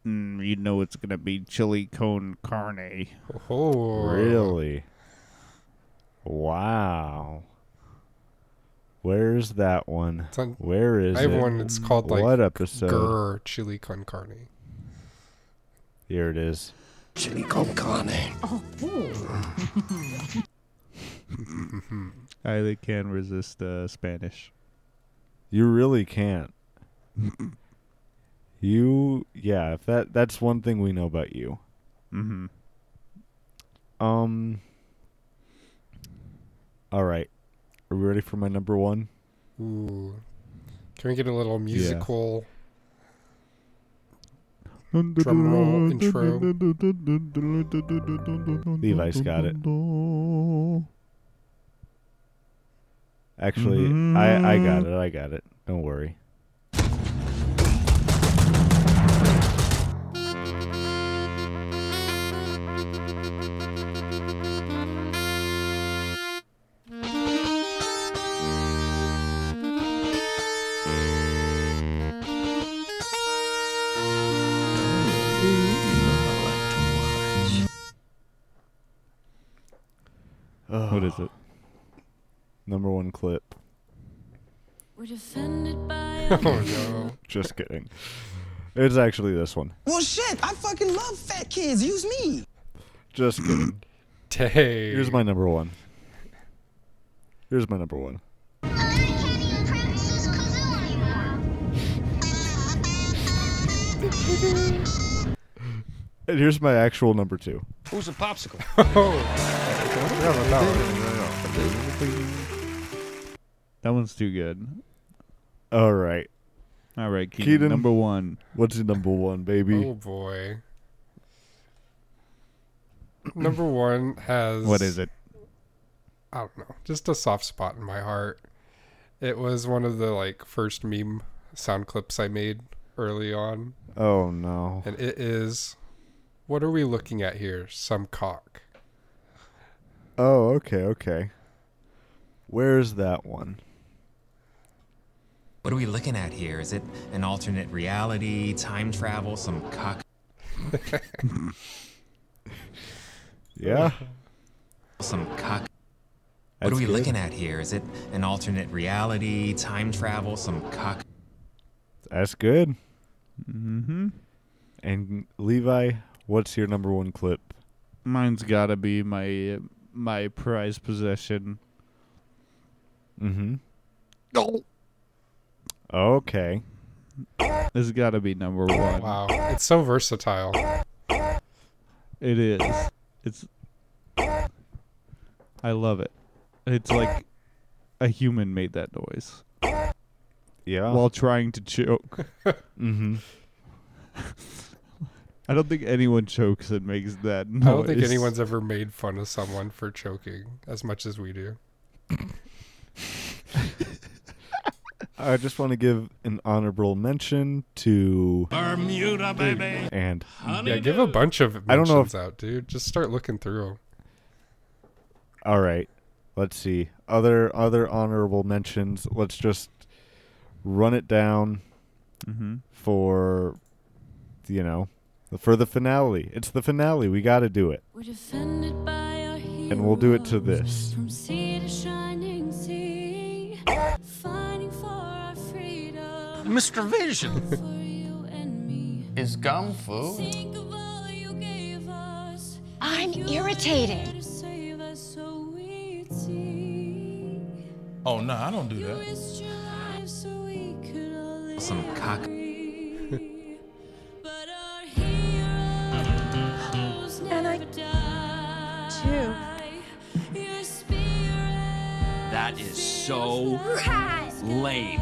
Speaker 2: Mm, you know it's gonna be chili con carne.
Speaker 3: Oh,
Speaker 1: Really? Wow. Where's that one?
Speaker 3: on-
Speaker 1: Where is
Speaker 3: I have
Speaker 1: it?
Speaker 3: one that's called like
Speaker 1: what episode?
Speaker 3: Grr Chili Con Carne.
Speaker 1: Here it is.
Speaker 7: Chili con carne.
Speaker 2: I they can resist uh, Spanish.
Speaker 1: You really can't. you yeah, if that that's one thing we know about you.
Speaker 2: Mhm.
Speaker 1: Um All right. Are we ready for my number 1?
Speaker 3: Ooh. Can we get a little musical drum roll intro?
Speaker 1: Levi's got it. Actually, I I got it. I got it. Don't worry.
Speaker 2: What is it?
Speaker 1: Number 1 clip.
Speaker 5: We're defended by.
Speaker 1: Just kidding. It's actually this one.
Speaker 6: Well, shit, I fucking love fat kids. Use me.
Speaker 1: Just kidding.
Speaker 3: Dang.
Speaker 1: Here's my number 1. Here's my number 1. And here's my actual number 2.
Speaker 7: Who's a popsicle?
Speaker 2: That one's too good.
Speaker 1: All right.
Speaker 2: All right, Keaton, number one.
Speaker 1: What's your number one, baby?
Speaker 3: Oh boy. Number one has
Speaker 2: What is it?
Speaker 3: I don't know, just a soft spot in my heart. It was one of the like first meme sound clips I made early on,
Speaker 1: Oh no.
Speaker 3: and it is, what are we looking at here? Some cock.
Speaker 1: Oh, okay, okay. Where's that one?
Speaker 11: What are we looking at here? Is it an alternate reality, time travel, some cock?
Speaker 1: Yeah.
Speaker 11: Some cock.
Speaker 1: That's
Speaker 11: what are we
Speaker 1: good.
Speaker 11: looking at here? Is it an alternate reality, time travel, some cock?
Speaker 1: That's good.
Speaker 2: Mm-hmm.
Speaker 1: And Levi, what's your number one clip?
Speaker 2: Mine's gotta be my my prized possession.
Speaker 1: Mm-hmm.
Speaker 2: No.
Speaker 1: Okay.
Speaker 2: This has gotta be number one.
Speaker 3: Wow, it's so versatile.
Speaker 2: It is. It's. I love it. It's like a human made that noise
Speaker 3: Oh.
Speaker 1: Yeah.
Speaker 2: while trying to choke.
Speaker 1: mm-hmm.
Speaker 2: I don't think anyone chokes and makes that noise.
Speaker 3: I don't think anyone's ever made fun of someone for choking as much as we do.
Speaker 1: I just want to give an honorable mention to
Speaker 7: Bermuda, baby.
Speaker 1: and
Speaker 3: yeah, give a bunch of mentions
Speaker 1: I don't know if
Speaker 3: out, dude. Just start looking through 'em.
Speaker 1: All right. Let's see. Other other honorable mentions. Let's just run it down Mm-hmm.
Speaker 2: Mhm.
Speaker 1: for you know, for the finale. It's the finale. We got to do it.
Speaker 8: We're defended by our heroes.
Speaker 1: And we'll do it to this.
Speaker 8: From sea to shining sea. Fighting for our freedom.
Speaker 12: Mr. Vision.
Speaker 8: You and me.
Speaker 12: Is gum food?
Speaker 8: Think of all you gave us.
Speaker 21: I'm
Speaker 8: You were
Speaker 21: irritated.
Speaker 8: there to save us, so we'd see.
Speaker 13: Oh no, I don't do
Speaker 8: You
Speaker 13: that.
Speaker 8: risked your life so we could all live
Speaker 11: Some cock.
Speaker 8: free. But our heroes never die. Your spirit
Speaker 7: That is so lame.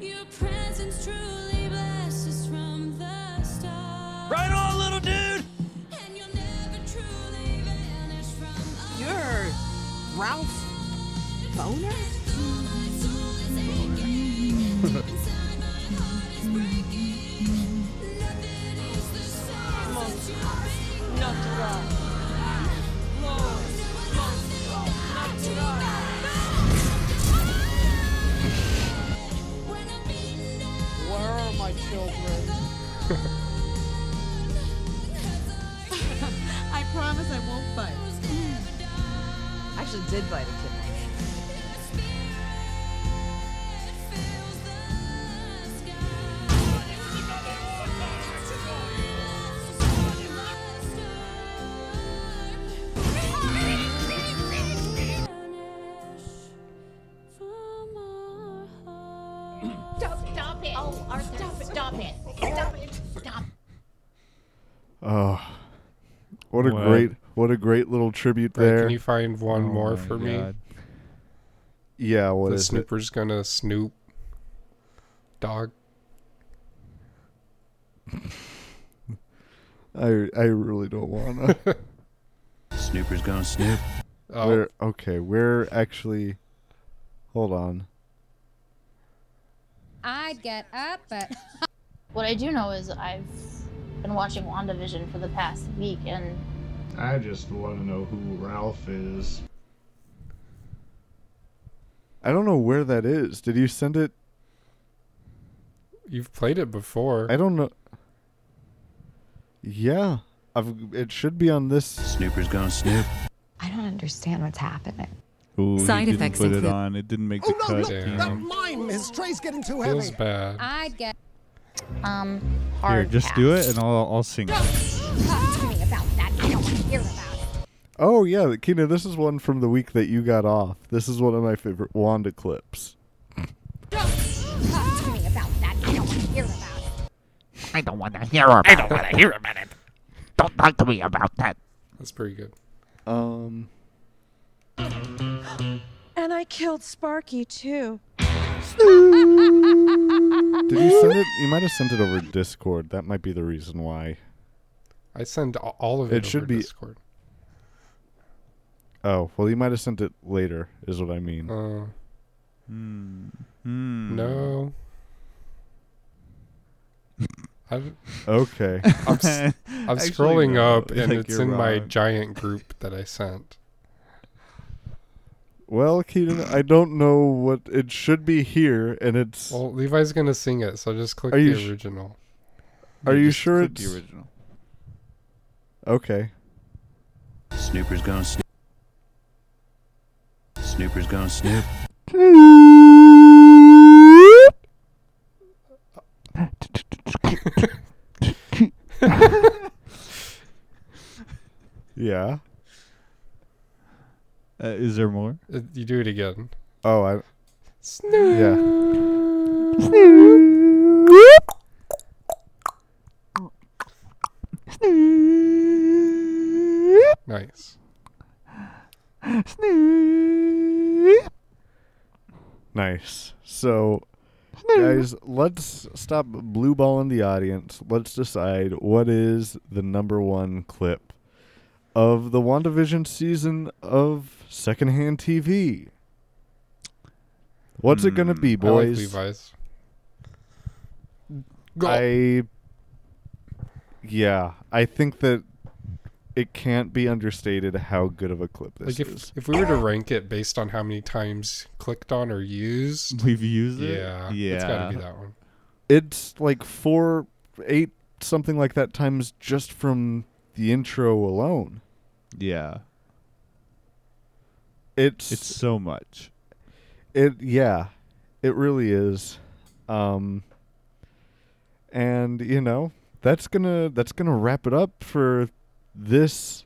Speaker 8: Your presence truly blessed us from the start.
Speaker 7: Right on, little dude.
Speaker 8: And you'll never truly vanish from
Speaker 6: You're Ralph Boner?
Speaker 5: Where are my children? I promise I won't bite. I actually did bite a kid.
Speaker 21: Stop, stop it. Oh, Arthur, stop it. Stop it. Stop it. Stop.
Speaker 1: Oh. What a
Speaker 2: Wow.
Speaker 1: great what a great little tribute
Speaker 3: Right,
Speaker 1: there.
Speaker 3: can you find one
Speaker 2: Oh
Speaker 3: more
Speaker 2: my
Speaker 3: for me?
Speaker 2: God.
Speaker 1: yeah, what
Speaker 3: the
Speaker 1: is it?
Speaker 3: snooper's gonna snoop. Dog.
Speaker 1: I I really don't want to.
Speaker 7: Snooper's gonna snoop.
Speaker 3: Oh.
Speaker 1: We're okay, we're actually Hold on.
Speaker 9: I'd get up, but
Speaker 23: What I do know is I've been watching WandaVision for the past week, and
Speaker 24: I just want to know who Ralph is.
Speaker 1: I don't know where that is. Did you send it?
Speaker 3: You've played it before.
Speaker 1: I don't know. Yeah. I've, it should be on this. Snooper's gonna snoop.
Speaker 25: I don't understand what's happening.
Speaker 2: Ooh,
Speaker 25: Side
Speaker 2: he didn't
Speaker 25: effects
Speaker 2: put it
Speaker 25: include-
Speaker 2: on. It didn't make
Speaker 14: Oh
Speaker 2: the
Speaker 14: no,
Speaker 2: cut.
Speaker 14: look, that line! His tray's getting too
Speaker 2: Feels
Speaker 14: heavy.
Speaker 2: bad.
Speaker 25: I'd get um
Speaker 2: Here,
Speaker 25: hard
Speaker 2: just do it, and I'll I'll sing. it.
Speaker 25: Tell me about that. I don't want to hear about
Speaker 1: Oh yeah, Kina. This is one from the week that you got off. This is one of my favorite Wanda clips.
Speaker 25: it. Tell me about that. I don't want to hear about it.
Speaker 10: I don't want to
Speaker 7: hear
Speaker 10: about
Speaker 7: about it.
Speaker 10: it. Don't talk to me about that.
Speaker 3: That's pretty good.
Speaker 1: Um.
Speaker 9: And I killed Sparky too.
Speaker 1: Did you send it? You might have sent it over Discord. That might be the reason why.
Speaker 3: I send a- all of it.
Speaker 1: It should
Speaker 3: over
Speaker 1: be-
Speaker 3: Discord.
Speaker 1: Oh well, you might have sent it later. Is what I mean.
Speaker 3: Oh.
Speaker 2: Hmm.
Speaker 25: Mm.
Speaker 2: Hmm.
Speaker 3: No.
Speaker 1: Hmm.
Speaker 3: I d-
Speaker 1: Okay.
Speaker 3: I'm, s- I'm
Speaker 2: Actually,
Speaker 3: scrolling
Speaker 2: no,
Speaker 3: up and
Speaker 2: like,
Speaker 3: it's
Speaker 2: you're
Speaker 3: in my
Speaker 2: wrong.
Speaker 3: giant group that I sent.
Speaker 1: Well, Keenan, I don't know what it should be here, and it's.
Speaker 3: Well, Levi's gonna sing it, so just click
Speaker 1: Are you
Speaker 3: the
Speaker 1: sh-
Speaker 3: original.
Speaker 1: Are
Speaker 2: Yeah,
Speaker 1: you
Speaker 2: just
Speaker 1: sure
Speaker 2: click
Speaker 1: it's
Speaker 2: the original?
Speaker 1: Okay.
Speaker 7: Snooper's gonna snoop. Snooper's gonna snoop.
Speaker 1: Yeah.
Speaker 2: Uh, is there more?
Speaker 3: Uh, You do it again.
Speaker 1: Oh, I.
Speaker 3: Snoop. Nice.
Speaker 1: Nice. So, guys, let's stop blue balling the audience. Let's decide what is the number one clip of the WandaVision season of Secondhand TV. What's it gonna be,
Speaker 3: Hmm, I like
Speaker 1: boys?
Speaker 3: Levi's.
Speaker 1: I yeah, I think that it can't be understated how good of a clip this
Speaker 3: Like
Speaker 1: is.
Speaker 3: if if we were to rank it based on how many times clicked on or used,
Speaker 1: We've used it?
Speaker 3: Yeah, it's got to be
Speaker 1: Yeah.
Speaker 3: that one.
Speaker 1: It's like four, eight, something like that times just from the intro alone.
Speaker 2: Yeah.
Speaker 1: It's
Speaker 2: It's so much.
Speaker 1: It yeah, it really is. Um and you know, that's going to that's going to wrap it up for this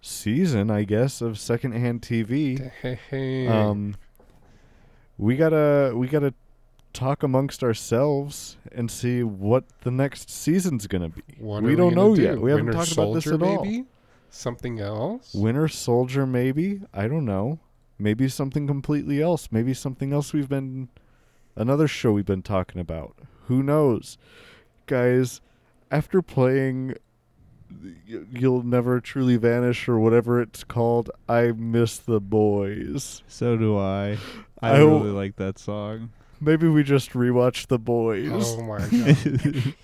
Speaker 1: season, I guess, of secondhand TV. um we got to we got to talk amongst ourselves and see what the next season's going to be.
Speaker 3: What
Speaker 1: we
Speaker 3: are
Speaker 1: don't
Speaker 3: gonna
Speaker 1: know
Speaker 3: do?
Speaker 1: yet. We haven't
Speaker 3: Winter
Speaker 1: talked about this
Speaker 3: Soldier,
Speaker 1: at all.
Speaker 3: maybe? Something else?
Speaker 1: Winter Soldier, maybe. I don't know. Maybe something completely else. Maybe something else we've been. Another show we've been talking about. Who knows? Guys, after playing y- You'll Never Truly Vanish or whatever it's called, I miss the boys.
Speaker 2: So do I. I,
Speaker 1: I will-
Speaker 2: really like that song.
Speaker 1: Maybe we just rewatch the boys.
Speaker 3: Oh my god.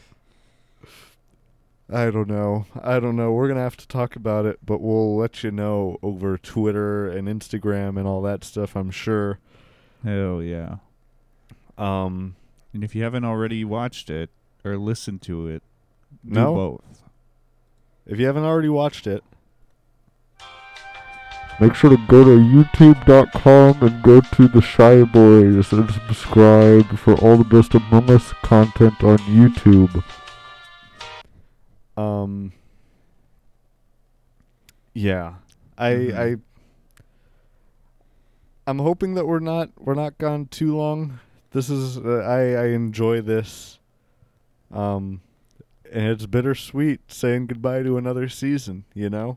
Speaker 1: I don't know. I don't know. We're going to have to talk about it, but we'll let you know over Twitter and Instagram and all that stuff, I'm sure.
Speaker 2: Hell yeah.
Speaker 1: Um,
Speaker 2: and if you haven't already watched it or listened to it, do
Speaker 1: No?
Speaker 2: both.
Speaker 1: If you haven't already watched it,
Speaker 4: Make sure to go to youtube.com and go to the Shy Boys and subscribe for all the best Among Us content on YouTube.
Speaker 1: um yeah i
Speaker 4: Mm-hmm.
Speaker 1: i
Speaker 2: Mhm.
Speaker 1: i'm hoping that we're not we're not gone too long this is uh, i i enjoy this um and it's bittersweet saying goodbye to another season you know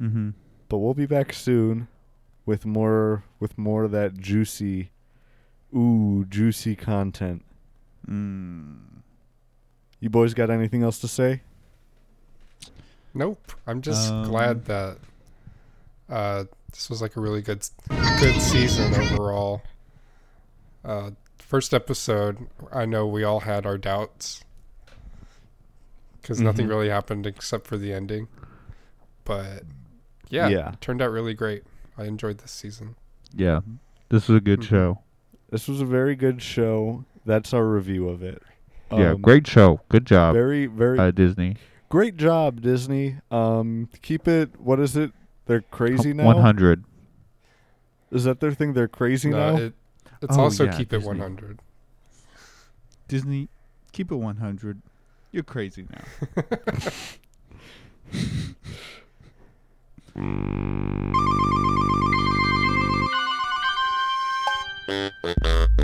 Speaker 2: Mhm.
Speaker 1: but we'll be back soon with more with more of that juicy ooh juicy content
Speaker 2: mm.
Speaker 1: you boys got anything else to say
Speaker 3: Nope. I'm just
Speaker 2: Um,
Speaker 3: glad that uh, this was like a really good good season overall. Uh, first episode, I know we all had our doubts because nothing
Speaker 2: Mm-hmm.
Speaker 1: Mhm.
Speaker 3: really happened except for the ending. But yeah,
Speaker 1: Yeah.
Speaker 3: it turned out really great. I enjoyed this season.
Speaker 2: Yeah. This was a good
Speaker 3: Mm-hmm.
Speaker 2: show.
Speaker 1: This was a very good show. That's our review of it.
Speaker 2: yeah,
Speaker 1: Um,
Speaker 2: great show. Good job.
Speaker 1: Very, very
Speaker 2: uh, Disney.
Speaker 1: great job, Disney. Um, keep it. What is it? They're crazy now.
Speaker 2: 100.
Speaker 1: Is that their thing? They're crazy now.
Speaker 3: No, it, it's
Speaker 2: Oh,
Speaker 3: also
Speaker 2: yeah,
Speaker 3: keep it
Speaker 2: Disney.
Speaker 3: 100.
Speaker 2: Disney, keep it 100. You're crazy now.
Speaker 7: Snoopers gone snoop.